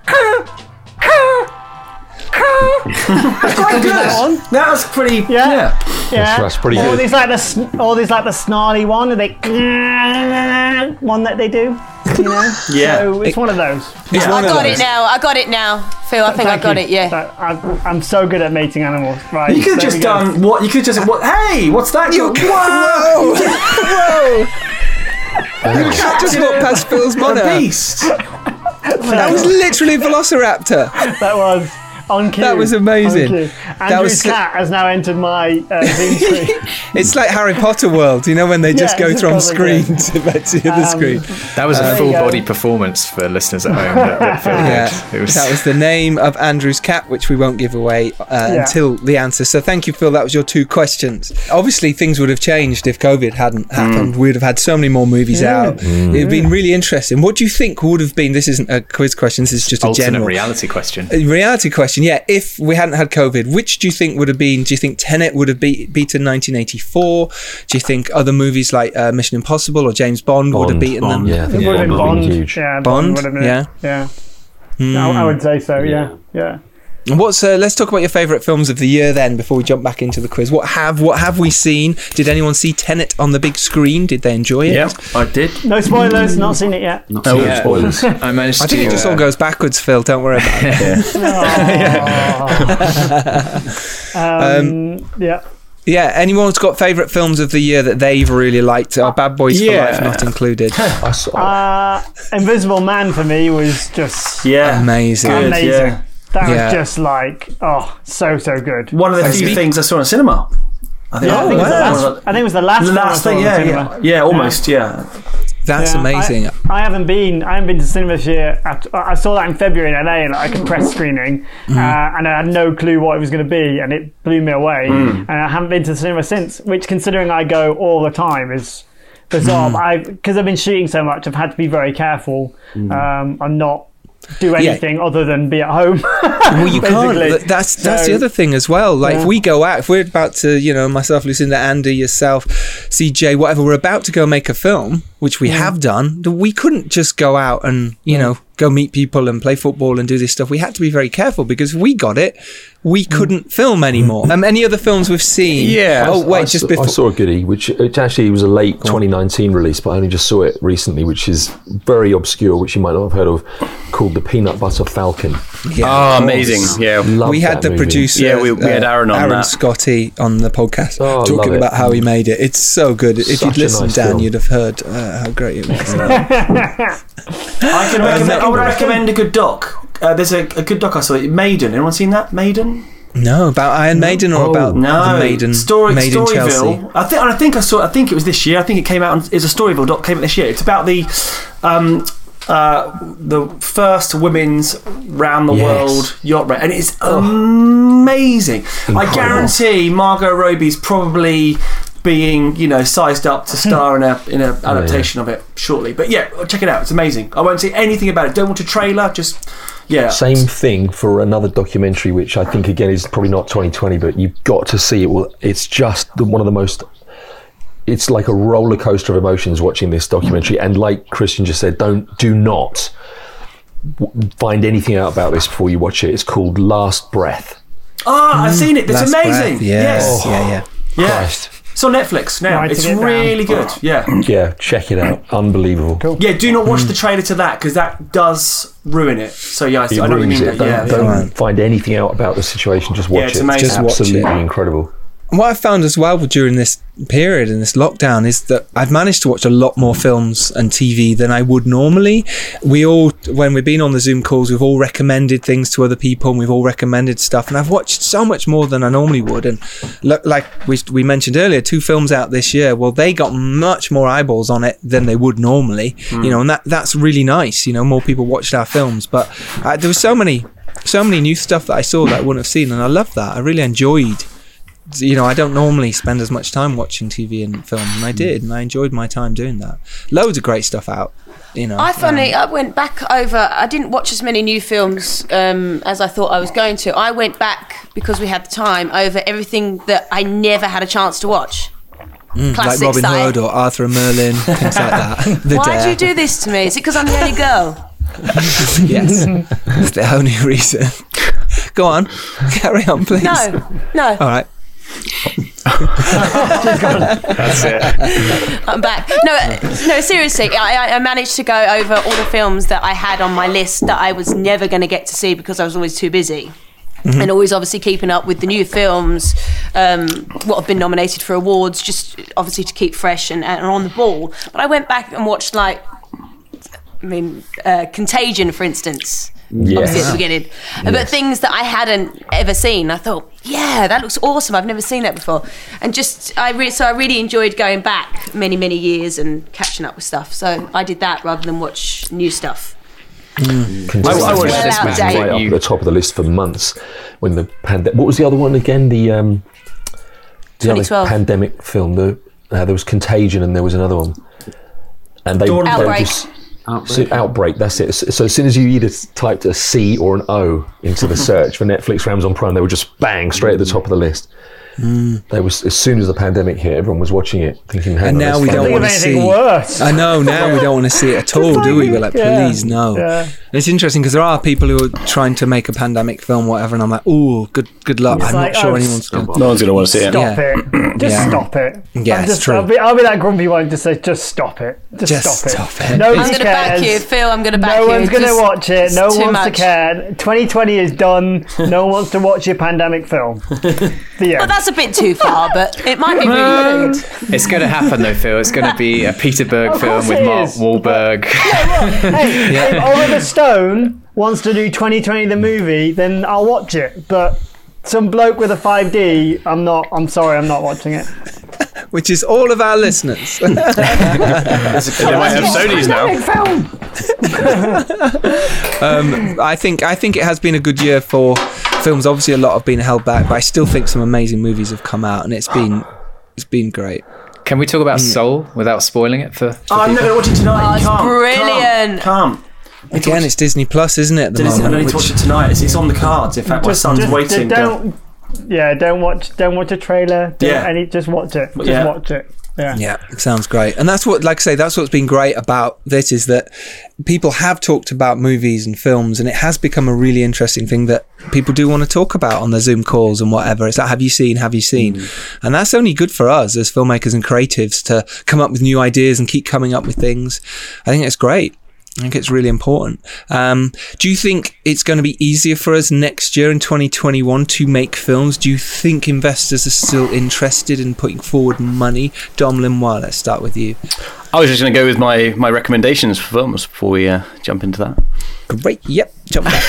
[SPEAKER 6] Quite good. That was pretty.
[SPEAKER 7] Yeah. Yeah.
[SPEAKER 5] that's pretty
[SPEAKER 7] or
[SPEAKER 5] good.
[SPEAKER 7] There's like the, sn- or there's like the snarly one, and they one that they do. You know?
[SPEAKER 6] Yeah.
[SPEAKER 7] So it's one of those.
[SPEAKER 2] It's
[SPEAKER 4] I got it now. I got it now, Phil. I think I
[SPEAKER 7] Thank
[SPEAKER 4] got
[SPEAKER 7] you.
[SPEAKER 4] it. Yeah.
[SPEAKER 7] That- I'm, I'm so good at mating animals. Right.
[SPEAKER 6] You could have
[SPEAKER 7] there
[SPEAKER 6] just
[SPEAKER 7] we go.
[SPEAKER 6] done what? You could just what? Hey, what's that?
[SPEAKER 7] You-
[SPEAKER 6] Whoa!
[SPEAKER 2] Whoa! You can't just walk past Phil's
[SPEAKER 6] What
[SPEAKER 2] monitor.
[SPEAKER 6] a beast.
[SPEAKER 2] That was literally a velociraptor.
[SPEAKER 7] That was. On cue.
[SPEAKER 2] That was amazing.
[SPEAKER 7] On cue.
[SPEAKER 2] That
[SPEAKER 7] Andrew's
[SPEAKER 2] was-
[SPEAKER 7] cat has now entered my uh, Zoom screen.
[SPEAKER 2] It's like Harry Potter world, you know, when they just
[SPEAKER 7] Yeah,
[SPEAKER 2] go
[SPEAKER 7] it's
[SPEAKER 2] from
[SPEAKER 7] probably
[SPEAKER 2] screen to back to the
[SPEAKER 7] Um,
[SPEAKER 2] other screen.
[SPEAKER 3] That was
[SPEAKER 2] Um,
[SPEAKER 3] a full body performance for listeners at home. That, that felt
[SPEAKER 2] Yeah,
[SPEAKER 3] good. It was,
[SPEAKER 2] that was the name of Andrew's cat, which we won't give away uh,
[SPEAKER 3] Yeah.
[SPEAKER 2] until the answer. So thank you, Phil. That was your two questions. Obviously, things would have changed if COVID hadn't happened. We'd have had so many more movies
[SPEAKER 3] Yeah.
[SPEAKER 2] out.
[SPEAKER 3] Mm.
[SPEAKER 2] It'd been really interesting. What do you think would have been? This isn't a quiz question. This is just a
[SPEAKER 3] alternate
[SPEAKER 2] general
[SPEAKER 3] reality question.
[SPEAKER 2] A reality question, yeah. If we hadn't had COVID, which do you think would have been? Do you think Tenet would have be- beaten 1984? Do you think other movies like uh, Mission Impossible or James Bond, would
[SPEAKER 5] Bond,
[SPEAKER 2] have beaten
[SPEAKER 5] Bond,
[SPEAKER 2] them?
[SPEAKER 5] yeah, I
[SPEAKER 7] It would have been Bond. Yeah,
[SPEAKER 2] Bond,
[SPEAKER 7] would have been it.
[SPEAKER 2] yeah. Hmm.
[SPEAKER 7] Yeah. I, I would say so, yeah. Yeah.
[SPEAKER 2] And What's uh, let's talk about your favourite films of the year then before we jump back into the quiz. What have what have we seen? Did anyone see Tenet on the big screen? Did they enjoy it?
[SPEAKER 10] Yeah, I did.
[SPEAKER 7] No spoilers, not seen it yet.
[SPEAKER 2] Not seen it. Spoilers.
[SPEAKER 3] I managed
[SPEAKER 2] I think
[SPEAKER 3] to.
[SPEAKER 2] it just all
[SPEAKER 3] uh,
[SPEAKER 2] goes backwards, Phil. Don't worry about it.
[SPEAKER 7] Um, yeah.
[SPEAKER 2] yeah, anyone's got favourite films of the year that they've really liked? Are Bad Boys
[SPEAKER 7] Yeah.
[SPEAKER 2] for Life not included? I
[SPEAKER 7] Uh, Invisible Man for me was just
[SPEAKER 6] Yeah.
[SPEAKER 2] Amazing.
[SPEAKER 7] amazing. That
[SPEAKER 2] Yeah.
[SPEAKER 7] was just like, oh, so, so good.
[SPEAKER 6] One of the few things I saw in a cinema. I think,
[SPEAKER 7] Yeah, I, think it was the
[SPEAKER 6] One of
[SPEAKER 7] last,
[SPEAKER 6] the-
[SPEAKER 7] I think it was the last
[SPEAKER 6] the
[SPEAKER 7] film I
[SPEAKER 6] last
[SPEAKER 7] saw
[SPEAKER 6] thing,
[SPEAKER 7] in the
[SPEAKER 6] yeah,
[SPEAKER 7] cinema.
[SPEAKER 6] yeah, yeah, almost, yeah.
[SPEAKER 2] That's
[SPEAKER 7] Yeah,
[SPEAKER 2] amazing.
[SPEAKER 7] I, I haven't been. I haven't been to cinema this year. At, I saw that in February in LA, like
[SPEAKER 2] Mm.
[SPEAKER 7] a press screening,
[SPEAKER 2] Mm-hmm.
[SPEAKER 7] uh, and I had no clue what it was going to be, and it blew me away.
[SPEAKER 11] Mm.
[SPEAKER 7] And I haven't been to the cinema since. Which, considering I go all the time, is bizarre. I because I've been shooting so much, I've had to be very careful
[SPEAKER 2] Mm.
[SPEAKER 7] um, and not do
[SPEAKER 2] Yeah.
[SPEAKER 7] anything other than be at home.
[SPEAKER 2] well, you can't.
[SPEAKER 7] basically.
[SPEAKER 2] Th- That's that's
[SPEAKER 7] So-
[SPEAKER 2] the other thing as well. Like
[SPEAKER 7] Yeah.
[SPEAKER 2] if we go out, if we're about to, you know, myself, Lucinda, Andy, yourself, CJ, whatever, we're about to go make a film, which we have done. th- We couldn't just go out and you know go meet people and play football and do this stuff. We had to be very careful because if we got it. We
[SPEAKER 7] Mm.
[SPEAKER 2] couldn't film anymore. Um, any other films we've seen? Oh
[SPEAKER 5] I-
[SPEAKER 2] wait,
[SPEAKER 5] I
[SPEAKER 2] just
[SPEAKER 5] saw,
[SPEAKER 2] before.
[SPEAKER 5] I saw a goodie, which it actually was a late 2019 release, but I only just saw it recently, which is very obscure, which you might not have heard of, called the Peanut Butter Falcon.
[SPEAKER 10] Oh, amazing. Yeah.
[SPEAKER 5] Loved
[SPEAKER 2] we had
[SPEAKER 5] that
[SPEAKER 2] the
[SPEAKER 5] movie.
[SPEAKER 2] producer. uh,
[SPEAKER 10] Yeah, we- we had Aaron on
[SPEAKER 2] Aaron
[SPEAKER 10] that.
[SPEAKER 2] Scotty on the podcast
[SPEAKER 5] Oh,
[SPEAKER 2] talking
[SPEAKER 5] love it.
[SPEAKER 2] about how he made it. It's so good. if
[SPEAKER 5] Such
[SPEAKER 2] you'd
[SPEAKER 5] a
[SPEAKER 2] listened,
[SPEAKER 5] nice
[SPEAKER 2] Dan,
[SPEAKER 5] film.
[SPEAKER 2] you'd have heard uh, how great it was.
[SPEAKER 6] I can recommend. I would recommend a good doc. Uh, there's a, a good doc I saw. Maiden. Anyone seen that? Maiden.
[SPEAKER 2] No, about Iron Maiden or about
[SPEAKER 6] no.
[SPEAKER 2] the Maiden
[SPEAKER 6] Story,
[SPEAKER 2] Maiden
[SPEAKER 6] Storyville.
[SPEAKER 2] Chelsea.
[SPEAKER 6] I think. I think I saw. I think it was this year. I think it came out. on- It's a Storyville doc. Came out this year. It's about the. Um, uh, the first women's round the
[SPEAKER 10] Yes.
[SPEAKER 6] world yacht race, and it's
[SPEAKER 2] Oh.
[SPEAKER 6] amazing. I
[SPEAKER 10] Incredible.
[SPEAKER 6] guarantee Margot Robbie's probably being you know sized up to star in a in an adaptation of it shortly. But yeah, check it out. It's amazing. I won't say anything about it. Don't watch a trailer. Just yeah.
[SPEAKER 5] Same thing for another documentary, which I think again is probably not 2020, but you've got to see it. Well, it's just the, one of the most. It's like a roller coaster of emotions watching this documentary, and like Christian just said, don't do not w- find anything out about this before you watch it. It's called Last Breath.
[SPEAKER 6] Ah, I've seen it. It's
[SPEAKER 5] Mm, Last
[SPEAKER 6] amazing.
[SPEAKER 5] Breath, yeah.
[SPEAKER 6] Yes.
[SPEAKER 5] Oh, Yeah, yeah.
[SPEAKER 6] Yeah.
[SPEAKER 5] Christ. Oh.
[SPEAKER 6] It's on Netflix now.
[SPEAKER 5] Writing
[SPEAKER 6] it's
[SPEAKER 5] it down.
[SPEAKER 6] really good. Yeah.
[SPEAKER 5] Yeah, check it out. Unbelievable.
[SPEAKER 6] Yeah, do not watch the trailer to that because that does ruin it. So yeah, I,
[SPEAKER 5] Mm. It
[SPEAKER 6] I know what you
[SPEAKER 5] ruins
[SPEAKER 6] mean.
[SPEAKER 5] it.
[SPEAKER 6] but
[SPEAKER 5] Don't,
[SPEAKER 6] yeah,
[SPEAKER 5] don't
[SPEAKER 6] yeah.
[SPEAKER 5] find anything out about the situation. Just watch
[SPEAKER 6] Yeah, it's
[SPEAKER 5] it.
[SPEAKER 6] amazing. Just watch it.
[SPEAKER 5] absolutely incredible.
[SPEAKER 2] What I found as well during this period in this lockdown is that I've managed to watch a lot more films and TV than I would normally. We all, when we've been on the Zoom calls, we've all recommended things to other people and we've all recommended stuff. And I've watched so much more than I normally would. And look, like we, we mentioned earlier, two films out this year. Well, they got much more eyeballs on it than they would normally. You know, and that that's really nice. You know, more people watched our films. But uh, there was so many, so many new stuff that I saw that I wouldn't have seen, and I love that. I really enjoyed you know, I don't normally spend as much time watching TV and film, and I did, and I enjoyed my time doing that. Loads of great stuff out, you know.
[SPEAKER 4] I funny, I went back over. I didn't watch as many new films um, as I thought I was going to. I went back because we had the time over everything that I never had a chance to watch.
[SPEAKER 2] Mm, like
[SPEAKER 4] classics
[SPEAKER 2] Robin
[SPEAKER 4] that I-
[SPEAKER 2] Hood or Arthur and Merlin, things like that. The
[SPEAKER 4] Why do
[SPEAKER 2] Dare.
[SPEAKER 4] you do this to me? Is it because I'm the only girl?
[SPEAKER 2] yes, that's the only reason. Go on, carry on, please.
[SPEAKER 4] No, no.
[SPEAKER 2] All right.
[SPEAKER 3] That's it.
[SPEAKER 4] I'm back. No, uh, no. Seriously, I, I- I managed to go over all the films that I had on my list that I was never going to get to see because I was always too busy.
[SPEAKER 12] Mhm.
[SPEAKER 4] And always, obviously, keeping up with the new films, um, what have been nominated for awards, just obviously to keep fresh and, and on the ball. But I went back and watched, like, I mean, uh, Contagion, for instance, obviously at
[SPEAKER 11] Yes.
[SPEAKER 4] the beginning. Uh, But things that I hadn't ever seen, I thought, yeah, that looks awesome. I've never seen that before, and just I re- so I really enjoyed going back many many years and catching up with stuff. So I did that rather than watch new stuff.
[SPEAKER 5] Consistency.
[SPEAKER 4] I- I watched this
[SPEAKER 5] Right
[SPEAKER 4] match.
[SPEAKER 5] up at the top of the list for months when the pandemic. What was the other one again? The um, the other
[SPEAKER 4] 2012.
[SPEAKER 5] pandemic film. The uh, there was Contagion and there was another one. And they
[SPEAKER 4] Dawn of
[SPEAKER 5] they
[SPEAKER 4] Outbreak.
[SPEAKER 5] just- so- outbreak. That's it. So, so as soon as you either typed a C or an O into the search for Netflix or Amazon Prime, they were just bang straight at the top of the list.
[SPEAKER 2] Hmm.
[SPEAKER 5] They was as soon as the pandemic hit, everyone was watching it, thinking, Hang
[SPEAKER 2] And
[SPEAKER 5] on,
[SPEAKER 2] now
[SPEAKER 5] let's
[SPEAKER 2] we
[SPEAKER 5] find
[SPEAKER 2] don't
[SPEAKER 5] out
[SPEAKER 2] want to
[SPEAKER 5] what's
[SPEAKER 2] see.
[SPEAKER 7] worse.
[SPEAKER 2] I know. Now we don't want to see it at all, do we? We're like,
[SPEAKER 7] Yeah.
[SPEAKER 2] please no.
[SPEAKER 7] Yeah.
[SPEAKER 2] And it's interesting because there are people who are trying to make a pandemic film, whatever, and I'm like, oh, good, good luck.
[SPEAKER 7] It's
[SPEAKER 2] I'm
[SPEAKER 7] like,
[SPEAKER 2] not sure
[SPEAKER 7] oh,
[SPEAKER 2] anyone's going.
[SPEAKER 7] No one's gonna wanna see it. Stop it. Just stop it.
[SPEAKER 2] Yeah,
[SPEAKER 7] I'm
[SPEAKER 2] it's
[SPEAKER 7] just,
[SPEAKER 2] true.
[SPEAKER 7] I'll be, I'll be that grumpy one to say, just stop it. Just,
[SPEAKER 2] Just
[SPEAKER 7] stop it.
[SPEAKER 2] stop it.
[SPEAKER 7] Nobody
[SPEAKER 4] I'm going to
[SPEAKER 7] cares.
[SPEAKER 4] back you, Phil. I'm going to back
[SPEAKER 7] no
[SPEAKER 4] you.
[SPEAKER 7] one's going to
[SPEAKER 4] Just-
[SPEAKER 7] watch it.
[SPEAKER 4] it's
[SPEAKER 7] No
[SPEAKER 4] too
[SPEAKER 7] one wants
[SPEAKER 4] much.
[SPEAKER 7] to care. 2020 is done. No one wants to watch your pandemic film. The
[SPEAKER 4] Well,
[SPEAKER 7] end.
[SPEAKER 4] that's a bit too far, but it might be really
[SPEAKER 7] Um,
[SPEAKER 4] good.
[SPEAKER 3] It's going to happen though, Phil. It's going to be a Peter Berg
[SPEAKER 7] Of
[SPEAKER 3] film
[SPEAKER 7] course
[SPEAKER 3] with
[SPEAKER 7] it
[SPEAKER 3] Mark
[SPEAKER 7] is.
[SPEAKER 3] Wahlberg.
[SPEAKER 7] hey,
[SPEAKER 3] Yeah.
[SPEAKER 7] if Oliver Stone wants to do 2020 the movie, then I'll watch it. But some bloke with a 5D, I'm not. I'm sorry, I'm not watching it.
[SPEAKER 2] Which is all of our listeners. they
[SPEAKER 7] might have Sony's now.
[SPEAKER 2] um, I think I think it has been a good year for films. Obviously, a lot have been held back, but I still think some amazing movies have come out, and it's been it's been great. Mm.
[SPEAKER 3] Can we talk about Soul without spoiling it for?
[SPEAKER 6] Oh, I'm not going to watch it tonight.
[SPEAKER 4] it's
[SPEAKER 6] Can't,
[SPEAKER 4] brilliant.
[SPEAKER 6] Can't. can't.
[SPEAKER 2] Again, it's Disney Plus, isn't it? At the
[SPEAKER 6] Disney-
[SPEAKER 2] moment,
[SPEAKER 6] I need to watch it tonight. It's, it's on the cards. In fact, my
[SPEAKER 7] Just-
[SPEAKER 6] son's
[SPEAKER 7] just-
[SPEAKER 6] waiting.
[SPEAKER 7] Don't, yeah, don't watch. Don't watch a trailer. Don't
[SPEAKER 2] Yeah.
[SPEAKER 7] any. Just watch it. Just
[SPEAKER 2] Yeah.
[SPEAKER 7] watch it. Yeah.
[SPEAKER 2] Yeah, it sounds great. And that's what, like I say, that's what's been great about this is that people have talked about movies and films, and it has become a really interesting thing that people do want to talk about on their Zoom calls and whatever. It's like, have you seen? Have you seen? And that's only good for us as filmmakers and creatives to come up with new ideas and keep coming up with things. I think it's great. I think it's really important. Um, do you think it's going to be easier for us next year in 2021 to make films? Do you think investors are still interested in putting forward money? Dom Limois, let's start with you.
[SPEAKER 10] I was just going to go with my, my recommendations for films before we uh, jump into that.
[SPEAKER 2] Great. Yep. Jump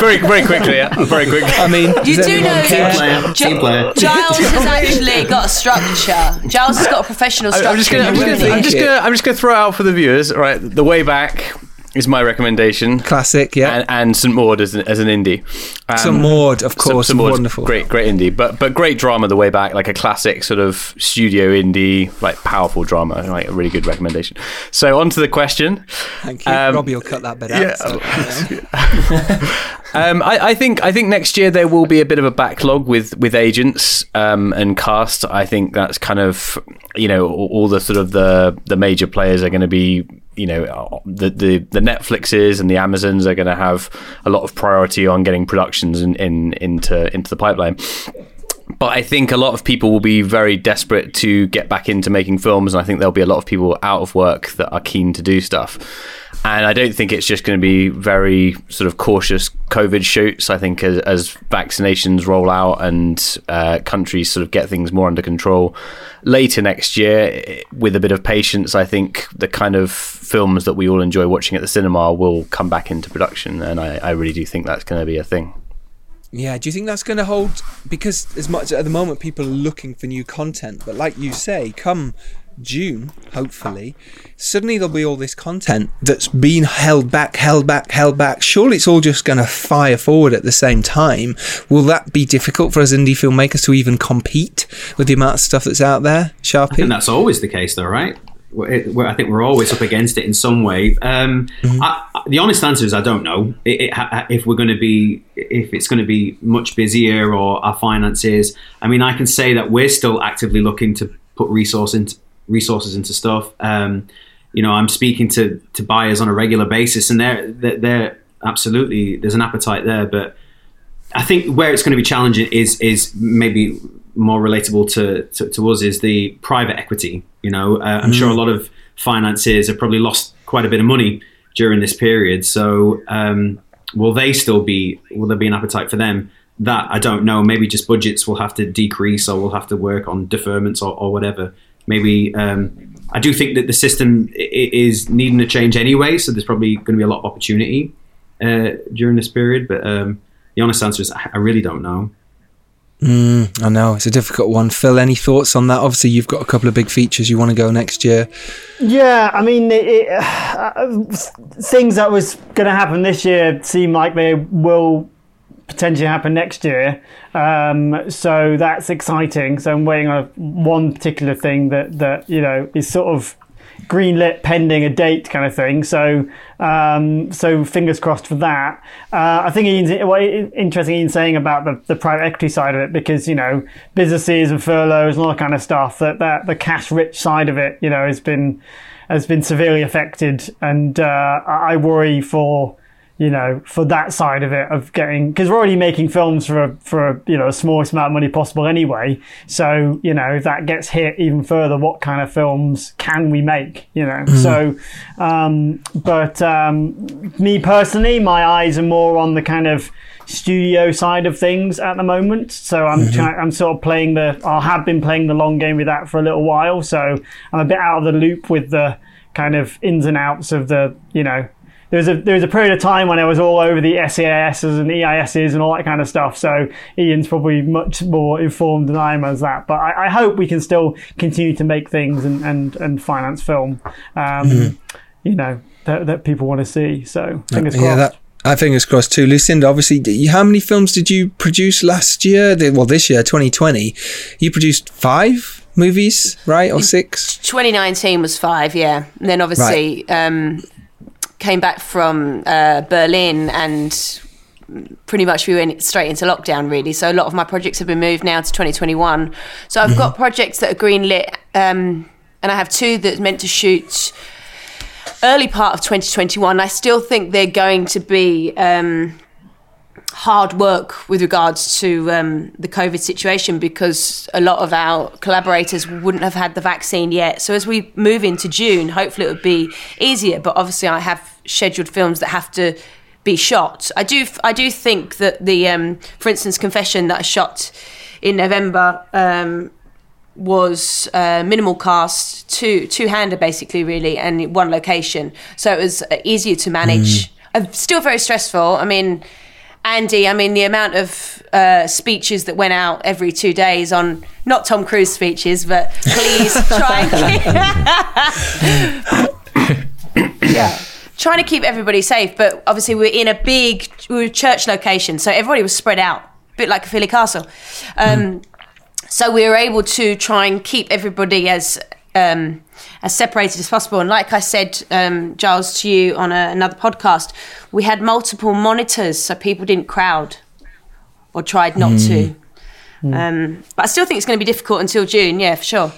[SPEAKER 10] very very quickly. Yeah. Very quickly.
[SPEAKER 2] I mean,
[SPEAKER 4] You do know
[SPEAKER 10] Team
[SPEAKER 4] that Gi- Giles has actually got a structure. Giles has got a professional
[SPEAKER 10] I-
[SPEAKER 4] structure.
[SPEAKER 10] I'm just gonna, I'm just gonna, I'm just gonna, I'm just gonna throw it out for the viewers. Right, the way back is my recommendation.
[SPEAKER 2] Classic, yeah.
[SPEAKER 10] And, and St Maud as an, as an indie. Um,
[SPEAKER 2] St. Maud, of course,
[SPEAKER 10] St. Maud's
[SPEAKER 2] wonderful.
[SPEAKER 10] Great, great indie, but but great drama. The way back, like a classic sort of studio indie, like powerful drama. Like a really good recommendation. So on to the question.
[SPEAKER 2] Thank you.
[SPEAKER 10] Um,
[SPEAKER 2] Robbie will cut that bit
[SPEAKER 10] yeah.
[SPEAKER 2] out.
[SPEAKER 10] Um, I, I think I think next year there will be a bit of a backlog with with agents um, and cast. I think that's kind of you know all, all the sort of the the major players are going to be you know the, the the Netflixes and the Amazons are going to have a lot of priority on getting productions in, in into into the pipeline. But I think a lot of people will be very desperate to get back into making films, and I think there'll be a lot of people out of work that are keen to do stuff. And I don't think it's just going to be very sort of cautious COVID shoots. I think as, as vaccinations roll out and uh, countries sort of get things more under control later next year, eh, with a bit of patience, I think the kind of films that we all enjoy watching at the cinema will come back into production. And I, I really do think that's going to be a thing.
[SPEAKER 2] Yeah, do you think that's going to hold? Because as much at the moment, people are looking for new content, but like you say, come June, hopefully, suddenly there'll be all this content that's been held back, held back, held back. Surely it's all just going to fire forward at the same time. Will that be difficult for us indie filmmakers to even compete with the amount of stuff that's out there? Sharpie,
[SPEAKER 9] And that's always the case, though, right? We're- it- we're- I think we're always up against it in some way. Um, I, I- the honest answer is I don't know it, it, ha- if we're going to be if it's going to be much busier or our finances. I mean, I can say that we're still actively looking to put resource into resources into stuff. Um, you know, I'm speaking to to buyers on a regular basis, and they're they're, they're absolutely there's an appetite there, but I think where it's going to be challenging is is maybe more relatable to to, to us is the private equity. You know, uh, I'm
[SPEAKER 12] Mm.
[SPEAKER 9] sure a lot of finances have probably lost quite a bit of money during this period. So um, will they still be? Will there be an appetite for them? That I don't know. Maybe just budgets will have to decrease, or we'll have to work on deferments or, or whatever. Maybe um, I do think that the system i- i- is needing a change anyway. So there's probably going to be a lot of opportunity uh, during this period. But um, the honest answer is I I really don't know.
[SPEAKER 2] Mm, I know it's a difficult one. Phil, any thoughts on that? Obviously, you've got a couple of big features you want to go next year.
[SPEAKER 7] Yeah, I mean, it, it, uh, things that was going to happen this year seem like they will potentially happen next year. Um, so that's exciting. So I'm waiting on one particular thing that that you know is sort of greenlit pending a date kind of thing. So um, so fingers crossed for that. Uh, I think Ian's well, i- interesting Ian's saying about the, the private equity side of it because you know businesses and furloughs and all that kind of stuff that that the cash rich side of it you know has been has been severely affected and uh, I I worry for you know, for that side of it of getting because we're already making films for a, for a, you know the smallest amount of money possible anyway. So you know, if that gets hit even further, what kind of films can we make? You know,
[SPEAKER 11] Mhm.
[SPEAKER 7] so um, but um, me personally, my eyes are more on the kind of studio side of things at the moment. So I'm
[SPEAKER 11] Mhm.
[SPEAKER 7] try- I'm sort of playing the I have been playing the long game with that for a little while. So I'm a bit out of the loop with the kind of ins and outs of the you know there was a there was a period of time when I was all over the SEISs and EISs and all that kind of stuff. So Ian's probably much more informed than I am as that. But I, I hope we can still continue to make things and and, and finance film, um,
[SPEAKER 2] Mhm.
[SPEAKER 7] you know, that, that people want to see. So fingers
[SPEAKER 2] yeah,
[SPEAKER 7] crossed.
[SPEAKER 2] that. I fingers crossed too. Lucinda, obviously, d- you- how many films did you produce last year? The- Well, this year, 2020. You produced five movies, right? Or six?
[SPEAKER 4] 2019 was five, yeah. And then obviously um, came back from uh, Berlin and pretty much we went straight into lockdown really so a lot of my projects have been moved now to 2021 so
[SPEAKER 2] Mm-hmm.
[SPEAKER 4] i've got projects that are greenlit um, and i have two that's meant to shoot early part of 2021 i still think they're going to be um, hard work with regards to um, the COVID situation because a lot of our collaborators wouldn't have had the vaccine yet. So as we move into June, hopefully it would be easier. But obviously, I have scheduled films that have to be shot. I do, I do think that the, um, for instance, Confession that I shot in November. Um, was uh, minimal cast, two two hander basically, really, and one location. So it was uh, easier to manage. Uh, still very stressful. I mean, Andy, I mean, the amount of uh, speeches that went out every two days on not Tom Cruise speeches, but please try and keep. yeah. Trying to keep everybody safe, but obviously we're in a big we were a church location, so everybody was spread out, a bit like a Philly castle. Um, so we were able to try and keep everybody as um, as separated as possible. And like I said, um, Giles, to you on a, another podcast, we had multiple monitors so people didn't crowd or tried not to. Um, but I still think it's going to be difficult until June. Yeah, for sure.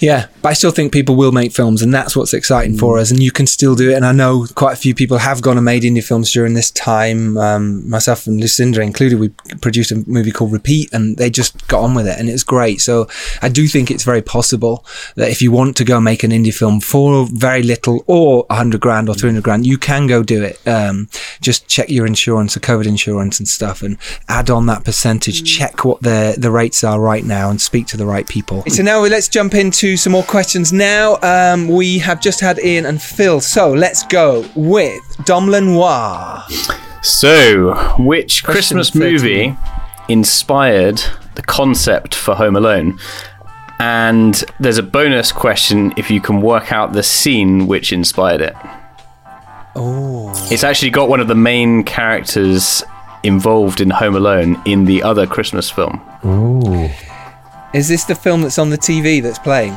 [SPEAKER 2] Yeah, but I still think people will make films, and that's what's exciting for us. And you can still do it. And I know quite a few people have gone and made indie films during this time. Um, myself and Lucinda included, we produced a movie called Repeat, and they just got on with it, and it's great. So I do think it's very possible that if you want to go make an indie film for very little, or hundred grand, or three hundred grand, you can go do it. Um, just check your insurance, the COVID insurance and stuff, and add on that percentage. Check what uh, the the rates are right now, and speak to the right people. So now let's jump into some more questions. Now um, we have just had Ian and Phil, so let's go with Dom Lenoir.
[SPEAKER 10] So, which Christmas
[SPEAKER 2] 13.
[SPEAKER 10] movie inspired the concept for Home Alone? And there's a bonus question if you can work out the scene which inspired it.
[SPEAKER 2] Oh,
[SPEAKER 10] It's actually got one of the main characters involved in Home Alone in the other Christmas film.
[SPEAKER 2] Ooh. is this the film that's on the TV that's playing?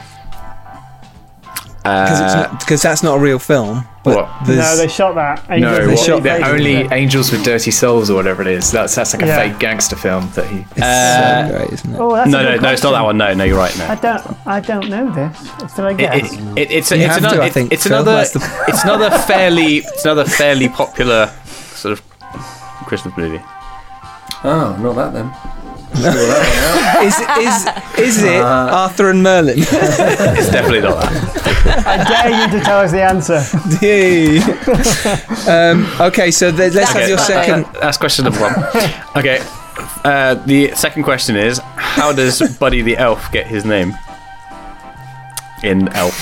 [SPEAKER 2] Because that's not a real film.
[SPEAKER 3] What?
[SPEAKER 7] no, they shot that. And
[SPEAKER 3] Uh, no,
[SPEAKER 7] they
[SPEAKER 3] what-
[SPEAKER 7] shot
[SPEAKER 3] they're
[SPEAKER 7] that.
[SPEAKER 3] only angels with dirty souls or whatever it is. That's that's like a
[SPEAKER 7] Yeah.
[SPEAKER 3] fake gangster film that he. It's
[SPEAKER 10] Uh,
[SPEAKER 2] great, isn't
[SPEAKER 7] it? Oh, that's
[SPEAKER 10] no,
[SPEAKER 7] a
[SPEAKER 10] no,
[SPEAKER 7] good
[SPEAKER 10] no, it's not that one. No, no, you're right. No.
[SPEAKER 7] I don't. I don't know this. Did I
[SPEAKER 10] It,
[SPEAKER 7] guess?
[SPEAKER 10] it, it, it's
[SPEAKER 2] You
[SPEAKER 10] it's
[SPEAKER 2] have
[SPEAKER 10] another
[SPEAKER 2] to, I
[SPEAKER 10] it-
[SPEAKER 2] think,
[SPEAKER 10] it's
[SPEAKER 2] Phil.
[SPEAKER 10] another
[SPEAKER 2] That's the-
[SPEAKER 10] it's another fairly it's another fairly popular sort of Christmas movie.
[SPEAKER 6] Oh, not that then.
[SPEAKER 2] is, is, is
[SPEAKER 3] Uh.
[SPEAKER 2] it Arthur and Merlin?
[SPEAKER 10] It's definitely not that.
[SPEAKER 7] I dare you to tell us the answer.
[SPEAKER 2] Yay. um, okay, so th- let's have
[SPEAKER 10] Okay,
[SPEAKER 2] your
[SPEAKER 10] that-
[SPEAKER 2] second.
[SPEAKER 10] that- that's question number one. Okay. Uh, the second question is How does Buddy the Elf get his name? In Elf.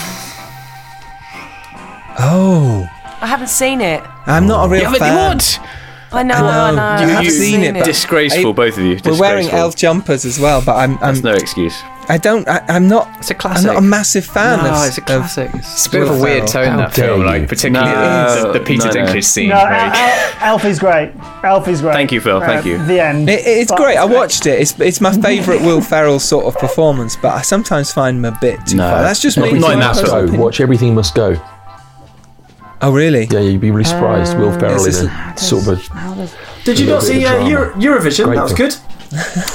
[SPEAKER 2] Oh.
[SPEAKER 4] I haven't seen it.
[SPEAKER 2] I'm not a real
[SPEAKER 4] Yeah, but they
[SPEAKER 2] fan.
[SPEAKER 4] would. I know, I know. I
[SPEAKER 2] You have
[SPEAKER 4] haven't
[SPEAKER 2] seen it. but-
[SPEAKER 10] Disgraceful,
[SPEAKER 2] I-
[SPEAKER 10] both of you.
[SPEAKER 2] We're wearing
[SPEAKER 10] Disgraceful.
[SPEAKER 2] elf jumpers as well, but I'm. I'm
[SPEAKER 10] That's no excuse.
[SPEAKER 2] I don't. I, I'm not. It's a classic. I'm not a massive fan.
[SPEAKER 10] No,
[SPEAKER 2] of,
[SPEAKER 10] it's a
[SPEAKER 2] of
[SPEAKER 10] classic. It's a bit of a weird
[SPEAKER 2] Ferrell.
[SPEAKER 10] tone, How that film, dare like, you. particularly the- the- the Peter Dinklage scene.
[SPEAKER 7] No,
[SPEAKER 10] Very
[SPEAKER 7] Al- Al- Alfie's great. Alfie's great.
[SPEAKER 10] Thank you, Phil.
[SPEAKER 7] Uh,
[SPEAKER 10] Thank you.
[SPEAKER 7] The end.
[SPEAKER 2] It, it's
[SPEAKER 7] But-
[SPEAKER 2] great. I watched it. It's it's my favourite Will Ferrell sort of performance, but I sometimes find him a bit too far. That's just me.
[SPEAKER 5] Everything Must Go. Watch Everything Must Go.
[SPEAKER 2] Oh, really?
[SPEAKER 5] Yeah, you'd be really surprised. Will
[SPEAKER 2] Um,
[SPEAKER 5] Ferrell
[SPEAKER 2] this
[SPEAKER 5] in a sort of
[SPEAKER 6] Did you
[SPEAKER 5] Little bit
[SPEAKER 6] not see
[SPEAKER 5] of
[SPEAKER 6] uh,
[SPEAKER 5] drama.
[SPEAKER 6] Euro- Eurovision?
[SPEAKER 5] Great
[SPEAKER 6] that was
[SPEAKER 5] film.
[SPEAKER 6] good.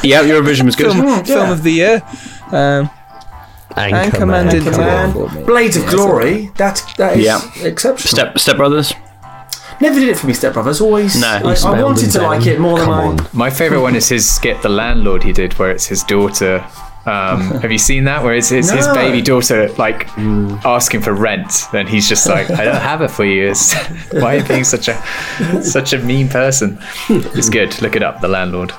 [SPEAKER 10] Yeah, Eurovision was good.
[SPEAKER 2] Film,
[SPEAKER 6] Mm,
[SPEAKER 2] film
[SPEAKER 6] yeah.
[SPEAKER 2] of the year. Um, Anchorman did
[SPEAKER 6] Anchorman.
[SPEAKER 2] well for me.
[SPEAKER 6] Blades of
[SPEAKER 2] Yeah, so-
[SPEAKER 6] Glory. That that is
[SPEAKER 10] Yeah.
[SPEAKER 6] exceptional.
[SPEAKER 10] Step Step Brothers.
[SPEAKER 6] Never did it for me, Step Brothers. Always.
[SPEAKER 10] No.
[SPEAKER 6] I, I wanted to like it more than I.
[SPEAKER 3] My favourite one is his skit, The Landlord, he did, where it's his daughter. Um, have you seen that? Where it's, it's his
[SPEAKER 6] No.
[SPEAKER 3] baby daughter, like, asking for rent, and he's just like, I don't have it for you. It's, why are you being such a such a mean person? It's good. Look it up, The Landlord.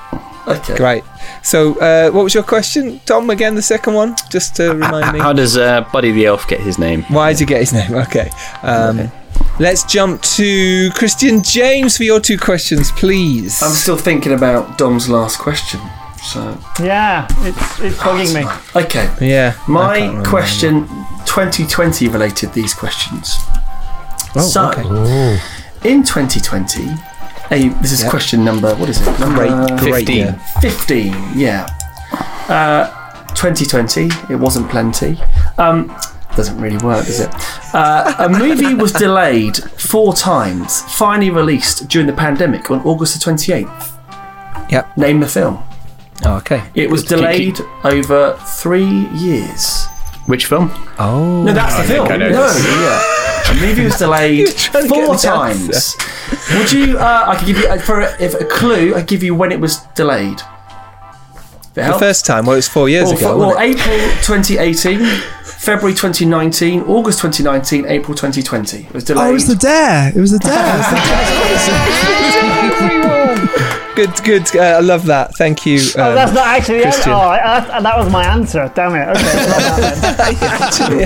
[SPEAKER 6] Okay.
[SPEAKER 2] Great. So, uh, what was your question, Tom? Again, the second one, just to remind me.
[SPEAKER 10] How does uh, Buddy the Elf get his name?
[SPEAKER 2] Why did you get his name? Okay. Um, Let's jump to Christian James for your two questions, please.
[SPEAKER 6] I'm still thinking about Dom's last question. So
[SPEAKER 7] Yeah, it's it's bugging me.
[SPEAKER 6] okay.
[SPEAKER 2] Yeah. I can't
[SPEAKER 6] My
[SPEAKER 2] remember.
[SPEAKER 6] question, 2020 related these questions.
[SPEAKER 2] Oh,
[SPEAKER 6] so,
[SPEAKER 2] okay.
[SPEAKER 6] in 2020, a, this is
[SPEAKER 2] Yeah.
[SPEAKER 6] question number, what is it? Number
[SPEAKER 10] Uh,
[SPEAKER 2] Great, great 15. year.
[SPEAKER 6] 15, yeah. Uh, 2020, it wasn't plenty. Um, doesn't really work, does it? Uh, a movie was delayed four times, finally released during the pandemic on August the 28th.
[SPEAKER 2] Yep.
[SPEAKER 6] Name the film.
[SPEAKER 2] Oh, okay.
[SPEAKER 6] It was
[SPEAKER 10] Keep- keep-
[SPEAKER 6] delayed over three years.
[SPEAKER 10] Which film?
[SPEAKER 2] Oh.
[SPEAKER 6] No, that's
[SPEAKER 10] I
[SPEAKER 6] the
[SPEAKER 10] think
[SPEAKER 6] film.
[SPEAKER 10] I
[SPEAKER 6] No,
[SPEAKER 10] know
[SPEAKER 6] yeah. A movie was delayed
[SPEAKER 2] trying to get
[SPEAKER 6] four
[SPEAKER 2] the
[SPEAKER 6] times. Would you? Uh, I could give you uh, for a, if a clue. I could give you when it was delayed. If it
[SPEAKER 2] The
[SPEAKER 6] helps.
[SPEAKER 2] first time, well, it was four years
[SPEAKER 6] Or,
[SPEAKER 2] ago.
[SPEAKER 6] for-
[SPEAKER 2] wasn't
[SPEAKER 6] or
[SPEAKER 2] it?
[SPEAKER 6] April 2018, February 2019, August 2019, April 2020. It was delayed.
[SPEAKER 8] Oh, it was the dare. It was the dare. It was the
[SPEAKER 2] Good, good. Uh, I love that. Thank you.
[SPEAKER 7] Oh,
[SPEAKER 2] um,
[SPEAKER 7] that's not actually the answer.
[SPEAKER 2] Christian.
[SPEAKER 7] Oh, I, I, that was my answer. Damn it. Okay. well done.
[SPEAKER 8] dare.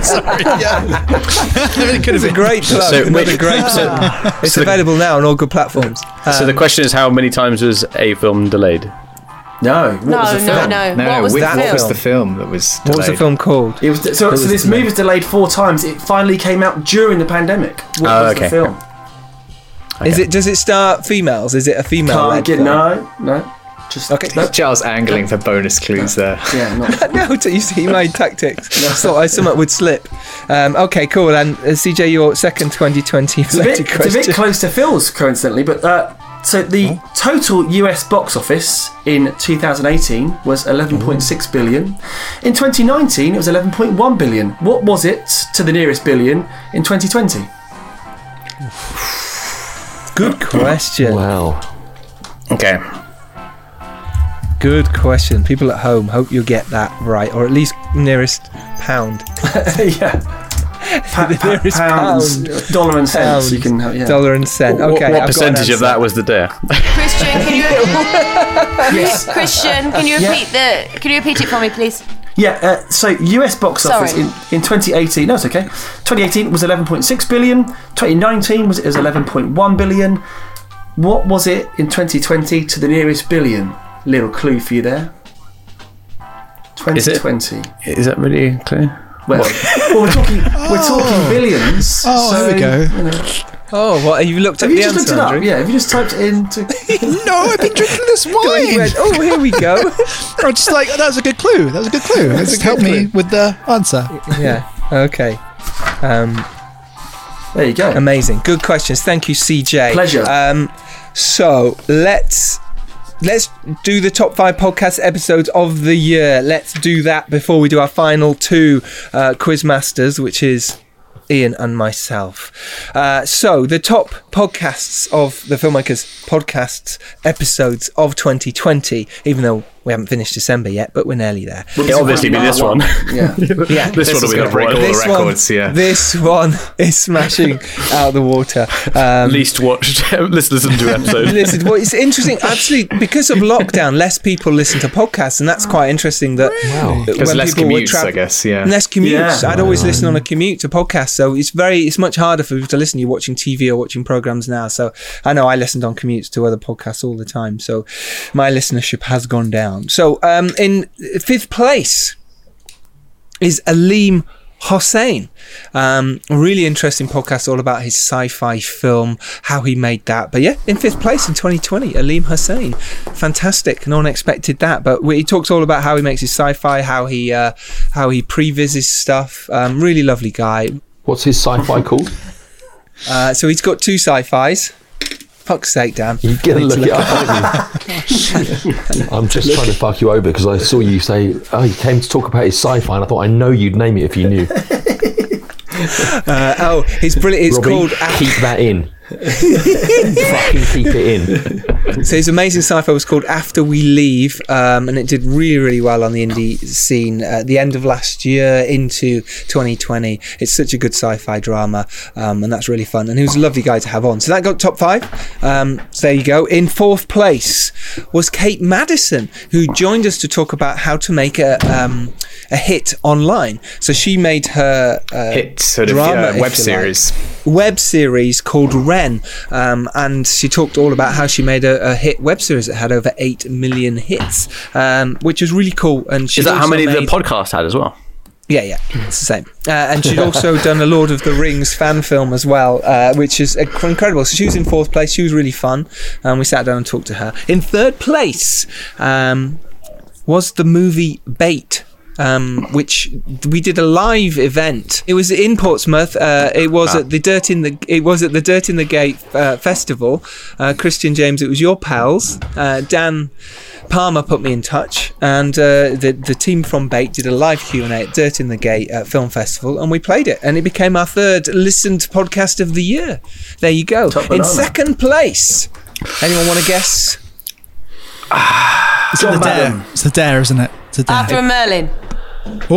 [SPEAKER 2] It's a great plug.
[SPEAKER 10] So,
[SPEAKER 2] another
[SPEAKER 10] wait,
[SPEAKER 2] great
[SPEAKER 10] so-
[SPEAKER 2] plug. it's
[SPEAKER 10] so the-
[SPEAKER 2] available now on all good platforms. Um,
[SPEAKER 10] So
[SPEAKER 6] Um,
[SPEAKER 10] the question is, how many times was a film delayed?
[SPEAKER 6] no, what
[SPEAKER 4] No,
[SPEAKER 6] was the
[SPEAKER 4] no,
[SPEAKER 6] film?
[SPEAKER 4] no.
[SPEAKER 3] No,
[SPEAKER 4] What was
[SPEAKER 3] whi-
[SPEAKER 4] the
[SPEAKER 3] what was
[SPEAKER 4] film?
[SPEAKER 3] the film that was
[SPEAKER 2] What was the
[SPEAKER 3] delayed?
[SPEAKER 2] film called?
[SPEAKER 6] It was de-
[SPEAKER 2] It
[SPEAKER 6] so, so
[SPEAKER 2] was
[SPEAKER 6] this
[SPEAKER 2] delayed.
[SPEAKER 6] movie was delayed four times. It finally came out during the pandemic. What
[SPEAKER 10] Oh,
[SPEAKER 6] was
[SPEAKER 10] okay.
[SPEAKER 6] the film?
[SPEAKER 2] Is it? Does it star females? Is it a female?
[SPEAKER 6] Can't get no, no. Just
[SPEAKER 2] Okay.
[SPEAKER 6] no.
[SPEAKER 3] Charles angling for bonus clues
[SPEAKER 6] Uh,
[SPEAKER 3] there.
[SPEAKER 6] Yeah, not
[SPEAKER 2] no, t- you see my tactics. I thought I something would slip. Um, okay, cool. And uh, CJ, your second 2020
[SPEAKER 6] It's a, bit,
[SPEAKER 2] related
[SPEAKER 6] it's a bit
[SPEAKER 2] question.
[SPEAKER 6] close to Phil's, coincidentally, but uh, so the total US box office in 2018 was 11.6 billion. In 2019, it was 11.1 billion. What was it to the nearest billion in 2020?
[SPEAKER 2] Good question.
[SPEAKER 5] Wow.
[SPEAKER 10] Okay.
[SPEAKER 2] Good question. People at home, hope you get that right, or at least nearest pound.
[SPEAKER 6] yeah. Pa-
[SPEAKER 2] The
[SPEAKER 6] pa-
[SPEAKER 2] nearest
[SPEAKER 6] pounds, dollar and cents.
[SPEAKER 2] Pound,
[SPEAKER 6] You can have, yeah.
[SPEAKER 2] Dollar and cent.
[SPEAKER 10] What-
[SPEAKER 2] Okay.
[SPEAKER 10] what
[SPEAKER 2] I've got an
[SPEAKER 10] percentage of
[SPEAKER 2] answer.
[SPEAKER 10] that was the dare?
[SPEAKER 4] Christian, can you
[SPEAKER 6] Yes.
[SPEAKER 4] Christian, can you repeat the can you repeat it for me, please?
[SPEAKER 6] Yeah, uh, so US box
[SPEAKER 4] Sorry.
[SPEAKER 6] office in, in 2018, no, it's okay. 2018 was 11.6 billion, 2019 was, it was 11.1 billion. What was it in 2020 to the nearest billion? Little clue for you there.
[SPEAKER 10] Is it?
[SPEAKER 6] 2020.
[SPEAKER 10] Is that really clear?
[SPEAKER 6] Well, well, we're talking we're talking billions.
[SPEAKER 8] Oh,
[SPEAKER 6] so,
[SPEAKER 8] there we go.
[SPEAKER 6] you know.
[SPEAKER 2] Oh, what? Have you looked
[SPEAKER 6] Have
[SPEAKER 2] up
[SPEAKER 6] you
[SPEAKER 2] the
[SPEAKER 6] just looked
[SPEAKER 2] answer,
[SPEAKER 6] it up?
[SPEAKER 2] Andrew?
[SPEAKER 6] Yeah, have you just typed it into
[SPEAKER 8] no, I've been drinking this
[SPEAKER 2] You
[SPEAKER 8] wine.
[SPEAKER 2] went, oh, here we go.
[SPEAKER 8] I'm just like, that was a good clue. That was a good clue. It's helped me with the answer.
[SPEAKER 2] yeah. Okay. Um,
[SPEAKER 6] There you go.
[SPEAKER 2] amazing. Good questions. Thank you, CJ.
[SPEAKER 6] Pleasure.
[SPEAKER 2] Um, so let's let's do the top five podcast episodes of the year. Let's do that before we do our final two uh, quizmasters, which is Ian and myself. Uh, so the top podcasts of the filmmakers podcasts episodes of 2020, even though We haven't finished December yet, but we're nearly there.
[SPEAKER 10] It'll obviously be this one.
[SPEAKER 2] Yeah. yeah.
[SPEAKER 10] This one'll
[SPEAKER 2] is
[SPEAKER 10] be the
[SPEAKER 2] gonna
[SPEAKER 10] break all the
[SPEAKER 2] this
[SPEAKER 10] records,
[SPEAKER 2] One,
[SPEAKER 10] yeah.
[SPEAKER 2] This one is smashing out of the water. Um,
[SPEAKER 10] Least watched, least listened to episode.
[SPEAKER 2] Listen, well, it's interesting. Actually, because of lockdown, less people listen to podcasts, and that's quite interesting. That that
[SPEAKER 3] Because
[SPEAKER 2] when
[SPEAKER 3] less
[SPEAKER 2] people were
[SPEAKER 3] commutes,
[SPEAKER 2] travel-
[SPEAKER 3] I guess, yeah.
[SPEAKER 2] less commutes.
[SPEAKER 3] Yeah.
[SPEAKER 2] I'd always listen on a commute to podcasts, so it's very, it's much harder for people to listen. You're watching TV or watching programs now, so I know I listened on commutes to other podcasts all the time. So my listenership has gone down. So um, in fifth place is Aleem Hossein. Um, a really interesting podcast all about his sci-fi film, how he made that. But yeah, in fifth place in 2020, Aleem Hossein. Fantastic. No one expected that, but we, he talks all about how he makes his sci-fi, how he uh, how he previs his stuff. Um, really lovely guy.
[SPEAKER 5] What's his sci-fi called?
[SPEAKER 2] Uh, so he's got two sci-fis. Fuck's sake, Dan. You
[SPEAKER 5] gotta look it up, I'm just trying to fuck you over because I saw you say, oh, he came to talk about his sci-fi, and I thought I know you'd name it if you knew.
[SPEAKER 2] Uh, oh, it's brilliant. It's
[SPEAKER 5] Robbie,
[SPEAKER 2] called
[SPEAKER 5] keep that in. Fucking keep it in.
[SPEAKER 2] so his amazing sci-fi was called After We Leave, um, and it did really, really well on the indie scene at the end of last year into 2020. It's such a good sci-fi drama, um, and that's really fun. And he was a lovely guy to have on. So that got top five. Um, so there you go. In fourth place was Kate Madison, who joined us to talk about how to make a um, a hit online. So she made her uh,
[SPEAKER 3] Hit sort of,
[SPEAKER 2] drama
[SPEAKER 3] yeah,
[SPEAKER 2] if
[SPEAKER 3] web
[SPEAKER 2] you like
[SPEAKER 3] series.
[SPEAKER 2] web series called Ren, um, and she talked all about how she made a, a hit web series that had over eight million hits, um, which was really cool. And she
[SPEAKER 10] Is that how
[SPEAKER 2] also
[SPEAKER 10] many
[SPEAKER 2] made,
[SPEAKER 10] the podcast had as well?
[SPEAKER 2] yeah, yeah, it's the same. Uh, and she'd also done a Lord of the Rings fan film as well, uh, which is inc- incredible. So she was in fourth place. She was really fun, and we sat down and talked to her. In third place um, was the movie Bait. Um, which we did a live event. It was in Portsmouth. Uh, it was
[SPEAKER 10] Ah.
[SPEAKER 2] at the Dirt in the it was at the Dirt in the Gate uh, festival. Uh, Christian James, it was your pals. Uh, Dan Palmer put me in touch, and uh, the the team from Bait did a live Q and A at Dirt in the Gate uh, Film Festival, and we played it, and it became our third listened podcast of the year. There you go. In
[SPEAKER 6] banana.
[SPEAKER 2] second place, anyone want to guess?
[SPEAKER 8] It's
[SPEAKER 2] John
[SPEAKER 8] the
[SPEAKER 2] Madden.
[SPEAKER 8] dare. It's the dare, isn't it? It's the dare.
[SPEAKER 4] After a Merlin.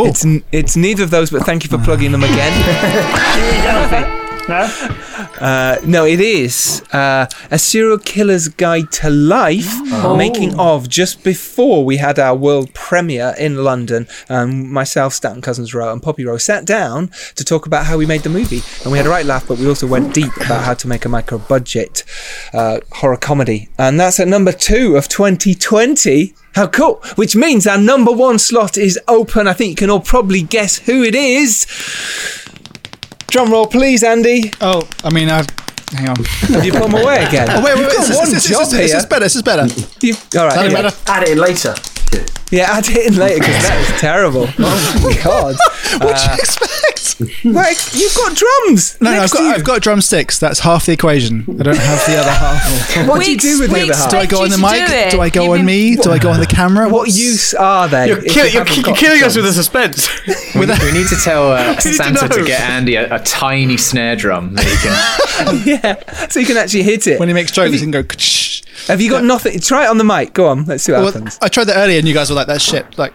[SPEAKER 2] It's n- it's neither of those, but thank you for plugging them again.
[SPEAKER 7] No?
[SPEAKER 2] Uh, no, it is uh, a serial killer's guide to life,
[SPEAKER 7] Oh.
[SPEAKER 2] making of just before we had our world premiere in London. Um, myself, Stanton Cousins Rowe, and Poppy Rowe sat down to talk about how we made the movie, and we had a right laugh, but we also went deep about how to make a micro-budget uh, horror comedy, and that's at number two of 2020. How cool! Which means our number one slot is open. I think you can all probably guess who it is. Drum roll, please, Andy.
[SPEAKER 8] Oh, I mean, I've. Hang on.
[SPEAKER 2] Have you put them away again?
[SPEAKER 8] Oh, wait, wait,
[SPEAKER 2] You've
[SPEAKER 8] wait.
[SPEAKER 2] got
[SPEAKER 8] This, is-
[SPEAKER 2] one
[SPEAKER 8] this, is-
[SPEAKER 2] job
[SPEAKER 8] this, is- this
[SPEAKER 2] here.
[SPEAKER 8] is better. This is better.
[SPEAKER 2] You, all right.
[SPEAKER 8] Tell me
[SPEAKER 2] anyway.
[SPEAKER 8] better.
[SPEAKER 6] Add it in later.
[SPEAKER 2] Yeah, add it in later because that is terrible. Oh my god.
[SPEAKER 8] What do you
[SPEAKER 2] Uh,
[SPEAKER 8] expect?
[SPEAKER 2] Like you've got drums.
[SPEAKER 8] No, no, I've
[SPEAKER 2] next
[SPEAKER 8] got,
[SPEAKER 2] to you.
[SPEAKER 8] I've got drumsticks. That's half the equation. I don't have the other half.
[SPEAKER 2] What do you do with the other half?
[SPEAKER 8] Do I go on the
[SPEAKER 4] expect you to do
[SPEAKER 8] mic?
[SPEAKER 4] it.
[SPEAKER 8] Do I go
[SPEAKER 4] You've
[SPEAKER 8] on
[SPEAKER 4] been-
[SPEAKER 8] me? Do I go on the camera?
[SPEAKER 2] What use are they?
[SPEAKER 10] You're,
[SPEAKER 2] if you
[SPEAKER 10] kill- you're,
[SPEAKER 2] haven't
[SPEAKER 10] ki-
[SPEAKER 2] got
[SPEAKER 10] killing us with the
[SPEAKER 2] drums?
[SPEAKER 10] suspense.
[SPEAKER 3] We, we need to tell uh,
[SPEAKER 10] need to
[SPEAKER 3] Santa to,
[SPEAKER 10] know.
[SPEAKER 3] get Andy a, a tiny snare drum that he can.
[SPEAKER 2] yeah, so you can actually hit it.
[SPEAKER 8] When he makes jokes, he can go. "Ksh."
[SPEAKER 2] Have you got nothing? Try it on the mic. Go on. Let's see what
[SPEAKER 8] Well,
[SPEAKER 2] happens.
[SPEAKER 8] I tried that earlier, and you guys were like, "That's shit." Like,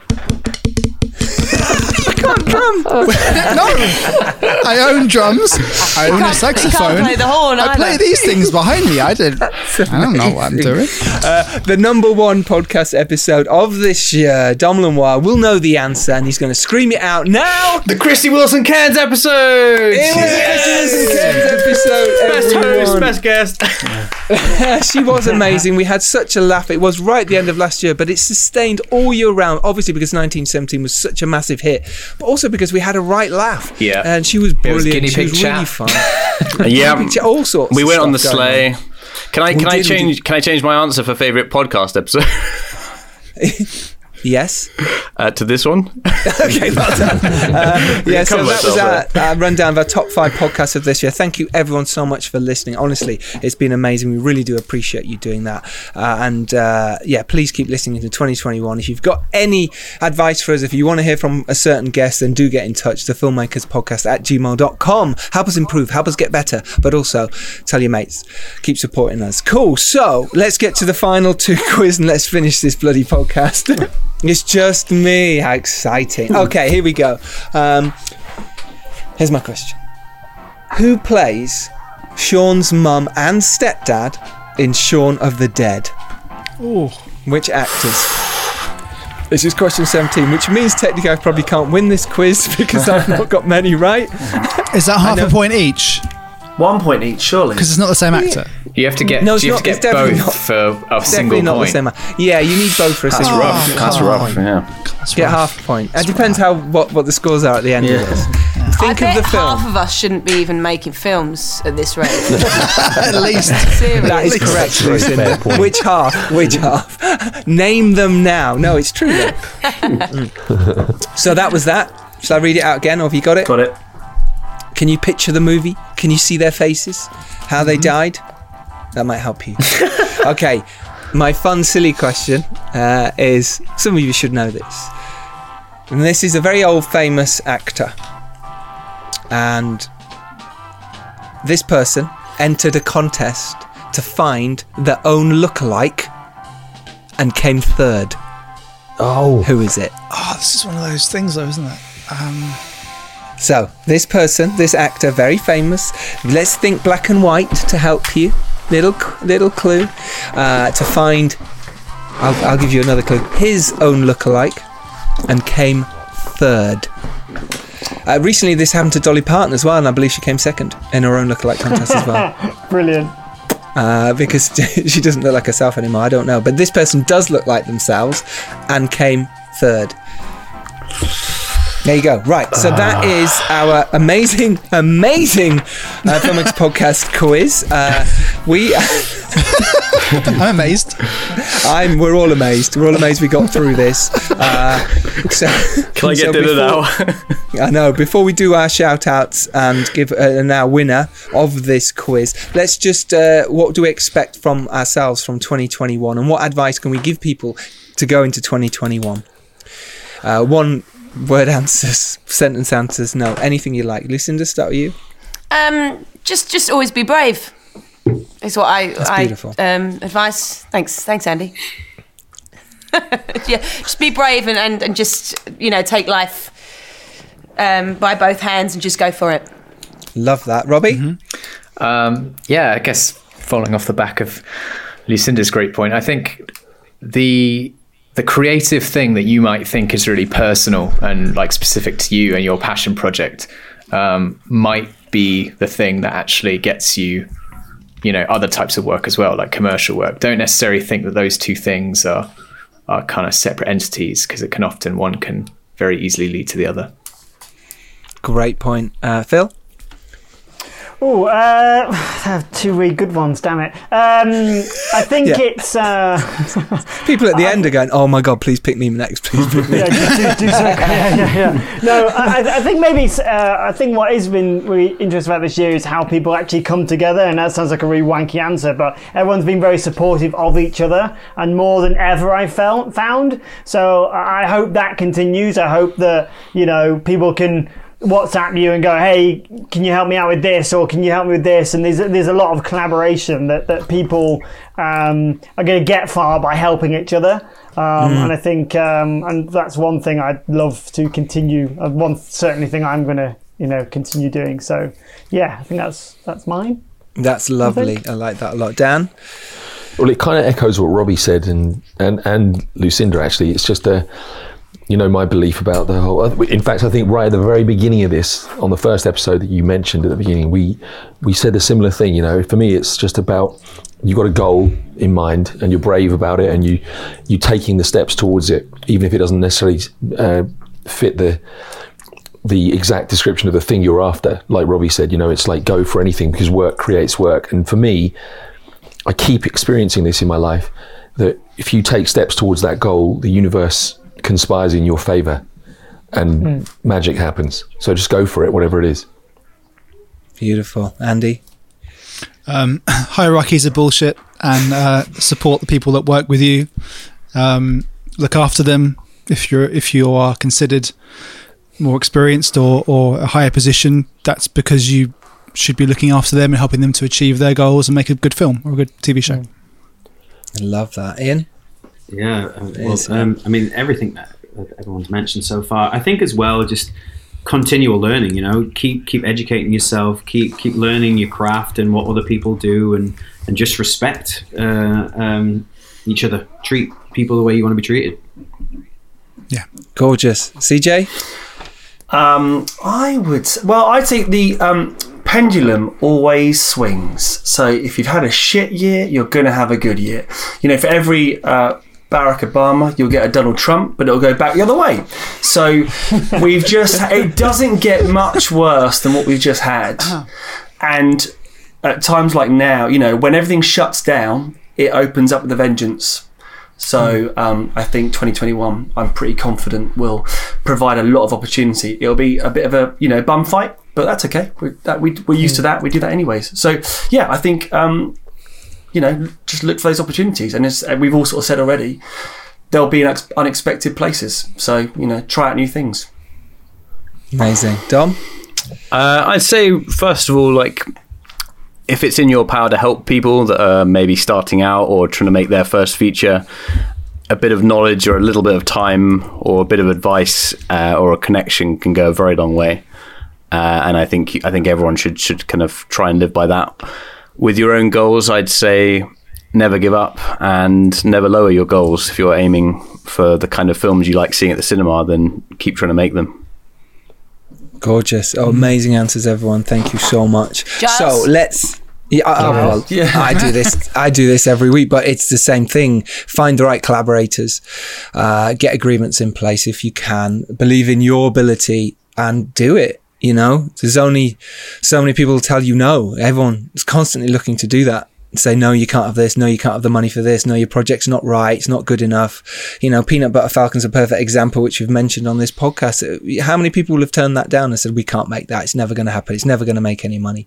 [SPEAKER 2] I can't drum.
[SPEAKER 8] no, I own drums. I own a
[SPEAKER 4] can't- you can't
[SPEAKER 8] saxophone.
[SPEAKER 4] play the horn
[SPEAKER 8] I play
[SPEAKER 4] either.
[SPEAKER 8] these things behind me. I did. I don't know what I'm doing.
[SPEAKER 2] Uh, the number one podcast episode of this year. Dom Lenoir will know the answer, and he's going to scream it out now.
[SPEAKER 3] the Christy Wilson Cans episode!
[SPEAKER 2] It was a Christmas and Kids episode.
[SPEAKER 10] best host,
[SPEAKER 2] everyone.
[SPEAKER 10] best guest.
[SPEAKER 2] she was amazing. We had such a laugh. It was right at the end of last year, but it sustained all year round. Obviously, because 1917 was such a massive hit, but also because we had a right laugh.
[SPEAKER 3] Yeah.
[SPEAKER 2] and she was brilliant.
[SPEAKER 3] guinea
[SPEAKER 2] she
[SPEAKER 3] pig
[SPEAKER 2] was really
[SPEAKER 3] chat.
[SPEAKER 2] fun.
[SPEAKER 10] yeah,
[SPEAKER 2] Guinea pig chat, all sorts.
[SPEAKER 10] we
[SPEAKER 2] of
[SPEAKER 10] went on the
[SPEAKER 2] stuff going
[SPEAKER 10] sleigh. Can I
[SPEAKER 2] We
[SPEAKER 10] can I
[SPEAKER 2] did, we
[SPEAKER 10] change can I change my answer for favorite podcast episode?
[SPEAKER 2] Yes.
[SPEAKER 10] Uh, to this one.
[SPEAKER 2] okay, well done. Uh, yeah, so
[SPEAKER 10] Cover
[SPEAKER 2] that was
[SPEAKER 10] myself
[SPEAKER 2] our, our rundown of our top five podcasts of this year. Thank you, everyone, so much for listening. Honestly, it's been amazing. We really do appreciate you doing that. Uh, and uh, yeah, please keep listening into 2021. If you've got any advice for us, if you want to hear from a certain guest, then do get in touch. The filmmakers podcast at gmail.com. Help us improve, help us get better, but also tell your mates. Keep supporting us. Cool. So let's get to the final two quiz and let's finish this bloody podcast. it's just me. How exciting. Okay, here we go. Um, here's my question Who plays Sean's mum and stepdad in Shaun of the Dead?
[SPEAKER 8] Ooh.
[SPEAKER 2] Which actors? This is question 17, which means technically I probably can't win this quiz because I've not got many right.
[SPEAKER 8] Is that half a point each?
[SPEAKER 6] One point each, surely.
[SPEAKER 8] Because it's not the same actor.
[SPEAKER 3] You have to get.
[SPEAKER 2] No, it's
[SPEAKER 3] you
[SPEAKER 2] not.
[SPEAKER 3] have to
[SPEAKER 2] It's
[SPEAKER 3] get
[SPEAKER 2] definitely
[SPEAKER 3] both
[SPEAKER 2] not.
[SPEAKER 3] for a
[SPEAKER 2] It's
[SPEAKER 3] Oh, single
[SPEAKER 2] definitely not
[SPEAKER 3] point.
[SPEAKER 2] the same. Yeah, you need both for a
[SPEAKER 3] That's
[SPEAKER 2] single
[SPEAKER 3] rough.
[SPEAKER 2] point.
[SPEAKER 8] Oh,
[SPEAKER 3] That's rough, yeah.
[SPEAKER 2] Get half point. It depends how what, what the scores are at the end of this. Think
[SPEAKER 4] I
[SPEAKER 2] of
[SPEAKER 4] bet
[SPEAKER 2] the film.
[SPEAKER 4] half of us shouldn't be even making films at this rate.
[SPEAKER 2] At least.
[SPEAKER 4] Seriously.
[SPEAKER 2] That is correct,
[SPEAKER 4] That's a very fair
[SPEAKER 2] Lucinda.
[SPEAKER 4] point.
[SPEAKER 2] Which half? Which half? Name them now. No, it's true. though. Mm. so that was that. Shall I read it out again, or have you got it?
[SPEAKER 6] Got it.
[SPEAKER 2] Can you picture the movie? Can you see their faces? How
[SPEAKER 6] Mm-hmm.
[SPEAKER 2] they died? That might help you. okay, my fun, silly question uh, is some of you should know this. And this is a very old famous actor. And this person entered a contest to find their own lookalike and came third.
[SPEAKER 5] Oh.
[SPEAKER 2] Who Ah, is it?
[SPEAKER 8] Oh, this is one of those things, though, isn't it? Um,
[SPEAKER 2] So, this person, this actor, very famous. Let's think black and white to help you. Little, c- little clue uh, to find. I'll, I'll give you another clue. His own lookalike, and came third. Uh, recently, this happened to Dolly Parton as well, and I believe she came second in her own lookalike contest as well.
[SPEAKER 7] Brilliant.
[SPEAKER 2] uh, because she doesn't look like herself anymore. I don't know, but this person does look like themselves, and came third. There you go. Right, so that is our amazing, amazing uh, Filmix podcast quiz. Uh, we,
[SPEAKER 8] I'm amazed.
[SPEAKER 2] I'm. We're all amazed. We're all amazed we got through this. Uh, so,
[SPEAKER 10] Can I get dinner now?
[SPEAKER 2] I know. Before we do our shout outs and give uh, and our winner of this quiz, let's just uh, what do we expect from ourselves from 2021 and what advice can we give people to go into 2021? Uh, one word answers, sentence answers, no, anything you like. Lucinda, start with you.
[SPEAKER 4] Um, just, just always be brave. Is what I,
[SPEAKER 2] That's
[SPEAKER 4] I
[SPEAKER 2] beautiful.
[SPEAKER 4] um, advice. Thanks, thanks, Andy. yeah, just be brave and, and, and just you know take life um, by both hands and just go for it.
[SPEAKER 2] Love that. Robbie?
[SPEAKER 3] Um, yeah, I guess following off the back of Lucinda's great point, I think the the creative thing that you might think is really personal and like specific to you and your passion project um, might be the thing that actually gets you, you know, other types of work as well, like commercial work. Don't necessarily think that those two things are are kind of separate entities because it can often one can very easily lead to the other.
[SPEAKER 2] Great point. Uh, Phil?
[SPEAKER 7] Oh, uh, I have two really good ones. Damn it! Um, I think
[SPEAKER 2] Yeah.
[SPEAKER 7] it's uh,
[SPEAKER 2] People at the end are going, oh my God, please pick me next. Please pick me.
[SPEAKER 7] yeah, do, do some, yeah, yeah, yeah. No, I, I- I think maybe it's, uh, I think what has been really interesting about this year is how people actually come together, and that sounds like a really wanky answer, but everyone's been very supportive of each other, and more than ever, I felt found. So I I hope that continues. I hope that you know people can. WhatsApp you and go, hey, can you help me out with this, or can you help me with this? And there's there's a lot of collaboration that that people um, are going to get far by helping each other. Um,
[SPEAKER 11] Mm.
[SPEAKER 7] And I think, um, and that's one thing I'd love to continue. uh, One certainly thing I'm going to, you know, continue doing. So, yeah, I think that's that's mine.
[SPEAKER 2] That's lovely. I like that a lot. Dan?
[SPEAKER 5] Well, it kind of echoes what Robbie said and, and, and Lucinda, actually. It's just a, you know, my belief about the whole. In fact, I think right at the very beginning of this, on the first episode that you mentioned at the beginning, we, we said a similar thing. You know, for me, it's just about you've got a goal in mind and you're brave about it and you, you're taking the steps towards it, even if it doesn't necessarily uh, fit the, the exact description of the thing you're after. Like Robbie said, you know, it's like go for anything because work creates work. And for me, I keep experiencing this in my life that if you take steps towards that goal, the universe conspires in your favor and
[SPEAKER 2] Mm.
[SPEAKER 5] magic happens. So just go for it, whatever it is.
[SPEAKER 2] Beautiful. Andy?
[SPEAKER 8] Um, hierarchies are bullshit, and uh, support the people that work with you. Um, look after them if you're if you are considered more experienced or or a higher position. That's because you should be looking after them and helping them to achieve their goals and make a good film or a good TV show.
[SPEAKER 2] I love that. Ian?
[SPEAKER 9] Yeah, uh, well,
[SPEAKER 2] Yes.
[SPEAKER 9] um, I mean everything that everyone's mentioned so far. I think as well, just continual learning. You know, keep keep educating yourself, keep keep learning your craft and what other people do, and and just respect uh, um, each other. Treat people the way you want to be treated.
[SPEAKER 2] Gorgeous. CJ?
[SPEAKER 6] Um, I would. Well, I think the um, pendulum always swings. So if you've had a shit year, you're going to have a good year. You know, for every uh, Barack Obama, you'll get a Donald Trump, but it'll go back the other way. So we've just. It doesn't get much worse than what we've just had. And at times like now, you know, when everything shuts down, it opens up with a vengeance. So um, I think 2021, I'm pretty confident, will provide a lot of opportunity. It'll be a bit of a you know bum fight, but that's okay. We're, that, we, we're used to that. We do that anyways. So yeah, I think um, you know just look for those opportunities. And as uh, we've all sort of said already, they'll be in ex- unexpected places. So you know, try out new things.
[SPEAKER 2] Amazing. Dom?
[SPEAKER 10] Uh, I'd say first of all, like if it's in your power to help people that are maybe starting out or trying to make their first feature, a bit of knowledge or a little bit of time or a bit of advice uh, or a connection can go a very long way. Uh, and I think I think everyone should should kind of try and live by that. With your own goals, I'd say never give up and never lower your goals. If you're aiming for the kind of films you like seeing at the cinema, then keep trying to make them.
[SPEAKER 2] Gorgeous. Oh, amazing answers, everyone. Thank you so much.
[SPEAKER 3] Giles?
[SPEAKER 2] So let's. Yeah, I, I-
[SPEAKER 3] Giles.
[SPEAKER 2] well,
[SPEAKER 3] Yeah.
[SPEAKER 2] I do this. I do this every week, but it's the same thing. Find the right collaborators, uh, get agreements in place if you can. Believe in your ability and do it. You know, there's only so many people tell you no. Everyone is constantly looking to do that. Say no, you can't have this. No, you can't have the money for this. No, your project's not right. It's not good enough. You know, Peanut Butter Falcon's a perfect example, which we've mentioned on this podcast. Uh, How many people have turned that down and said we can't make that? It's never going to happen. It's never going to make any money.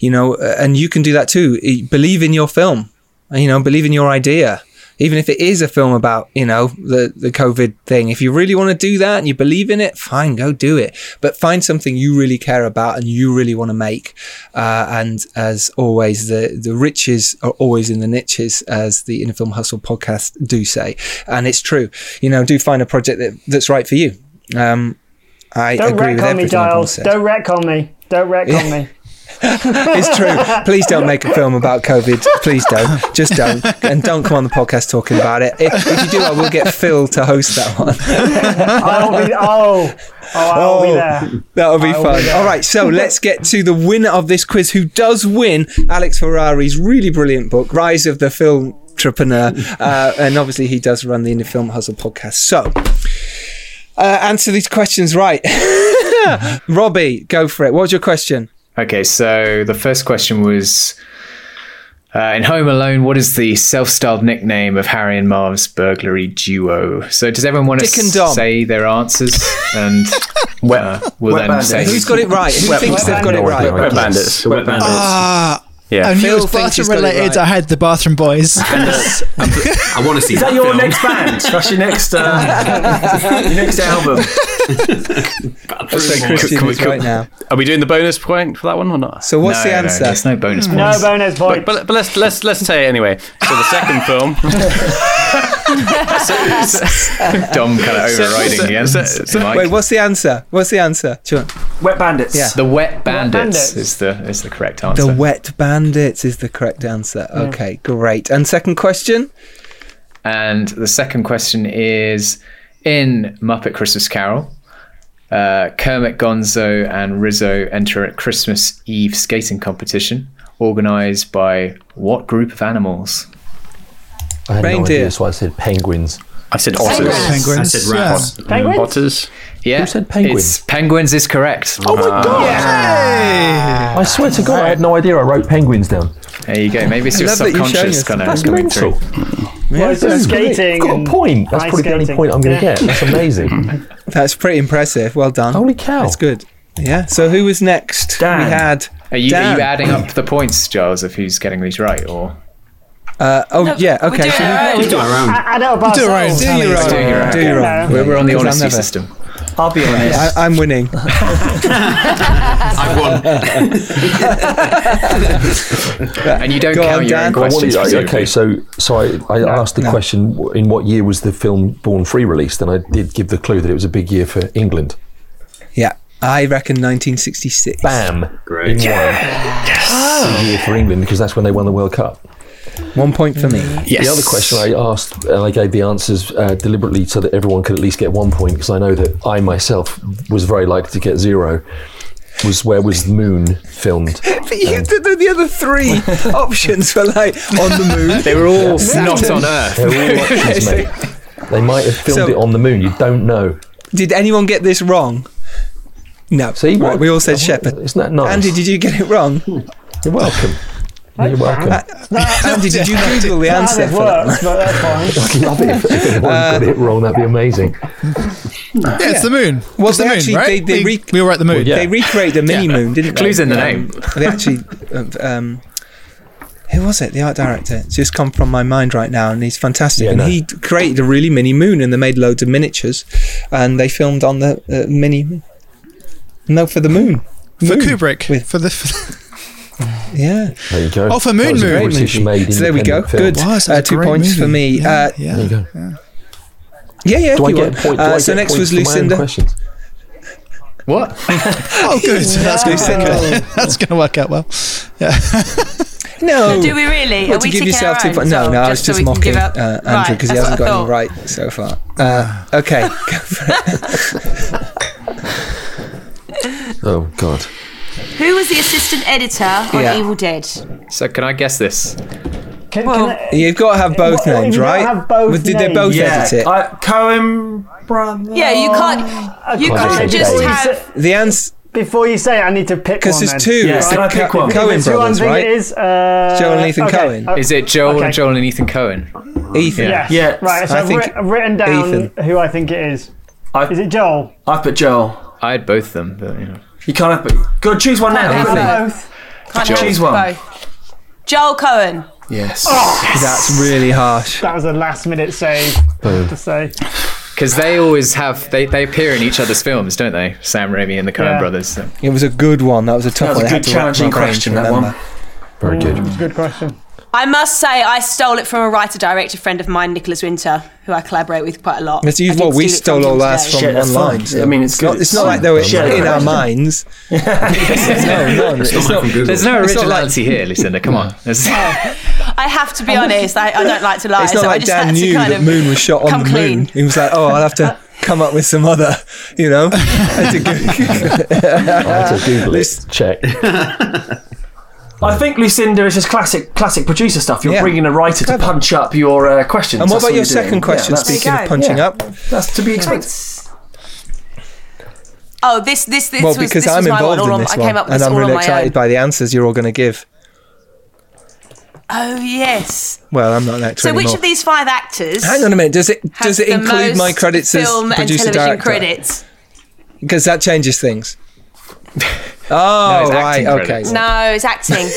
[SPEAKER 2] You know, uh, and you can do that too. E- Believe in your film. And, You know, believe in your idea. Even if it is a film about, you know, the, the COVID thing, if you really want to do that and you believe in it, fine, go do it. But find something you really care about and you really want to make. Uh, and as always, the, the riches are always in the niches, as the Inner Film Hustle podcast do say. And it's true. You know, do find a project that, that's right for you. Um, I
[SPEAKER 7] Don't
[SPEAKER 2] agree
[SPEAKER 7] wreck
[SPEAKER 2] with
[SPEAKER 7] on me,
[SPEAKER 2] everything everyone
[SPEAKER 7] Giles.
[SPEAKER 2] said.
[SPEAKER 7] Don't wreck on me. Don't wreck on me.
[SPEAKER 2] it's true. Please don't make a film about COVID. Please don't. Just don't. And don't come on the podcast talking about it. If, if you do, I will get Phil to host that one.
[SPEAKER 7] I'll be. Oh, oh, I'll be there.
[SPEAKER 2] That'll be
[SPEAKER 7] I'll
[SPEAKER 2] fun.
[SPEAKER 7] be there.
[SPEAKER 2] All right, so let's get to the winner of this quiz, who does win Alex Ferrari's really brilliant book, Rise of the Film Entrepreneur. Uh, and obviously, he does run the Indie Film Hustle podcast. So, uh, answer these questions right. Robbie, go for it. What was your question?
[SPEAKER 3] Okay, so the first question was uh, in Home Alone, what is the self styled nickname of Harry and Marv's burglary duo? So does everyone want to
[SPEAKER 2] Dick and Dom.
[SPEAKER 3] say their answers? And uh, we'll
[SPEAKER 2] Wet
[SPEAKER 3] then
[SPEAKER 2] Bandits.
[SPEAKER 3] say.
[SPEAKER 2] Who's got it right? Who Wet thinks they've got it right?
[SPEAKER 3] Wet Bandits.
[SPEAKER 9] The Wet Bandits.
[SPEAKER 8] Ah,
[SPEAKER 3] Yeah.
[SPEAKER 8] I knew
[SPEAKER 2] Phil
[SPEAKER 8] it was
[SPEAKER 2] thinks he's
[SPEAKER 8] bathroom
[SPEAKER 2] got it
[SPEAKER 8] related.
[SPEAKER 2] right.
[SPEAKER 8] I had the bathroom boys.
[SPEAKER 9] uh, I want to see
[SPEAKER 6] Is that
[SPEAKER 9] that
[SPEAKER 6] your
[SPEAKER 9] film.
[SPEAKER 6] next band? That's your next uh, your next album.
[SPEAKER 2] So Christian is right now.
[SPEAKER 10] Are we doing the bonus point for that one or not?
[SPEAKER 2] So what's
[SPEAKER 3] No,
[SPEAKER 2] the
[SPEAKER 3] no,
[SPEAKER 2] answer?
[SPEAKER 3] there's no bonus points.
[SPEAKER 7] No bonus
[SPEAKER 10] But,
[SPEAKER 7] point.
[SPEAKER 10] but, but let's let's let's say it anyway. So the second film,
[SPEAKER 3] Dom kind of overriding the answer. Mike.
[SPEAKER 2] Wait, what's the answer? What's the answer? Do you want-
[SPEAKER 6] Wet Bandits.
[SPEAKER 2] Yeah.
[SPEAKER 3] the Wet Bandits,
[SPEAKER 7] Bandits.
[SPEAKER 3] is the is the correct answer.
[SPEAKER 2] The Wet Bandits is the correct answer. Okay, great. And second question?
[SPEAKER 3] And the second question is in Muppet Christmas Carol, uh, Kermit Gonzo and Rizzo enter a Christmas Eve skating competition organized by what group of animals?
[SPEAKER 5] I had no
[SPEAKER 2] Reindeer.
[SPEAKER 5] idea, so I said penguins.
[SPEAKER 10] I said otters.
[SPEAKER 4] Penguins.
[SPEAKER 9] I
[SPEAKER 8] Penguins.
[SPEAKER 9] said rats.
[SPEAKER 7] Penguins?
[SPEAKER 10] Otters.
[SPEAKER 3] Yeah,
[SPEAKER 5] Who said penguins?
[SPEAKER 3] It's penguins is correct. Oh my god!
[SPEAKER 5] Ah. I swear to God, I had no idea I wrote penguins down.
[SPEAKER 3] There you go. Maybe it's
[SPEAKER 2] I
[SPEAKER 3] your
[SPEAKER 2] love that you're showing
[SPEAKER 3] subconscious
[SPEAKER 2] us.
[SPEAKER 3] kind of
[SPEAKER 5] That's
[SPEAKER 3] coming through.
[SPEAKER 5] mental.
[SPEAKER 7] Well, it's just skating.
[SPEAKER 5] I've got a
[SPEAKER 7] and
[SPEAKER 5] point. That's
[SPEAKER 7] ice
[SPEAKER 5] probably the only
[SPEAKER 7] skating.
[SPEAKER 5] point I'm going to
[SPEAKER 7] Yeah.
[SPEAKER 5] get. That's amazing.
[SPEAKER 2] That's pretty impressive. Well done. Holy cow. That's good. Yeah. So who was next? We had.
[SPEAKER 3] Are you,
[SPEAKER 2] Dan.
[SPEAKER 3] are you adding up the points, Giles, of who's getting these right, or?
[SPEAKER 2] Uh, oh yeah. Okay. so we-
[SPEAKER 7] I, I know about
[SPEAKER 2] Do your own. Do your own. Do your own.
[SPEAKER 3] We're, we're on the
[SPEAKER 2] Because I'm
[SPEAKER 3] honesty
[SPEAKER 2] never-
[SPEAKER 3] system.
[SPEAKER 6] I'll be honest.
[SPEAKER 2] I, I'm winning. I've
[SPEAKER 9] won.
[SPEAKER 3] and you don't count your own questions.
[SPEAKER 5] Well, what-
[SPEAKER 3] presumably.
[SPEAKER 5] okay, so so I, I asked the question w- in what year was the film Born Free released, and I did give the clue that it was a big year for England.
[SPEAKER 2] Yeah. I reckon 1966.
[SPEAKER 5] Bam.
[SPEAKER 9] Great.
[SPEAKER 5] Yes.
[SPEAKER 3] Oh.
[SPEAKER 5] Big year for England because that's when they won the World Cup.
[SPEAKER 2] One point for me.
[SPEAKER 5] The other question I asked, and I gave the answers uh, deliberately so that everyone could at least get one point, because I know that I myself was very likely to get zero. Was where was Moon filmed?
[SPEAKER 2] But you, the, the- the other three options were like on the moon.
[SPEAKER 3] They were all
[SPEAKER 2] Saturn.
[SPEAKER 5] They're all options, mate. They might have filmed
[SPEAKER 2] So-
[SPEAKER 5] it on the moon. You don't know.
[SPEAKER 2] Did anyone get this wrong? No. See, right, we all said Shepherd.
[SPEAKER 5] Oh, Isn't that nice?
[SPEAKER 2] Andy, did you get it wrong? Uh,
[SPEAKER 5] You're welcome. You're welcome.
[SPEAKER 2] Andy, did you Google the
[SPEAKER 7] Not how
[SPEAKER 2] answer
[SPEAKER 7] this
[SPEAKER 2] for that?
[SPEAKER 7] works, but that's fine.
[SPEAKER 5] I'd love it if everyone
[SPEAKER 3] Uh,
[SPEAKER 5] got it wrong. That'd be amazing.
[SPEAKER 8] Yeah, it's the moon.
[SPEAKER 2] Was
[SPEAKER 8] It's the moon,
[SPEAKER 2] actually,
[SPEAKER 8] right?
[SPEAKER 2] They, they
[SPEAKER 8] We-
[SPEAKER 2] re-
[SPEAKER 8] we were at the moon.
[SPEAKER 2] They recreated a mini moon, didn't they?
[SPEAKER 3] Clues in the
[SPEAKER 2] Um,
[SPEAKER 3] name.
[SPEAKER 2] They actually. Um, um, who was it? The art director. It's just come from my mind right now, and he's fantastic.
[SPEAKER 5] Yeah,
[SPEAKER 2] and
[SPEAKER 5] no.
[SPEAKER 2] he created a really mini moon, and they made loads of miniatures, and they filmed on the uh, mini. moon. No, for the moon.
[SPEAKER 8] for
[SPEAKER 2] Moon.
[SPEAKER 8] Kubrick for the
[SPEAKER 2] Yeah.
[SPEAKER 5] There you go.
[SPEAKER 8] Oh, for
[SPEAKER 5] That
[SPEAKER 8] Moon
[SPEAKER 5] was a
[SPEAKER 8] Moon.
[SPEAKER 5] British made
[SPEAKER 2] So there we go.
[SPEAKER 5] independent film.
[SPEAKER 2] Good.
[SPEAKER 8] Wow, so
[SPEAKER 2] Uh,
[SPEAKER 8] it's a
[SPEAKER 2] two
[SPEAKER 8] great
[SPEAKER 2] points
[SPEAKER 8] movie.
[SPEAKER 2] for me. Uh,
[SPEAKER 8] Yeah, yeah.
[SPEAKER 5] There you go.
[SPEAKER 2] yeah, yeah. if
[SPEAKER 5] Do I
[SPEAKER 2] you
[SPEAKER 5] get a
[SPEAKER 2] want.
[SPEAKER 5] point? Do
[SPEAKER 2] Uh,
[SPEAKER 5] I
[SPEAKER 2] so
[SPEAKER 5] get
[SPEAKER 2] next
[SPEAKER 5] points
[SPEAKER 2] was
[SPEAKER 5] for my own
[SPEAKER 2] Lucinda.
[SPEAKER 5] questions?
[SPEAKER 3] What?
[SPEAKER 8] Oh, good. That's going
[SPEAKER 2] Lucinda.
[SPEAKER 8] to that's going to work out well.
[SPEAKER 2] No.
[SPEAKER 4] Do we really?
[SPEAKER 2] Well,
[SPEAKER 4] Are
[SPEAKER 2] to
[SPEAKER 4] we
[SPEAKER 2] give
[SPEAKER 4] taking
[SPEAKER 2] yourself
[SPEAKER 4] our
[SPEAKER 2] two
[SPEAKER 4] own
[SPEAKER 2] points. No,
[SPEAKER 4] as
[SPEAKER 2] no,
[SPEAKER 4] well,
[SPEAKER 2] I was
[SPEAKER 4] so
[SPEAKER 2] just
[SPEAKER 4] we can
[SPEAKER 2] mocking
[SPEAKER 4] give
[SPEAKER 2] uh,
[SPEAKER 4] out-
[SPEAKER 2] Andrew because he
[SPEAKER 4] that's
[SPEAKER 2] hasn't
[SPEAKER 4] what I
[SPEAKER 2] got any
[SPEAKER 4] thought.
[SPEAKER 2] right so far. Uh, okay, go for it.
[SPEAKER 5] Oh God.
[SPEAKER 4] Who was the assistant editor on
[SPEAKER 2] Yeah.
[SPEAKER 4] Evil Dead?
[SPEAKER 3] So can I guess this?
[SPEAKER 7] Can,
[SPEAKER 4] Well-
[SPEAKER 7] can I,
[SPEAKER 2] You've got to have both
[SPEAKER 7] Well,
[SPEAKER 2] names,
[SPEAKER 7] you don't
[SPEAKER 2] right?
[SPEAKER 7] have both
[SPEAKER 2] But did they
[SPEAKER 7] names.
[SPEAKER 2] both
[SPEAKER 6] yeah,
[SPEAKER 2] edit it?
[SPEAKER 6] I, Cohen brother.
[SPEAKER 4] Yeah, you can't. You
[SPEAKER 5] can't
[SPEAKER 4] can't
[SPEAKER 5] say
[SPEAKER 4] just
[SPEAKER 5] Dave.
[SPEAKER 4] have.
[SPEAKER 2] the answer.
[SPEAKER 7] before you say, it, I need to pick
[SPEAKER 2] 'Cause
[SPEAKER 7] one.
[SPEAKER 2] there's
[SPEAKER 7] then.
[SPEAKER 2] two,
[SPEAKER 6] Yeah,
[SPEAKER 2] it's
[SPEAKER 6] can I pick one?
[SPEAKER 2] Coen
[SPEAKER 7] If it's who I
[SPEAKER 2] brothers,
[SPEAKER 7] think
[SPEAKER 2] right?
[SPEAKER 7] It is, uh,
[SPEAKER 2] Joel and Ethan
[SPEAKER 7] okay.
[SPEAKER 2] Coen.
[SPEAKER 7] Uh,
[SPEAKER 3] Is it Joel
[SPEAKER 7] okay.
[SPEAKER 3] and Joel and Ethan Cohen?
[SPEAKER 2] Ethan.
[SPEAKER 7] Yeah.
[SPEAKER 6] Yeah.
[SPEAKER 7] Right. So
[SPEAKER 2] I
[SPEAKER 7] I've,
[SPEAKER 2] think
[SPEAKER 7] writ- I've written down
[SPEAKER 2] Ethan.
[SPEAKER 7] who I think it is.
[SPEAKER 6] I-
[SPEAKER 7] Is it Joel?
[SPEAKER 6] I put Joel.
[SPEAKER 3] I had both of them, but you know.
[SPEAKER 6] You can't have. both. Go on, choose one now.
[SPEAKER 4] have
[SPEAKER 6] quickly.
[SPEAKER 4] both. Can't have
[SPEAKER 6] Choose one.
[SPEAKER 4] both. Joel Cohen.
[SPEAKER 6] Yes.
[SPEAKER 2] Oh, That's really harsh.
[SPEAKER 7] That was a last minute save
[SPEAKER 5] Boom.
[SPEAKER 7] to say.
[SPEAKER 3] Because they always have they, they appear in each other's films, don't they? Sam Raimi and the Coen
[SPEAKER 7] Yeah.
[SPEAKER 3] brothers. so-
[SPEAKER 2] It was a good one. That was a
[SPEAKER 6] That
[SPEAKER 2] tough
[SPEAKER 6] was
[SPEAKER 2] one.
[SPEAKER 6] a
[SPEAKER 2] I had
[SPEAKER 6] good,
[SPEAKER 2] to rack my
[SPEAKER 6] challenging
[SPEAKER 2] brain to
[SPEAKER 6] question. That
[SPEAKER 2] remember.
[SPEAKER 6] one. Mm,
[SPEAKER 5] Very good.
[SPEAKER 7] It's a good question.
[SPEAKER 4] I must say, I stole it from a writer director friend of mine, Nicholas Winter, who I collaborate with quite a lot.
[SPEAKER 2] That's
[SPEAKER 4] I
[SPEAKER 2] usually
[SPEAKER 4] did
[SPEAKER 2] what we
[SPEAKER 4] steal it
[SPEAKER 2] stole
[SPEAKER 4] from
[SPEAKER 2] all
[SPEAKER 4] him
[SPEAKER 2] ours
[SPEAKER 4] today.
[SPEAKER 2] from
[SPEAKER 6] Shit, that's
[SPEAKER 2] online.
[SPEAKER 6] fine.
[SPEAKER 2] so
[SPEAKER 6] I mean, it's
[SPEAKER 2] not,
[SPEAKER 6] good.
[SPEAKER 2] it's not like they were
[SPEAKER 6] Shit,
[SPEAKER 2] in our
[SPEAKER 6] that's
[SPEAKER 2] minds. no, no, it's not.
[SPEAKER 3] There's no
[SPEAKER 2] It's not like-
[SPEAKER 3] originality here, Lucinda. Come on. There's-
[SPEAKER 4] I have to be honest. I, I don't like to lie.
[SPEAKER 2] It's not
[SPEAKER 4] so I
[SPEAKER 2] like
[SPEAKER 4] just
[SPEAKER 2] Dan
[SPEAKER 4] had to
[SPEAKER 2] knew
[SPEAKER 4] kind
[SPEAKER 2] that
[SPEAKER 4] of
[SPEAKER 2] Moon was shot on
[SPEAKER 4] come
[SPEAKER 2] the
[SPEAKER 4] clean.
[SPEAKER 2] moon. He was like, "Oh, I'll have to come up with some other," you know. had to go-
[SPEAKER 5] I had to Google
[SPEAKER 2] This-
[SPEAKER 5] it. Check.
[SPEAKER 6] I think Lucinda is just classic, classic producer stuff. You're
[SPEAKER 2] Yeah.
[SPEAKER 6] bringing a writer to
[SPEAKER 2] Clever.
[SPEAKER 6] punch up your uh, questions.
[SPEAKER 2] and what
[SPEAKER 6] That's
[SPEAKER 2] about your
[SPEAKER 6] you're doing.
[SPEAKER 2] second
[SPEAKER 6] Yeah,
[SPEAKER 2] question?
[SPEAKER 6] that's-
[SPEAKER 2] speaking
[SPEAKER 4] There
[SPEAKER 2] of
[SPEAKER 4] you go.
[SPEAKER 2] punching
[SPEAKER 6] yeah,
[SPEAKER 2] up,
[SPEAKER 6] that's to be expected.
[SPEAKER 4] Oh, this this this
[SPEAKER 2] well,
[SPEAKER 4] was
[SPEAKER 2] because
[SPEAKER 4] this
[SPEAKER 2] I'm
[SPEAKER 4] was my
[SPEAKER 2] involved
[SPEAKER 4] one. All
[SPEAKER 2] in
[SPEAKER 4] on,
[SPEAKER 2] this
[SPEAKER 4] I
[SPEAKER 2] one,
[SPEAKER 4] came up with
[SPEAKER 2] and
[SPEAKER 4] this
[SPEAKER 2] I'm
[SPEAKER 4] all
[SPEAKER 2] really
[SPEAKER 4] on my
[SPEAKER 2] excited
[SPEAKER 4] own.
[SPEAKER 2] by the answers you're all going to give.
[SPEAKER 4] oh yes.
[SPEAKER 2] Well, I'm not an actor
[SPEAKER 4] So,
[SPEAKER 2] anymore.
[SPEAKER 4] which of these five actors?
[SPEAKER 2] Hang on a minute. Does it
[SPEAKER 4] has
[SPEAKER 2] does it
[SPEAKER 4] the
[SPEAKER 2] include
[SPEAKER 4] most
[SPEAKER 2] my credits as
[SPEAKER 4] film and
[SPEAKER 2] producer
[SPEAKER 4] television
[SPEAKER 2] director?
[SPEAKER 4] credits?
[SPEAKER 2] Because that changes things.
[SPEAKER 3] No,
[SPEAKER 2] Oh
[SPEAKER 3] it's
[SPEAKER 2] right,
[SPEAKER 3] acting
[SPEAKER 2] okay.
[SPEAKER 3] credits.
[SPEAKER 4] No, it's acting.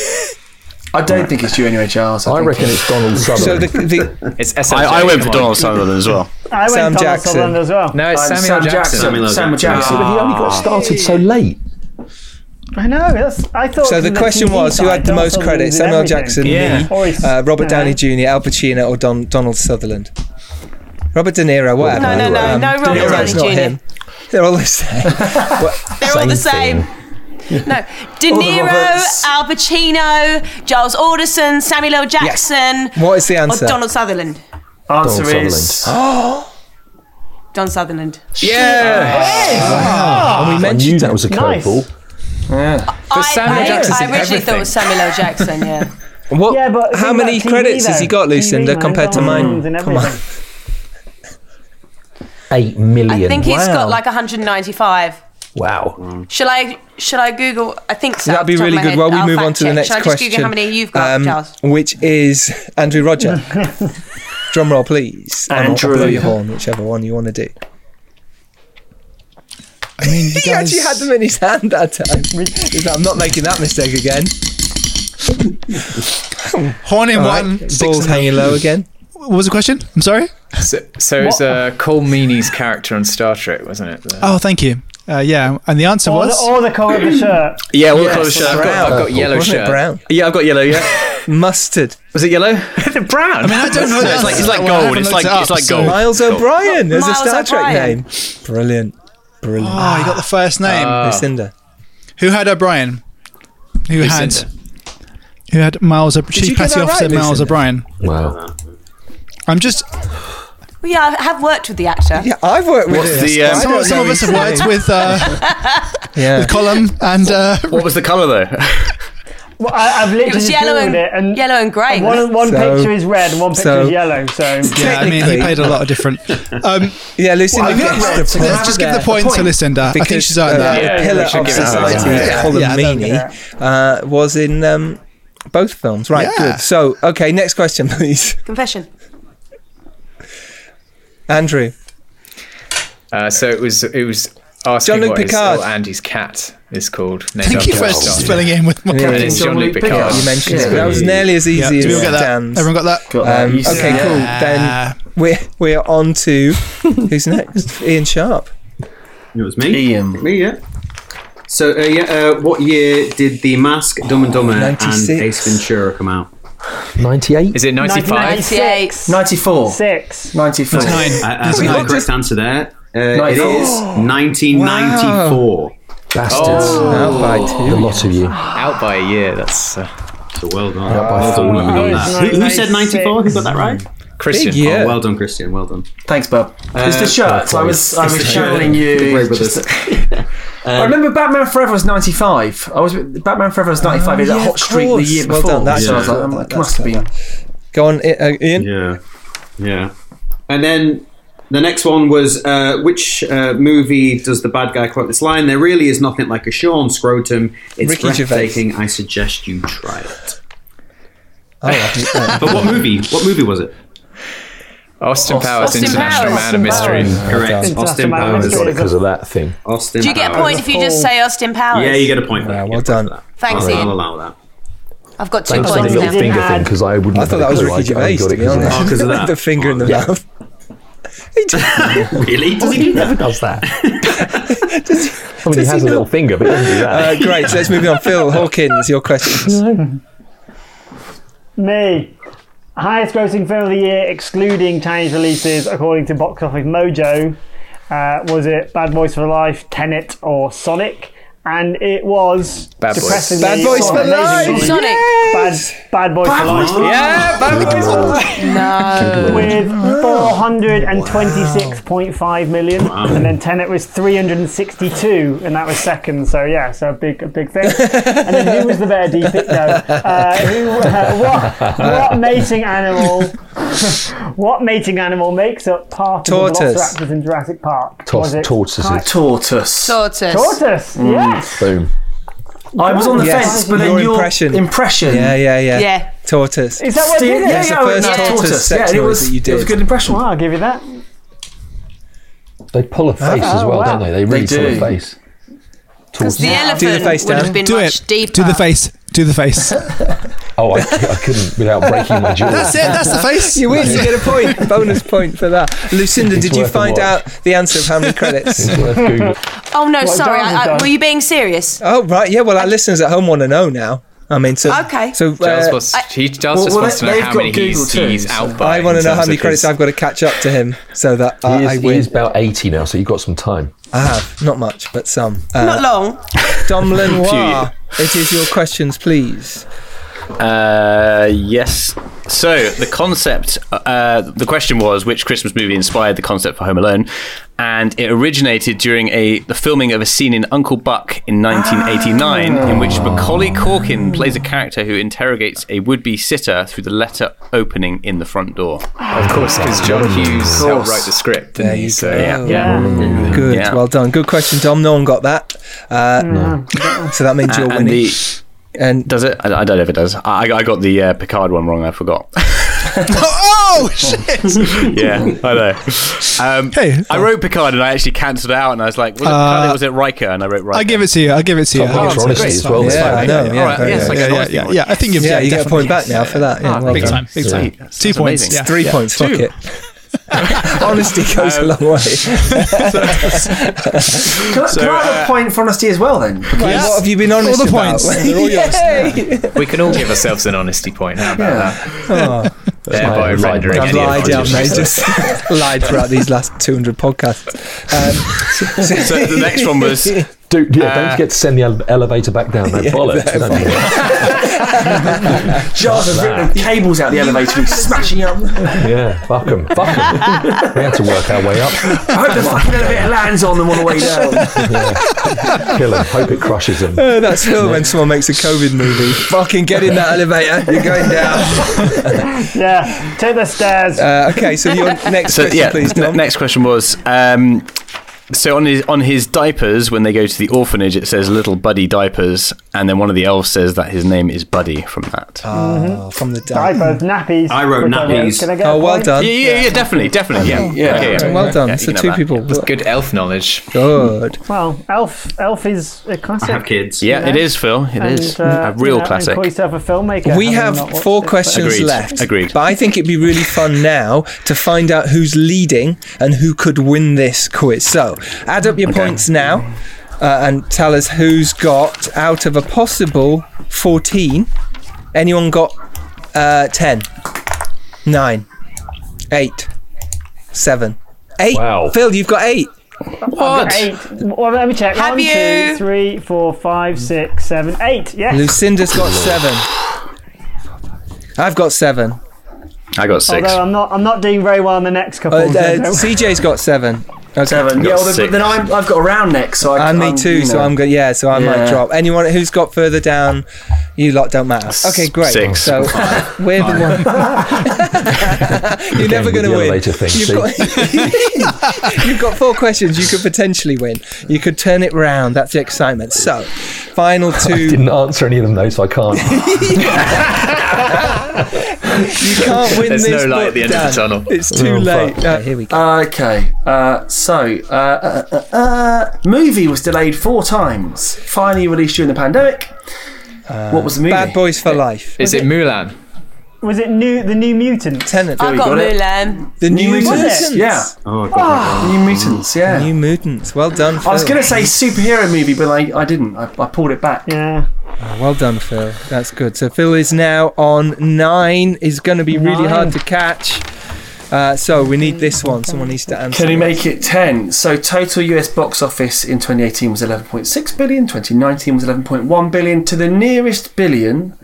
[SPEAKER 6] I don't think it's you anyway, Charles.
[SPEAKER 5] I
[SPEAKER 6] think
[SPEAKER 5] reckon it's Donald Sutherland.
[SPEAKER 2] So the, the
[SPEAKER 3] It's SMJ,
[SPEAKER 10] I, I went for
[SPEAKER 3] come on.
[SPEAKER 10] Donald Sutherland as well.
[SPEAKER 7] I went
[SPEAKER 2] Sam
[SPEAKER 7] Donald
[SPEAKER 2] Jackson.
[SPEAKER 7] Sutherland as well. Uh,
[SPEAKER 3] No, it's
[SPEAKER 6] um,
[SPEAKER 3] Samuel
[SPEAKER 6] Sam
[SPEAKER 3] Jackson.
[SPEAKER 6] Jackson.
[SPEAKER 9] Samuel L.
[SPEAKER 6] Samuel Jackson.
[SPEAKER 5] but he only got started so late.
[SPEAKER 7] I know. That's, I thought.
[SPEAKER 2] so
[SPEAKER 7] from
[SPEAKER 2] the question
[SPEAKER 7] TV
[SPEAKER 2] was who
[SPEAKER 7] side,
[SPEAKER 2] had the
[SPEAKER 7] Donald
[SPEAKER 2] most
[SPEAKER 7] Sutherland
[SPEAKER 2] credits?
[SPEAKER 7] did
[SPEAKER 2] Samuel
[SPEAKER 7] everything.
[SPEAKER 2] Jackson,
[SPEAKER 10] Yeah.
[SPEAKER 2] me,
[SPEAKER 7] Or he's-
[SPEAKER 2] uh, Robert
[SPEAKER 7] no.
[SPEAKER 2] Downey Jr., Al Pacino, or Don, Donald Sutherland? Robert De Niro, whatever. Um,
[SPEAKER 4] No, no, no, no, Robert
[SPEAKER 2] Niro's
[SPEAKER 4] Downey
[SPEAKER 2] not
[SPEAKER 4] Jr..
[SPEAKER 2] him. They're all the same.
[SPEAKER 4] They're all the same. No, De
[SPEAKER 6] All the
[SPEAKER 4] Niro,
[SPEAKER 6] Roberts.
[SPEAKER 4] Al Pacino, Giles Alderson, Samuel L. Jackson,
[SPEAKER 2] What is the
[SPEAKER 4] or
[SPEAKER 2] answer?
[SPEAKER 4] Donald Sutherland.
[SPEAKER 6] Answer
[SPEAKER 5] Donald
[SPEAKER 6] is
[SPEAKER 4] Don Sutherland.
[SPEAKER 3] Yeah.
[SPEAKER 2] and we
[SPEAKER 5] I
[SPEAKER 2] mentioned
[SPEAKER 5] knew that was a
[SPEAKER 7] Nice.
[SPEAKER 5] curveball.
[SPEAKER 4] I,
[SPEAKER 3] Samuel
[SPEAKER 4] I,
[SPEAKER 3] Jackson's
[SPEAKER 4] I
[SPEAKER 3] in
[SPEAKER 4] originally thought it was
[SPEAKER 3] everything.
[SPEAKER 4] Samuel L. Jackson. Yeah.
[SPEAKER 2] What,
[SPEAKER 7] Yeah, but
[SPEAKER 2] how
[SPEAKER 7] think
[SPEAKER 2] many
[SPEAKER 7] about TV
[SPEAKER 2] credits has
[SPEAKER 7] though.
[SPEAKER 2] he got, Lucinda,
[SPEAKER 7] TV, man,
[SPEAKER 2] compared to
[SPEAKER 7] Donald
[SPEAKER 2] mine?
[SPEAKER 7] Sutherland and
[SPEAKER 2] Come on.
[SPEAKER 7] everything.
[SPEAKER 5] Eight million.
[SPEAKER 4] I think he's
[SPEAKER 2] Wow.
[SPEAKER 4] got like 195.
[SPEAKER 5] wow.
[SPEAKER 4] Shall I? Shall I Google? I think so.
[SPEAKER 2] That'd be
[SPEAKER 4] off the top of
[SPEAKER 2] really
[SPEAKER 4] my
[SPEAKER 2] good.
[SPEAKER 4] head.
[SPEAKER 2] While we
[SPEAKER 4] I'll
[SPEAKER 2] move
[SPEAKER 4] fact
[SPEAKER 2] on to the
[SPEAKER 4] check.
[SPEAKER 2] next Um,
[SPEAKER 4] Shall I just
[SPEAKER 2] question,
[SPEAKER 4] Google how many you've got,
[SPEAKER 2] um,
[SPEAKER 4] Giles?
[SPEAKER 2] which is Andrew Roger. Drum roll, please.
[SPEAKER 6] Andrew.
[SPEAKER 2] Or blow your horn, whichever one you want to do.
[SPEAKER 8] I mean,
[SPEAKER 2] he actually had them in his hand that time. He's like, I'm not making that mistake again.
[SPEAKER 8] Horn in
[SPEAKER 2] All right,
[SPEAKER 8] one.
[SPEAKER 2] Balls hanging low again.
[SPEAKER 8] What was the question? I'm sorry.
[SPEAKER 3] So, so it's uh, Cole Meany's character on Star Trek, wasn't it? The-
[SPEAKER 8] Oh, thank you. Uh, yeah, and the answer
[SPEAKER 7] Or the,
[SPEAKER 8] was
[SPEAKER 7] or the colour of the shirt.
[SPEAKER 10] Yeah, all
[SPEAKER 3] Yes,
[SPEAKER 10] colour shirt. I've
[SPEAKER 3] brown.
[SPEAKER 10] got, I've got yellow
[SPEAKER 3] Wasn't it
[SPEAKER 10] shirt.
[SPEAKER 3] brown?
[SPEAKER 10] Yeah, I've got yellow. Yeah,
[SPEAKER 2] mustard.
[SPEAKER 10] Was it yellow? brown. I mean,
[SPEAKER 8] I don't know
[SPEAKER 10] It's
[SPEAKER 8] the
[SPEAKER 10] like,
[SPEAKER 8] answer
[SPEAKER 10] it's
[SPEAKER 8] to
[SPEAKER 10] like
[SPEAKER 8] that one. I
[SPEAKER 10] gold.
[SPEAKER 8] haven't
[SPEAKER 10] It's
[SPEAKER 8] looked
[SPEAKER 10] like
[SPEAKER 8] it up,
[SPEAKER 10] it's like
[SPEAKER 8] so-
[SPEAKER 10] gold.
[SPEAKER 2] Miles
[SPEAKER 10] Gold.
[SPEAKER 2] O'Brien. There's
[SPEAKER 4] Miles
[SPEAKER 2] a Star Trek
[SPEAKER 4] O'Brien.
[SPEAKER 2] name. Brilliant. Brilliant.
[SPEAKER 8] Oh, you got the first name.
[SPEAKER 10] Ah.
[SPEAKER 2] Lucinda.
[SPEAKER 8] Who had O'Brien? Who had?
[SPEAKER 2] uh,
[SPEAKER 3] Lucinda.
[SPEAKER 8] Who had Miles? O'B-
[SPEAKER 2] you
[SPEAKER 8] Chief
[SPEAKER 2] get
[SPEAKER 8] Petty
[SPEAKER 2] that
[SPEAKER 8] Officer
[SPEAKER 2] right,
[SPEAKER 8] Miles
[SPEAKER 2] Lucinda?
[SPEAKER 8] O'Brien.
[SPEAKER 5] Wow.
[SPEAKER 8] I'm just.
[SPEAKER 4] Well, yeah, I have worked with the actor.
[SPEAKER 2] Yeah, I've worked with
[SPEAKER 10] What's
[SPEAKER 2] him.
[SPEAKER 10] the, um,
[SPEAKER 2] I
[SPEAKER 8] Some,
[SPEAKER 2] don't
[SPEAKER 8] of- some
[SPEAKER 2] know
[SPEAKER 8] of us
[SPEAKER 2] his
[SPEAKER 8] have worked
[SPEAKER 2] name.
[SPEAKER 8] with uh,
[SPEAKER 2] Yeah.
[SPEAKER 8] Colum and uh,
[SPEAKER 10] What was the colour though?
[SPEAKER 7] Well, I, I've literally
[SPEAKER 4] It was
[SPEAKER 7] just
[SPEAKER 4] yellow
[SPEAKER 7] googled
[SPEAKER 4] and,
[SPEAKER 7] it, and
[SPEAKER 4] yellow and grey.
[SPEAKER 7] one, one
[SPEAKER 2] So-
[SPEAKER 7] picture is red and one picture
[SPEAKER 2] so-
[SPEAKER 7] is yellow. So
[SPEAKER 8] yeah. I mean, he
[SPEAKER 2] Technically.
[SPEAKER 8] played a lot of different. Um,
[SPEAKER 2] Yeah, Lucinda
[SPEAKER 8] I mean,
[SPEAKER 2] gets the
[SPEAKER 8] let's,
[SPEAKER 2] point
[SPEAKER 8] let's just give
[SPEAKER 2] there.
[SPEAKER 8] the point, to Lucinda. I think she's earned
[SPEAKER 2] uh,
[SPEAKER 8] that.
[SPEAKER 2] the
[SPEAKER 10] Yeah, we
[SPEAKER 2] pillar
[SPEAKER 10] should
[SPEAKER 2] of
[SPEAKER 10] give it to her.
[SPEAKER 2] society,
[SPEAKER 8] Yeah. Yeah, I don't-
[SPEAKER 2] Colomini, uh, was in um, both films. Right,
[SPEAKER 8] Yeah.
[SPEAKER 2] good. So, okay, next question, please.
[SPEAKER 4] Confession.
[SPEAKER 2] Andrew.
[SPEAKER 3] Uh, so it was it was asking
[SPEAKER 2] Jean-Luc
[SPEAKER 3] what his-
[SPEAKER 2] Picard.
[SPEAKER 3] oh, Andy's cat is called. Named
[SPEAKER 8] Thank you
[SPEAKER 3] after
[SPEAKER 8] for
[SPEAKER 3] a star.
[SPEAKER 8] spelling in with my.
[SPEAKER 3] And it's
[SPEAKER 6] Captain Jean-Luc
[SPEAKER 3] Jean-Luc
[SPEAKER 6] Picard.
[SPEAKER 3] Picard.
[SPEAKER 2] You mentioned it,
[SPEAKER 9] Yeah.
[SPEAKER 2] but that was nearly as easy
[SPEAKER 8] Yeah. Did we all
[SPEAKER 2] as
[SPEAKER 8] get that?
[SPEAKER 2] Dan's.
[SPEAKER 8] Everyone got that?
[SPEAKER 2] Um, okay, cool. Then we're we're on to who's next? Ian Sharp.
[SPEAKER 9] It was me.
[SPEAKER 6] Ian.
[SPEAKER 9] Me, yeah. So, uh, yeah, uh, what year did The Mask, Dumb and Dumber, and
[SPEAKER 2] 96.
[SPEAKER 9] Ace Ventura come out?
[SPEAKER 5] 98?
[SPEAKER 3] Is it ninety five?
[SPEAKER 4] 98.
[SPEAKER 6] 94.
[SPEAKER 7] six.
[SPEAKER 6] 94.
[SPEAKER 8] Nine.
[SPEAKER 9] I, I think the Uh, correct answer there. Uh, it
[SPEAKER 6] Nice.
[SPEAKER 9] is 1994.
[SPEAKER 5] Bastards.
[SPEAKER 9] Oh.
[SPEAKER 2] Out by two.
[SPEAKER 5] The lot of you.
[SPEAKER 3] Out by a year. That's uh,
[SPEAKER 9] So well done.
[SPEAKER 5] by
[SPEAKER 9] well done,
[SPEAKER 5] four.
[SPEAKER 9] you got that. Who, who said 94? Who got that right?
[SPEAKER 3] Christian.
[SPEAKER 2] Big year.
[SPEAKER 9] Oh, well done, Christian. Well done. Uh,
[SPEAKER 6] Thanks, bub. it's the shirt. I was, I was showing
[SPEAKER 9] The
[SPEAKER 6] you.
[SPEAKER 9] Grey Brothers.
[SPEAKER 6] I remember Batman Forever was 95. I was Batman Forever was 95. it was
[SPEAKER 2] Oh, yeah,
[SPEAKER 6] a hot
[SPEAKER 2] of
[SPEAKER 6] streak the
[SPEAKER 2] course.
[SPEAKER 6] year
[SPEAKER 2] Well
[SPEAKER 6] before.
[SPEAKER 2] done, that's
[SPEAKER 6] so I was
[SPEAKER 9] good.
[SPEAKER 6] like, I'm like,
[SPEAKER 2] That's
[SPEAKER 6] must have been.
[SPEAKER 2] Go on, I- uh, Ian.
[SPEAKER 9] Yeah, yeah. And then the next one was uh, which uh, movie does the bad guy quote this line? There really is nothing like a Sean scrotum. It's
[SPEAKER 2] Ricky Gervais.
[SPEAKER 9] breathtaking. I suggest you try it.
[SPEAKER 2] Oh, I-
[SPEAKER 9] But what movie? What movie was it?
[SPEAKER 3] Austin, Powers,
[SPEAKER 4] Austin
[SPEAKER 3] International
[SPEAKER 4] Powers.
[SPEAKER 3] Man of Mystery.
[SPEAKER 9] Correct.
[SPEAKER 7] It's
[SPEAKER 9] Austin
[SPEAKER 7] Austin Powers.
[SPEAKER 9] Powers.
[SPEAKER 5] Got it because of that thing.
[SPEAKER 9] Austin.
[SPEAKER 4] Do you get a
[SPEAKER 9] Powers.
[SPEAKER 4] point if you just say Austin Powers?
[SPEAKER 9] Yeah, you get a point. for that.
[SPEAKER 2] Yeah,
[SPEAKER 9] You
[SPEAKER 2] well
[SPEAKER 9] get a point
[SPEAKER 2] done.
[SPEAKER 9] for that.
[SPEAKER 4] Thanks,
[SPEAKER 9] I'll,
[SPEAKER 4] Ian.
[SPEAKER 9] I'll allow that. Uh,
[SPEAKER 4] I've got two
[SPEAKER 5] Thanks for the
[SPEAKER 4] points
[SPEAKER 5] little
[SPEAKER 4] now.
[SPEAKER 5] finger thing because I wouldn't
[SPEAKER 2] I
[SPEAKER 5] have
[SPEAKER 2] thought
[SPEAKER 5] had a
[SPEAKER 2] that was
[SPEAKER 5] clue.
[SPEAKER 2] Ricky
[SPEAKER 5] I- I
[SPEAKER 2] Gervais,
[SPEAKER 5] got
[SPEAKER 2] to
[SPEAKER 5] it
[SPEAKER 2] be
[SPEAKER 5] 'cause of
[SPEAKER 2] honest.
[SPEAKER 9] Oh, 'cause of that.
[SPEAKER 2] the finger in the
[SPEAKER 5] Yeah.
[SPEAKER 2] mouth. He did-
[SPEAKER 9] Really? Does he do that?
[SPEAKER 5] Never does that. I mean, he
[SPEAKER 2] he
[SPEAKER 5] has a little
[SPEAKER 2] not?
[SPEAKER 5] finger, but he doesn't do
[SPEAKER 2] uh,
[SPEAKER 5] that.
[SPEAKER 2] great, so let's move on. Phil Hawkins, your questions.
[SPEAKER 7] Me. Highest grossing film of the year, excluding Chinese releases, according to Box Office Mojo. Uh, was it Bad Boys for Life, Tenet, or Sonic? And it was
[SPEAKER 3] Bad Boys.
[SPEAKER 7] depressingly
[SPEAKER 2] Bad Boys for
[SPEAKER 7] amazingly,
[SPEAKER 2] Life!
[SPEAKER 4] Sonic.
[SPEAKER 7] Bad, bad Boys for Life
[SPEAKER 2] Yeah, Bad Boys for Life.
[SPEAKER 7] with 426.5 million, and then Tenet was 362, and that was second. So yeah, so a big, a big thing. and then who was the better DP? No, uh, who, uh, what, what mating animal? what mating animal makes up part of
[SPEAKER 2] Tortoise.
[SPEAKER 7] the Velociraptors in Jurassic Park?
[SPEAKER 5] Tos- tortoises.
[SPEAKER 7] Hi-
[SPEAKER 6] Tortoise.
[SPEAKER 4] Tortoise.
[SPEAKER 7] Tortoise.
[SPEAKER 9] Mm.
[SPEAKER 7] Yes.
[SPEAKER 5] Boom.
[SPEAKER 6] I was on the
[SPEAKER 2] Yes,
[SPEAKER 6] fence, but then
[SPEAKER 2] your
[SPEAKER 6] your,
[SPEAKER 2] impression.
[SPEAKER 6] impression.
[SPEAKER 2] Yeah, yeah, yeah.
[SPEAKER 4] Yeah.
[SPEAKER 2] Tortoise.
[SPEAKER 7] Is that what
[SPEAKER 6] Steve-
[SPEAKER 7] did it?
[SPEAKER 6] yeah,
[SPEAKER 2] It's the
[SPEAKER 6] yeah, I was-
[SPEAKER 2] first
[SPEAKER 6] yeah.
[SPEAKER 2] tortoise sex
[SPEAKER 6] Yeah, it
[SPEAKER 2] noise
[SPEAKER 6] was,
[SPEAKER 2] that you
[SPEAKER 6] It was a
[SPEAKER 2] did.
[SPEAKER 6] good impression.
[SPEAKER 7] Well, I'll give you that.
[SPEAKER 5] They pull a face as well, don't they? They really
[SPEAKER 6] Oh, They
[SPEAKER 5] pull
[SPEAKER 6] do.
[SPEAKER 5] a face.
[SPEAKER 4] Because the elephant
[SPEAKER 2] Do the face,
[SPEAKER 4] would
[SPEAKER 2] Dan.
[SPEAKER 4] have been
[SPEAKER 8] Do
[SPEAKER 4] much
[SPEAKER 8] it.
[SPEAKER 4] deeper.
[SPEAKER 8] Do the face. Do the face.
[SPEAKER 5] Oh, I, I couldn't without breaking my jaw.
[SPEAKER 8] That's it. That's the face.
[SPEAKER 2] You win, you get a point. Bonus point for that. Lucinda,
[SPEAKER 5] It's
[SPEAKER 2] did you
[SPEAKER 5] worth a
[SPEAKER 2] find
[SPEAKER 5] watch.
[SPEAKER 2] out the answer of how many credits?
[SPEAKER 5] It's worth Googling.
[SPEAKER 4] Oh no, sorry.
[SPEAKER 7] Dan's
[SPEAKER 4] I, I,
[SPEAKER 7] done.
[SPEAKER 4] were you being serious?
[SPEAKER 2] Oh right, yeah. Well, our listeners at home want to know now. I mean, so
[SPEAKER 4] Okay.
[SPEAKER 2] So
[SPEAKER 3] Giles
[SPEAKER 2] uh,
[SPEAKER 3] wants, he Giles
[SPEAKER 6] well,
[SPEAKER 3] just
[SPEAKER 6] well,
[SPEAKER 3] wants to know
[SPEAKER 6] they've
[SPEAKER 3] how
[SPEAKER 6] got
[SPEAKER 3] many he's,
[SPEAKER 6] Google too,
[SPEAKER 3] he's
[SPEAKER 6] so-
[SPEAKER 3] out by.
[SPEAKER 2] I want to
[SPEAKER 3] in
[SPEAKER 2] know how
[SPEAKER 3] terms
[SPEAKER 2] many
[SPEAKER 3] of
[SPEAKER 2] credits
[SPEAKER 3] his-
[SPEAKER 2] I've got to catch up to him so that uh,
[SPEAKER 5] He
[SPEAKER 2] I
[SPEAKER 5] is, he
[SPEAKER 2] win.
[SPEAKER 5] is about 80 now, so you've got some time.
[SPEAKER 2] I have not much, but some.
[SPEAKER 4] Not
[SPEAKER 2] Uh,
[SPEAKER 4] long.
[SPEAKER 2] Dom Lenoir, it is your questions, please.
[SPEAKER 10] Uh, yes. So the concept, uh, the question was which Christmas movie inspired the concept for Home Alone, and it originated during a the filming of a scene in Uncle Buck in 1989, in which Macaulay Corkin plays a character who interrogates a would-be sitter through the letter opening in the front door.
[SPEAKER 3] Of course, because John Hughes helped
[SPEAKER 6] course.
[SPEAKER 3] write the script. There
[SPEAKER 2] you
[SPEAKER 3] so,
[SPEAKER 2] go.
[SPEAKER 3] Yeah.
[SPEAKER 2] Good,
[SPEAKER 10] Yeah.
[SPEAKER 2] well done. Good question, Dom. No one got that. Uh, So that means you're
[SPEAKER 10] And
[SPEAKER 2] winning.
[SPEAKER 10] the
[SPEAKER 2] and
[SPEAKER 10] does it? I, I don't know if it does. I, I got the uh, Picard one wrong. I forgot.
[SPEAKER 8] Oh, Oh shit!
[SPEAKER 10] yeah, I know. Um, I wrote Picard and I actually cancelled it out, and I was like, was it, Picard
[SPEAKER 8] Uh,
[SPEAKER 10] or was it Riker? And I wrote Riker.
[SPEAKER 8] I give it to you. I give it to you.
[SPEAKER 10] Oh, well, it's great. It's fine.
[SPEAKER 8] Yeah, I know,
[SPEAKER 10] Okay.
[SPEAKER 8] yeah,
[SPEAKER 10] All right,
[SPEAKER 8] yeah,
[SPEAKER 10] yes, I
[SPEAKER 8] yeah,
[SPEAKER 10] get
[SPEAKER 8] yeah,
[SPEAKER 10] honesty
[SPEAKER 8] yeah,
[SPEAKER 10] points.
[SPEAKER 8] yeah. I think you've
[SPEAKER 2] Yeah, you get a
[SPEAKER 8] definitely-
[SPEAKER 2] point back now for that. Yeah,
[SPEAKER 10] Ah,
[SPEAKER 2] well
[SPEAKER 10] big
[SPEAKER 2] done.
[SPEAKER 10] time, big time. That's
[SPEAKER 8] Two points.
[SPEAKER 10] amazing.
[SPEAKER 8] yeah.
[SPEAKER 2] Three
[SPEAKER 8] Yeah.
[SPEAKER 2] points. Fuck it. Honesty goes a long way.
[SPEAKER 6] Can, I-
[SPEAKER 2] So,
[SPEAKER 6] can I have
[SPEAKER 2] uh,
[SPEAKER 6] a point for honesty as well then? Because-
[SPEAKER 2] What have you been honest about? They're all yours.
[SPEAKER 3] We can all give ourselves an honesty point. How about
[SPEAKER 2] Oh.
[SPEAKER 3] that? Thereby
[SPEAKER 2] I've lied,
[SPEAKER 3] rendering
[SPEAKER 2] I've
[SPEAKER 3] any
[SPEAKER 2] lied, haven't I?
[SPEAKER 3] apologies.
[SPEAKER 2] Just lied throughout these last 200 podcasts. Um,
[SPEAKER 10] So the next one was-
[SPEAKER 5] Dude, yeah,
[SPEAKER 10] Uh,
[SPEAKER 5] don't forget to send the ele- elevator back down. No
[SPEAKER 2] Yeah,
[SPEAKER 5] bollocks.
[SPEAKER 2] that-
[SPEAKER 5] don't you?
[SPEAKER 6] Jars of ripping cables out the elevator and smashing up.
[SPEAKER 5] yeah, fuck 'em, fuck 'em. we had to work our way up.
[SPEAKER 6] I hope the fucking elevator lands on them on the way down.
[SPEAKER 5] Kill 'em, Hope it crushes them.
[SPEAKER 2] Uh, that's still when someone makes a COVID movie. Fucking get in that elevator. You're going down.
[SPEAKER 7] yeah, take the stairs.
[SPEAKER 2] Uh, okay, so your next
[SPEAKER 10] So
[SPEAKER 2] question,
[SPEAKER 10] yeah,
[SPEAKER 2] please,
[SPEAKER 10] n-
[SPEAKER 2] Dom.
[SPEAKER 10] next question was. Um, so on his on his diapers, when they go to the orphanage, it says "Little Buddy Diapers," and then one of the elves says that his name is Buddy from that.
[SPEAKER 8] Uh,
[SPEAKER 2] Oh, from the
[SPEAKER 7] I both Mm-hmm. nappies.
[SPEAKER 9] I wrote
[SPEAKER 7] Which I
[SPEAKER 9] nappies.
[SPEAKER 7] Can I get a
[SPEAKER 2] Oh, well
[SPEAKER 7] point?
[SPEAKER 2] done.
[SPEAKER 10] yeah, yeah, yeah, definitely, definitely, yeah, yeah.
[SPEAKER 2] well
[SPEAKER 10] okay,
[SPEAKER 2] done.
[SPEAKER 10] yeah.
[SPEAKER 2] Well done.
[SPEAKER 10] Yeah, you
[SPEAKER 2] so
[SPEAKER 10] can have
[SPEAKER 2] two
[SPEAKER 10] that.
[SPEAKER 2] people.
[SPEAKER 3] With good elf knowledge.
[SPEAKER 2] Good.
[SPEAKER 7] Well, Elf, Elf is a classic.
[SPEAKER 9] I have kids.
[SPEAKER 10] Yeah,
[SPEAKER 7] you
[SPEAKER 10] it
[SPEAKER 7] know?
[SPEAKER 10] is, Phil. It
[SPEAKER 7] And,
[SPEAKER 10] is
[SPEAKER 7] uh,
[SPEAKER 10] a real
[SPEAKER 7] you know,
[SPEAKER 10] classic.
[SPEAKER 7] And call yourself a filmmaker.
[SPEAKER 2] We
[SPEAKER 7] having
[SPEAKER 2] have
[SPEAKER 7] not watched
[SPEAKER 2] four
[SPEAKER 7] it, but-
[SPEAKER 2] questions
[SPEAKER 10] Agreed.
[SPEAKER 2] left.
[SPEAKER 10] Agreed.
[SPEAKER 2] But I think it'd be really fun now to find out who's leading and who could win this quiz. So add up your points now uh, and tell us who's got out of a possible 14. Anyone got uh, 10, 9, 8, 7, 8.
[SPEAKER 5] Wow.
[SPEAKER 2] Phil, you've got 8.
[SPEAKER 7] I've got Eight. Well, let me check.
[SPEAKER 4] Have
[SPEAKER 7] One,
[SPEAKER 4] you?
[SPEAKER 7] two, three, four, five, six, seven, eight. Yes.
[SPEAKER 2] Lucinda's got 7. I've got 7.
[SPEAKER 10] I
[SPEAKER 7] Oh,
[SPEAKER 10] got six.
[SPEAKER 7] Although I'm not, I'm not doing very well in the next
[SPEAKER 2] Uh,
[SPEAKER 7] couple.
[SPEAKER 2] uh,
[SPEAKER 7] so don't-
[SPEAKER 2] CJ's got 7. Okay.
[SPEAKER 6] Seven. Yeah,
[SPEAKER 10] Got
[SPEAKER 6] well, then-
[SPEAKER 10] six.
[SPEAKER 6] then I'm, I've got a round next, so I
[SPEAKER 2] And
[SPEAKER 6] I'm,
[SPEAKER 2] me too,
[SPEAKER 6] you
[SPEAKER 2] so
[SPEAKER 6] know.
[SPEAKER 2] I'm good. Yeah, so I might
[SPEAKER 6] Yeah.
[SPEAKER 2] drop. Anyone who's got further down, you lot don't matter. Okay, great.
[SPEAKER 10] Six.
[SPEAKER 2] So we're the one. You're never
[SPEAKER 5] with
[SPEAKER 2] going
[SPEAKER 5] the
[SPEAKER 2] to win.
[SPEAKER 5] elevator thing,
[SPEAKER 2] You've, got, you've got four questions. You could potentially win. You could turn it round. That's the excitement. So, final two.
[SPEAKER 5] Didn't answer any of them though, so I can't.
[SPEAKER 2] You can't win
[SPEAKER 3] There's
[SPEAKER 2] this.
[SPEAKER 3] no light at the
[SPEAKER 2] book,
[SPEAKER 3] end of the
[SPEAKER 2] Dan.
[SPEAKER 3] tunnel.
[SPEAKER 2] It's too
[SPEAKER 5] Oh,
[SPEAKER 2] late.
[SPEAKER 5] fuck.
[SPEAKER 2] Uh, here we go.
[SPEAKER 6] Okay, uh, so uh, uh, uh, uh, movie was delayed four times. Finally released during the pandemic. what was the movie?
[SPEAKER 2] Uh, Bad Boys for Life.
[SPEAKER 3] Is it Mulan?
[SPEAKER 7] was it new? The New Mutants.
[SPEAKER 2] Tenant.
[SPEAKER 4] I've
[SPEAKER 6] we
[SPEAKER 4] got,
[SPEAKER 6] got it.
[SPEAKER 4] Mulan.
[SPEAKER 2] the New,
[SPEAKER 7] Mutants.
[SPEAKER 2] Mutants. Ah.
[SPEAKER 6] Yeah,
[SPEAKER 9] Oh, God.
[SPEAKER 7] Ah.
[SPEAKER 6] New Mutants. Yeah,
[SPEAKER 2] New Mutants. Well done, Phil.
[SPEAKER 6] I was gonna say superhero movie, but I, I didn't. I, I pulled it back.
[SPEAKER 7] Yeah.
[SPEAKER 2] Oh, Well done, Phil. That's good. So Phil is now on nine. Is going to be really
[SPEAKER 7] Nine.
[SPEAKER 2] hard to catch. Uh, so we need this one. Someone needs to answer.
[SPEAKER 6] Can we make it 10? So, total US box office in 2018 was 11.6 billion, 2019 was 11.1 billion. To the nearest billion,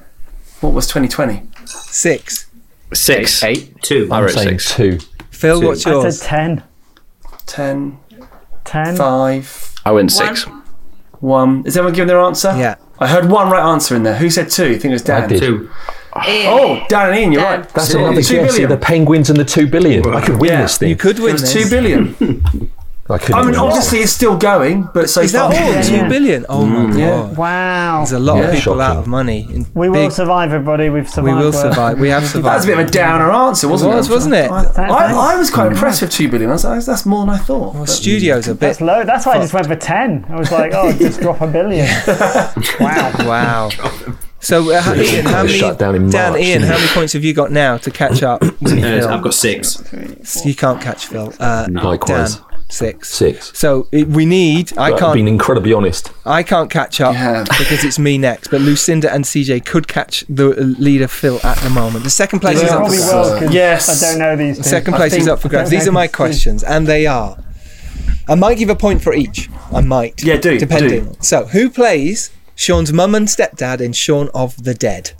[SPEAKER 6] what was 2020?
[SPEAKER 2] six?
[SPEAKER 10] Six.
[SPEAKER 3] Eight.
[SPEAKER 9] Two.
[SPEAKER 10] I
[SPEAKER 5] I'm
[SPEAKER 10] wrote
[SPEAKER 5] saying
[SPEAKER 10] six.
[SPEAKER 5] two.
[SPEAKER 2] Phil, what's
[SPEAKER 7] I
[SPEAKER 2] yours?
[SPEAKER 7] said ten.
[SPEAKER 6] 10,
[SPEAKER 7] Ten.
[SPEAKER 6] 5,
[SPEAKER 10] I went six.
[SPEAKER 6] 1. Is everyone giving their answer?
[SPEAKER 2] Yeah.
[SPEAKER 6] I heard one right answer in there. Who said two? I think it was Dan.
[SPEAKER 5] I did.
[SPEAKER 9] Two.
[SPEAKER 4] Ian.
[SPEAKER 6] Oh, Dan and Ian, you're
[SPEAKER 4] Dan.
[SPEAKER 6] right.
[SPEAKER 5] That's
[SPEAKER 6] Two
[SPEAKER 5] another
[SPEAKER 6] billion.
[SPEAKER 5] guess. Yeah, the penguins and the two billion. I could win
[SPEAKER 6] Yeah,
[SPEAKER 5] this thing.
[SPEAKER 2] You could
[SPEAKER 6] It
[SPEAKER 2] win
[SPEAKER 6] was
[SPEAKER 2] this.
[SPEAKER 6] 2 billion.
[SPEAKER 5] I couldn't.
[SPEAKER 6] I mean,
[SPEAKER 5] win this.
[SPEAKER 6] obviously, it's still going, but so
[SPEAKER 2] Is that all?
[SPEAKER 6] far. Mm.
[SPEAKER 2] Two billion. Oh my
[SPEAKER 6] Yeah.
[SPEAKER 2] god!
[SPEAKER 7] Wow.
[SPEAKER 2] There's a lot of
[SPEAKER 5] Yeah.
[SPEAKER 2] people out
[SPEAKER 5] Shocking.
[SPEAKER 2] of money. In
[SPEAKER 7] We will
[SPEAKER 2] big-
[SPEAKER 7] survive, everybody. We've
[SPEAKER 2] We
[SPEAKER 7] survived. Well,
[SPEAKER 2] will survive. We have survived.
[SPEAKER 6] That was a bit of a downer answer, wasn't it?
[SPEAKER 2] was, wasn't it?
[SPEAKER 6] I, I, I was quite impressed with 2 billion. I was, I was- that's more than I thought.
[SPEAKER 2] Well,
[SPEAKER 6] But-
[SPEAKER 2] studios a bit.
[SPEAKER 7] That's low. That's why I just went for ten. I was like, oh, just drop a billion. wow.
[SPEAKER 2] Wow. So uh, Ian, how many?
[SPEAKER 5] Shut down in
[SPEAKER 2] Dan,
[SPEAKER 5] March,
[SPEAKER 2] Ian,
[SPEAKER 5] didn't
[SPEAKER 2] how
[SPEAKER 5] it?
[SPEAKER 2] many points have you got now to catch up? with
[SPEAKER 9] Uh,
[SPEAKER 2] Phil?
[SPEAKER 9] I've got six.
[SPEAKER 2] you can't catch Phil. Uh,
[SPEAKER 5] Likewise.
[SPEAKER 2] Dan, six.
[SPEAKER 5] Six.
[SPEAKER 2] So it, we need. I
[SPEAKER 5] But I've
[SPEAKER 2] can't.
[SPEAKER 5] been incredibly honest.
[SPEAKER 2] I can't catch up
[SPEAKER 6] Yeah.
[SPEAKER 2] because it's me next. But Lucinda and CJ could catch the leader Phil at the moment. The second place is
[SPEAKER 7] Yeah,
[SPEAKER 2] up for
[SPEAKER 7] probably
[SPEAKER 2] grabs.
[SPEAKER 7] will. 'cause
[SPEAKER 6] Yes.
[SPEAKER 7] I don't know these. Two.
[SPEAKER 2] Second place
[SPEAKER 6] think-
[SPEAKER 2] is up for grabs. These are my questions, and they are. I might give a point for each. I might.
[SPEAKER 6] Yeah, do,
[SPEAKER 2] Depending. So, who plays Sean's mum and stepdad in Shaun of the Dead?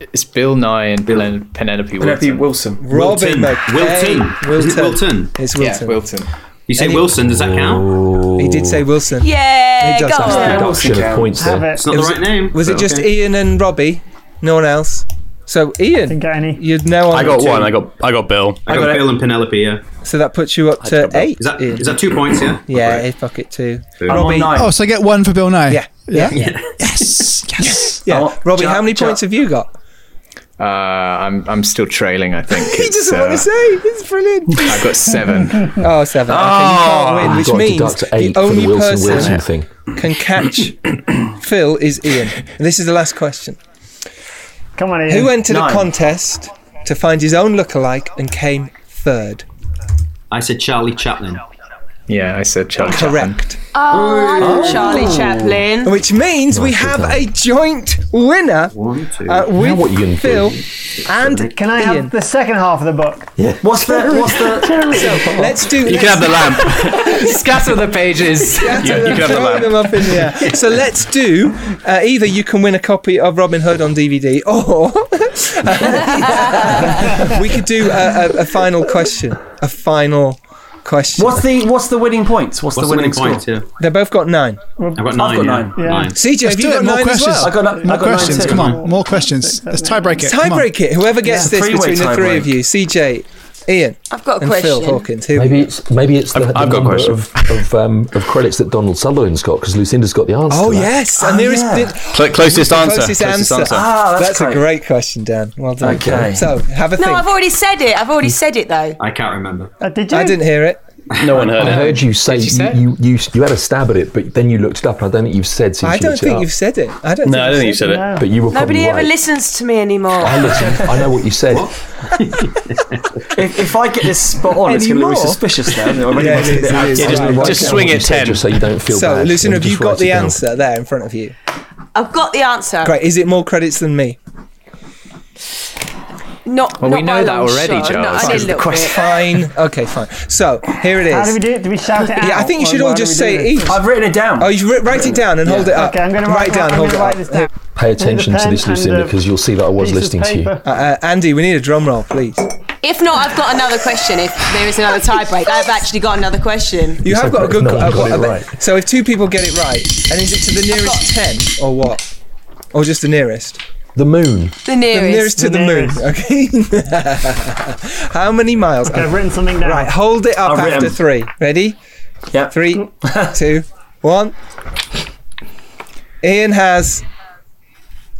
[SPEAKER 3] It's Bill Nye and Pen- Penelope Wilson.
[SPEAKER 6] Penelope Wilson.
[SPEAKER 2] Robin
[SPEAKER 9] Wilton.
[SPEAKER 2] McKay.
[SPEAKER 9] Wilton. Is it Wilton?
[SPEAKER 2] It's
[SPEAKER 3] Yeah,
[SPEAKER 2] Wilton.
[SPEAKER 3] Wilton.
[SPEAKER 9] You say
[SPEAKER 2] Any-
[SPEAKER 9] Wilson, does that count?
[SPEAKER 2] He did say Wilson.
[SPEAKER 4] Yeah,
[SPEAKER 2] He does
[SPEAKER 4] go
[SPEAKER 7] Oh,
[SPEAKER 2] have
[SPEAKER 4] on.
[SPEAKER 5] Deduction of points
[SPEAKER 7] Have
[SPEAKER 5] there.
[SPEAKER 7] it.
[SPEAKER 9] It's not the
[SPEAKER 2] was
[SPEAKER 9] right name.
[SPEAKER 2] Was it
[SPEAKER 9] but
[SPEAKER 2] just
[SPEAKER 9] okay.
[SPEAKER 2] Ian and Robbie? No one else. So,
[SPEAKER 7] Didn't
[SPEAKER 2] Ian,
[SPEAKER 7] get any.
[SPEAKER 2] you're now on.
[SPEAKER 10] I got
[SPEAKER 2] two.
[SPEAKER 10] one. I got I got Bill.
[SPEAKER 9] I got Bill and Penelope, yeah.
[SPEAKER 2] So that puts you up to eight.
[SPEAKER 9] Is that,
[SPEAKER 2] Ian.
[SPEAKER 9] is that two points, yeah?
[SPEAKER 2] Yeah,
[SPEAKER 9] Okay.
[SPEAKER 2] eh, fuck it too.
[SPEAKER 9] I'm
[SPEAKER 6] I'm
[SPEAKER 2] Robbie,
[SPEAKER 6] on nine.
[SPEAKER 8] Oh, so I get one for Bill Nye.
[SPEAKER 2] yeah, yeah, yeah.
[SPEAKER 8] Yes. Yes.
[SPEAKER 2] yeah.
[SPEAKER 6] Oh,
[SPEAKER 2] Robbie,
[SPEAKER 6] Jack,
[SPEAKER 2] how many
[SPEAKER 6] Jack.
[SPEAKER 2] points have you got?
[SPEAKER 3] Uh, I'm I'm still trailing. I think
[SPEAKER 2] he
[SPEAKER 3] It's,
[SPEAKER 2] doesn't want
[SPEAKER 3] uh,
[SPEAKER 2] to say. It's brilliant.
[SPEAKER 3] I've got seven.
[SPEAKER 2] Oh, seven. okay, you can't win, which
[SPEAKER 3] Oh. You've got to
[SPEAKER 2] means
[SPEAKER 3] deduct
[SPEAKER 2] the
[SPEAKER 3] eight for the
[SPEAKER 2] only
[SPEAKER 3] Wilson
[SPEAKER 2] person
[SPEAKER 3] Wilson thing.
[SPEAKER 2] can catch Phil is Ian. And this is the last question.
[SPEAKER 7] Come on,
[SPEAKER 2] Who entered a contest to find his own lookalike and came third?
[SPEAKER 9] I said Charlie Chaplin.
[SPEAKER 3] Yeah, I said Charlie
[SPEAKER 2] Correct.
[SPEAKER 4] Oh, Charlie Chaplin.
[SPEAKER 2] Which means we have a joint winner One, two. Uh, with Phil and
[SPEAKER 7] Can I
[SPEAKER 2] Ian.
[SPEAKER 7] have the second half of the book?
[SPEAKER 5] Yeah.
[SPEAKER 6] What's the what's the
[SPEAKER 2] So let's do.
[SPEAKER 3] You
[SPEAKER 2] let's
[SPEAKER 3] can have the lamp. Scatter the pages. You,
[SPEAKER 2] Scatter
[SPEAKER 3] you
[SPEAKER 2] them,
[SPEAKER 3] can have the
[SPEAKER 2] throw
[SPEAKER 3] lamp.
[SPEAKER 2] them up in the air. So let's do. Uh, either you can win a copy of Robin Hood on DVD, or we could do a, a, a final question. A final question.
[SPEAKER 6] what's the what's the winning points? What's, the winning, score?
[SPEAKER 2] They both got nine.
[SPEAKER 7] I've
[SPEAKER 9] got
[SPEAKER 6] nine, I've got yeah. nine. Yeah. Nine.
[SPEAKER 2] CJ,
[SPEAKER 8] Let's
[SPEAKER 2] have
[SPEAKER 8] do
[SPEAKER 2] you
[SPEAKER 8] it.
[SPEAKER 2] got
[SPEAKER 8] more
[SPEAKER 2] nine as
[SPEAKER 8] questions.
[SPEAKER 2] well?
[SPEAKER 8] more questions. Come on, more questions. Let's tie break it.
[SPEAKER 2] Tie
[SPEAKER 8] Come on.
[SPEAKER 2] break it. Whoever gets
[SPEAKER 8] Yeah.
[SPEAKER 2] this
[SPEAKER 8] Three-way
[SPEAKER 2] between the
[SPEAKER 8] tie
[SPEAKER 2] three
[SPEAKER 8] break.
[SPEAKER 2] of you, CJ, Ian,
[SPEAKER 4] I've got a
[SPEAKER 2] and
[SPEAKER 4] question.
[SPEAKER 2] Phil Hawkins. Who?
[SPEAKER 5] Maybe it's maybe it's the,
[SPEAKER 2] I've-
[SPEAKER 5] the
[SPEAKER 2] I've got a
[SPEAKER 5] number
[SPEAKER 2] question.
[SPEAKER 5] of of, um, of credits that Donald Sutherland's got because Lucinda's got the answer.
[SPEAKER 2] Oh
[SPEAKER 5] to that. Ah,
[SPEAKER 2] yes, and there is
[SPEAKER 5] yeah.
[SPEAKER 2] did-
[SPEAKER 5] Cl- closest
[SPEAKER 2] the
[SPEAKER 5] answer,
[SPEAKER 2] Closest,
[SPEAKER 5] closest
[SPEAKER 2] answer.
[SPEAKER 5] answer. Ah,
[SPEAKER 2] that's
[SPEAKER 5] that's
[SPEAKER 2] a great question, Dan. Well done.
[SPEAKER 5] Okay.
[SPEAKER 2] So have a
[SPEAKER 4] No,
[SPEAKER 2] think.
[SPEAKER 4] I've already said it. I've already said it though.
[SPEAKER 9] I can't remember.
[SPEAKER 7] did
[SPEAKER 2] I didn't hear it.
[SPEAKER 3] No one
[SPEAKER 5] I heard you say you,
[SPEAKER 2] say
[SPEAKER 5] you, you you had a stab at it, but then you looked it up. and I don't think you've said since
[SPEAKER 2] I
[SPEAKER 5] you
[SPEAKER 2] don't
[SPEAKER 5] looked
[SPEAKER 2] think
[SPEAKER 5] it up.
[SPEAKER 2] you've said it. I don't.
[SPEAKER 5] No, I don't think you said it. But you were probably
[SPEAKER 4] Nobody ever
[SPEAKER 5] right.
[SPEAKER 4] listens to me anymore.
[SPEAKER 5] I listened. I know what you said.
[SPEAKER 6] If, if I get this spot on, it's going to
[SPEAKER 2] Anymore?
[SPEAKER 6] be suspicious now.
[SPEAKER 2] Yeah, it is, it is. Yeah, just- just swing
[SPEAKER 5] it
[SPEAKER 2] it 10.
[SPEAKER 5] just so you don't feel
[SPEAKER 2] so
[SPEAKER 5] bad.
[SPEAKER 2] Lucinda,
[SPEAKER 5] Then
[SPEAKER 2] have you
[SPEAKER 5] just
[SPEAKER 2] got
[SPEAKER 5] write it
[SPEAKER 2] the
[SPEAKER 5] down.
[SPEAKER 2] answer there in front of you?
[SPEAKER 4] I've got the answer.
[SPEAKER 2] Great. Is it more credits than me?
[SPEAKER 4] Not.
[SPEAKER 2] Well,
[SPEAKER 4] not
[SPEAKER 2] we know
[SPEAKER 4] by a
[SPEAKER 2] that
[SPEAKER 4] long
[SPEAKER 2] already,
[SPEAKER 4] shot. No,
[SPEAKER 2] Giles.
[SPEAKER 4] I
[SPEAKER 2] Fine.
[SPEAKER 4] did a little bit.
[SPEAKER 2] Fine. Okay. Fine. So here it is.
[SPEAKER 7] How do we do it? Do we shout it out?
[SPEAKER 2] Yeah, I think you
[SPEAKER 7] Or
[SPEAKER 2] should
[SPEAKER 7] why
[SPEAKER 2] all
[SPEAKER 7] do we
[SPEAKER 2] just
[SPEAKER 7] do
[SPEAKER 2] say it
[SPEAKER 7] this?
[SPEAKER 2] each.
[SPEAKER 6] I've written it down.
[SPEAKER 2] Oh, you wri- write it down and hold it up.
[SPEAKER 7] Okay, I'm going to
[SPEAKER 2] write it down.
[SPEAKER 7] I'm
[SPEAKER 2] hold
[SPEAKER 7] gonna
[SPEAKER 2] it
[SPEAKER 7] write
[SPEAKER 2] up.
[SPEAKER 7] this down.
[SPEAKER 5] Pay attention to this, Lucinda, because you'll see that I was
[SPEAKER 7] piece of
[SPEAKER 5] listening to you.
[SPEAKER 2] Uh, uh, Andy, we need a drum roll, please.
[SPEAKER 4] If not, I've got another question. If there is another tiebreak, I've actually got another question.
[SPEAKER 2] You have got a good.
[SPEAKER 5] no one
[SPEAKER 2] uh,
[SPEAKER 5] got
[SPEAKER 2] what-
[SPEAKER 5] it
[SPEAKER 2] I bet-
[SPEAKER 5] right.
[SPEAKER 2] So if two people get it right, and is it to the nearest ten or what, or just the nearest?
[SPEAKER 5] The moon.
[SPEAKER 4] The nearest.
[SPEAKER 2] The nearest to the, moon. Okay. How many miles?
[SPEAKER 7] Okay, I've written something down.
[SPEAKER 2] Right, hold it up
[SPEAKER 6] I've
[SPEAKER 2] after three.
[SPEAKER 6] written.
[SPEAKER 2] Ready?
[SPEAKER 6] Yeah.
[SPEAKER 2] Three, two, one. Ian has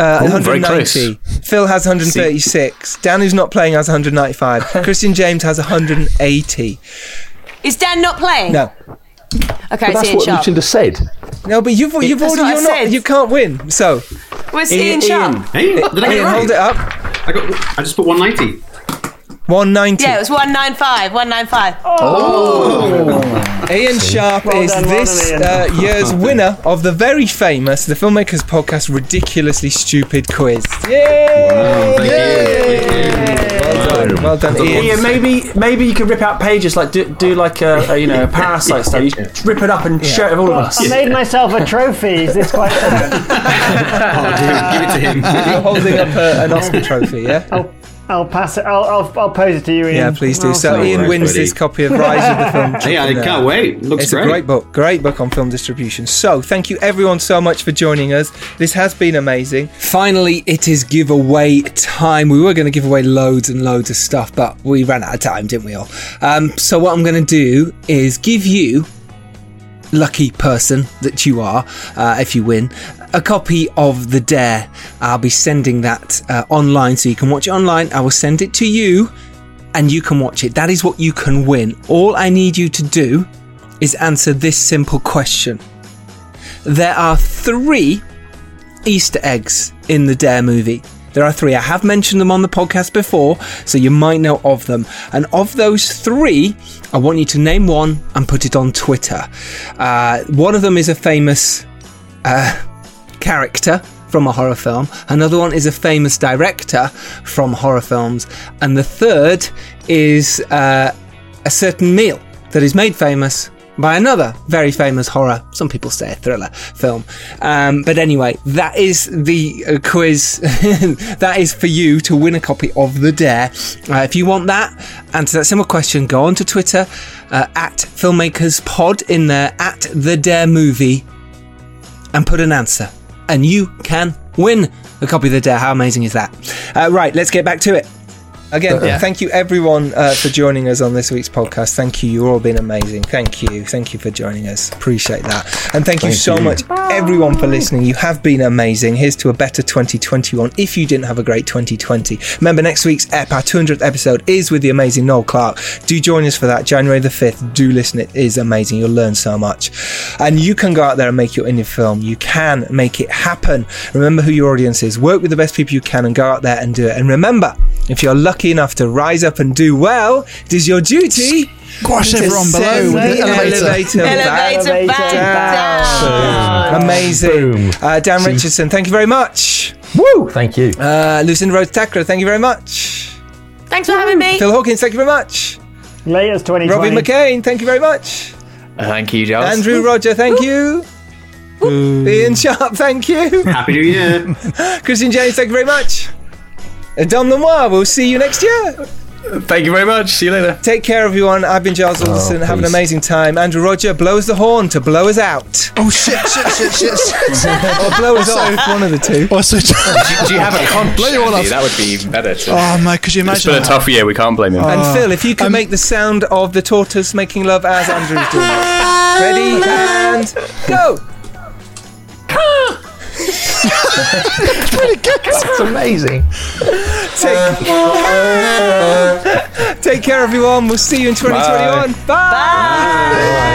[SPEAKER 2] uh,
[SPEAKER 10] Ooh, very
[SPEAKER 2] 190. Phil has 136. Dan, who's not playing, has 195. Christian James has 180.
[SPEAKER 4] Is Dan not playing?
[SPEAKER 2] No.
[SPEAKER 4] Okay, it's
[SPEAKER 5] But that's
[SPEAKER 4] Ian
[SPEAKER 5] what
[SPEAKER 4] Sharp.
[SPEAKER 5] Lucinda said.
[SPEAKER 2] No, but you've you've
[SPEAKER 4] That's
[SPEAKER 2] already
[SPEAKER 4] what I
[SPEAKER 2] you're not
[SPEAKER 4] said.
[SPEAKER 2] you can't win. So
[SPEAKER 4] Where's Ian, Sharp?
[SPEAKER 9] Hey, did I get it
[SPEAKER 2] Ian,
[SPEAKER 9] right?
[SPEAKER 2] hold it up.
[SPEAKER 9] I got. I just put 190.
[SPEAKER 2] 190.
[SPEAKER 4] Yeah, it was 195. 195.
[SPEAKER 2] Oh. Ian Sharp
[SPEAKER 7] Well
[SPEAKER 2] is
[SPEAKER 7] done, well
[SPEAKER 2] this
[SPEAKER 7] done,
[SPEAKER 2] uh, year's winner of the very famous The Filmmakers Podcast Ridiculously Stupid Quiz. Yay! Well done, well done,
[SPEAKER 6] Yeah,
[SPEAKER 2] Ian.
[SPEAKER 6] maybe maybe you could rip out pages like do, do like a, a you know a parasite style. You rip it up and share it with all
[SPEAKER 2] Oh,
[SPEAKER 6] of us.
[SPEAKER 7] I made myself a trophy. Is this quite something?
[SPEAKER 2] You're holding up a, an Oscar trophy, yeah?
[SPEAKER 7] I'll pass it. I'll, I'll, I'll pose it to you, Ian.
[SPEAKER 2] Yeah, please do.
[SPEAKER 7] I'll
[SPEAKER 2] So
[SPEAKER 7] see.
[SPEAKER 2] Ian wins this copy of Rise of the Film.
[SPEAKER 9] Hey, I
[SPEAKER 2] Entrepreneur.
[SPEAKER 9] can't wait. Looks
[SPEAKER 2] it's
[SPEAKER 9] great.
[SPEAKER 2] a great book, great book on film distribution. So, thank you everyone so much for joining us. This has been amazing. Finally, it is giveaway time. We were going to give away loads and loads of stuff, but we ran out of time, didn't we all? Um, so, what I'm going to do is give you lucky person that you are, uh, if you win, a copy of The Dare. I'll be sending that uh, online so you can watch it online. I will send it to you and you can watch it. That is what you can win. All I need you to do is answer this simple question There are three Easter eggs in the Dare movie. There are three. I have mentioned them on the podcast before, so you might know of them. And of those three, I want you to name one and put it on Twitter. Uh, one of them is a famous uh, character from a horror film, another one is a famous director from horror films, and the third is uh, a certain meal that is made famous by another very famous horror, some people say a thriller film. Um, but anyway, that is the uh, quiz. that is for you to win a copy of The Dare. Uh, if you want that, answer that simple question, go on to Twitter uh, at Filmmakers Pod in there, at The Dare Movie and put an answer, and you can win a copy of the Dare. How amazing is that? Uh, right, let's get back to it. Again,
[SPEAKER 8] Yeah.
[SPEAKER 2] thank you everyone uh, for joining us on this week's podcast. Thank you. You've all been amazing. Thank you. Thank you for joining us. Appreciate that. And thank,
[SPEAKER 11] Thank
[SPEAKER 2] you so
[SPEAKER 11] you.
[SPEAKER 2] much, everyone, for listening. You have been amazing. Here's to a better 2021 if you didn't have a great 2020. Remember, next week's EP, our 200th episode, is with the amazing Noel Clark. Do join us for that January the 5th. Do listen. It is amazing. You'll learn so much. And you can go out there and make your indie film. You can make it happen. Remember who your audience is. Work with the best people you can and go out there and do it. And remember, if you're lucky enough to rise up and do well, it is your duty.
[SPEAKER 8] Squash
[SPEAKER 2] to
[SPEAKER 8] everyone below
[SPEAKER 2] send
[SPEAKER 8] with the elevator.
[SPEAKER 2] elevator back
[SPEAKER 8] Elevator back
[SPEAKER 2] down.
[SPEAKER 8] down.
[SPEAKER 2] Amazing. Uh, Dan Richardson, thank you very much.
[SPEAKER 5] Woo! Thank you.
[SPEAKER 2] Uh, Lucinda Rose Tacker, thank you very much.
[SPEAKER 4] Thanks for having me.
[SPEAKER 2] Phil Hawkins, thank you very much.
[SPEAKER 7] Laters 2020.
[SPEAKER 2] Robbie McCain, thank you very much.
[SPEAKER 3] Thank you, Giles.
[SPEAKER 2] Andrew Roger, thank you. Ian Sharp, thank you.
[SPEAKER 3] Happy New Year.
[SPEAKER 2] Christian James, thank you very much. And Dom Lenoir, we'll see you next year.
[SPEAKER 10] Thank you very much. See you later.
[SPEAKER 2] Take care, everyone. I've been Giles Alderson. Have an
[SPEAKER 10] peace.
[SPEAKER 2] amazing time. Andrew Roger blows the horn to blow us out.
[SPEAKER 8] Oh shit! Shit! Shit! Shit! shit.
[SPEAKER 2] or blow us off. One of the two.
[SPEAKER 8] Also,
[SPEAKER 10] do, you have a con?
[SPEAKER 8] Blow you all off.
[SPEAKER 10] That would be even better. to-
[SPEAKER 8] Oh, man, could you
[SPEAKER 10] It's
[SPEAKER 8] imagine
[SPEAKER 10] been a
[SPEAKER 8] that? Oh.
[SPEAKER 10] tough year. We can't blame him.
[SPEAKER 2] and Phil, if you can make the sound of the tortoise making love as Andrew's doing it. Ready and go.
[SPEAKER 5] That's amazing. Uh,
[SPEAKER 2] Take, take care, everyone. We'll see you in 2021. Bye.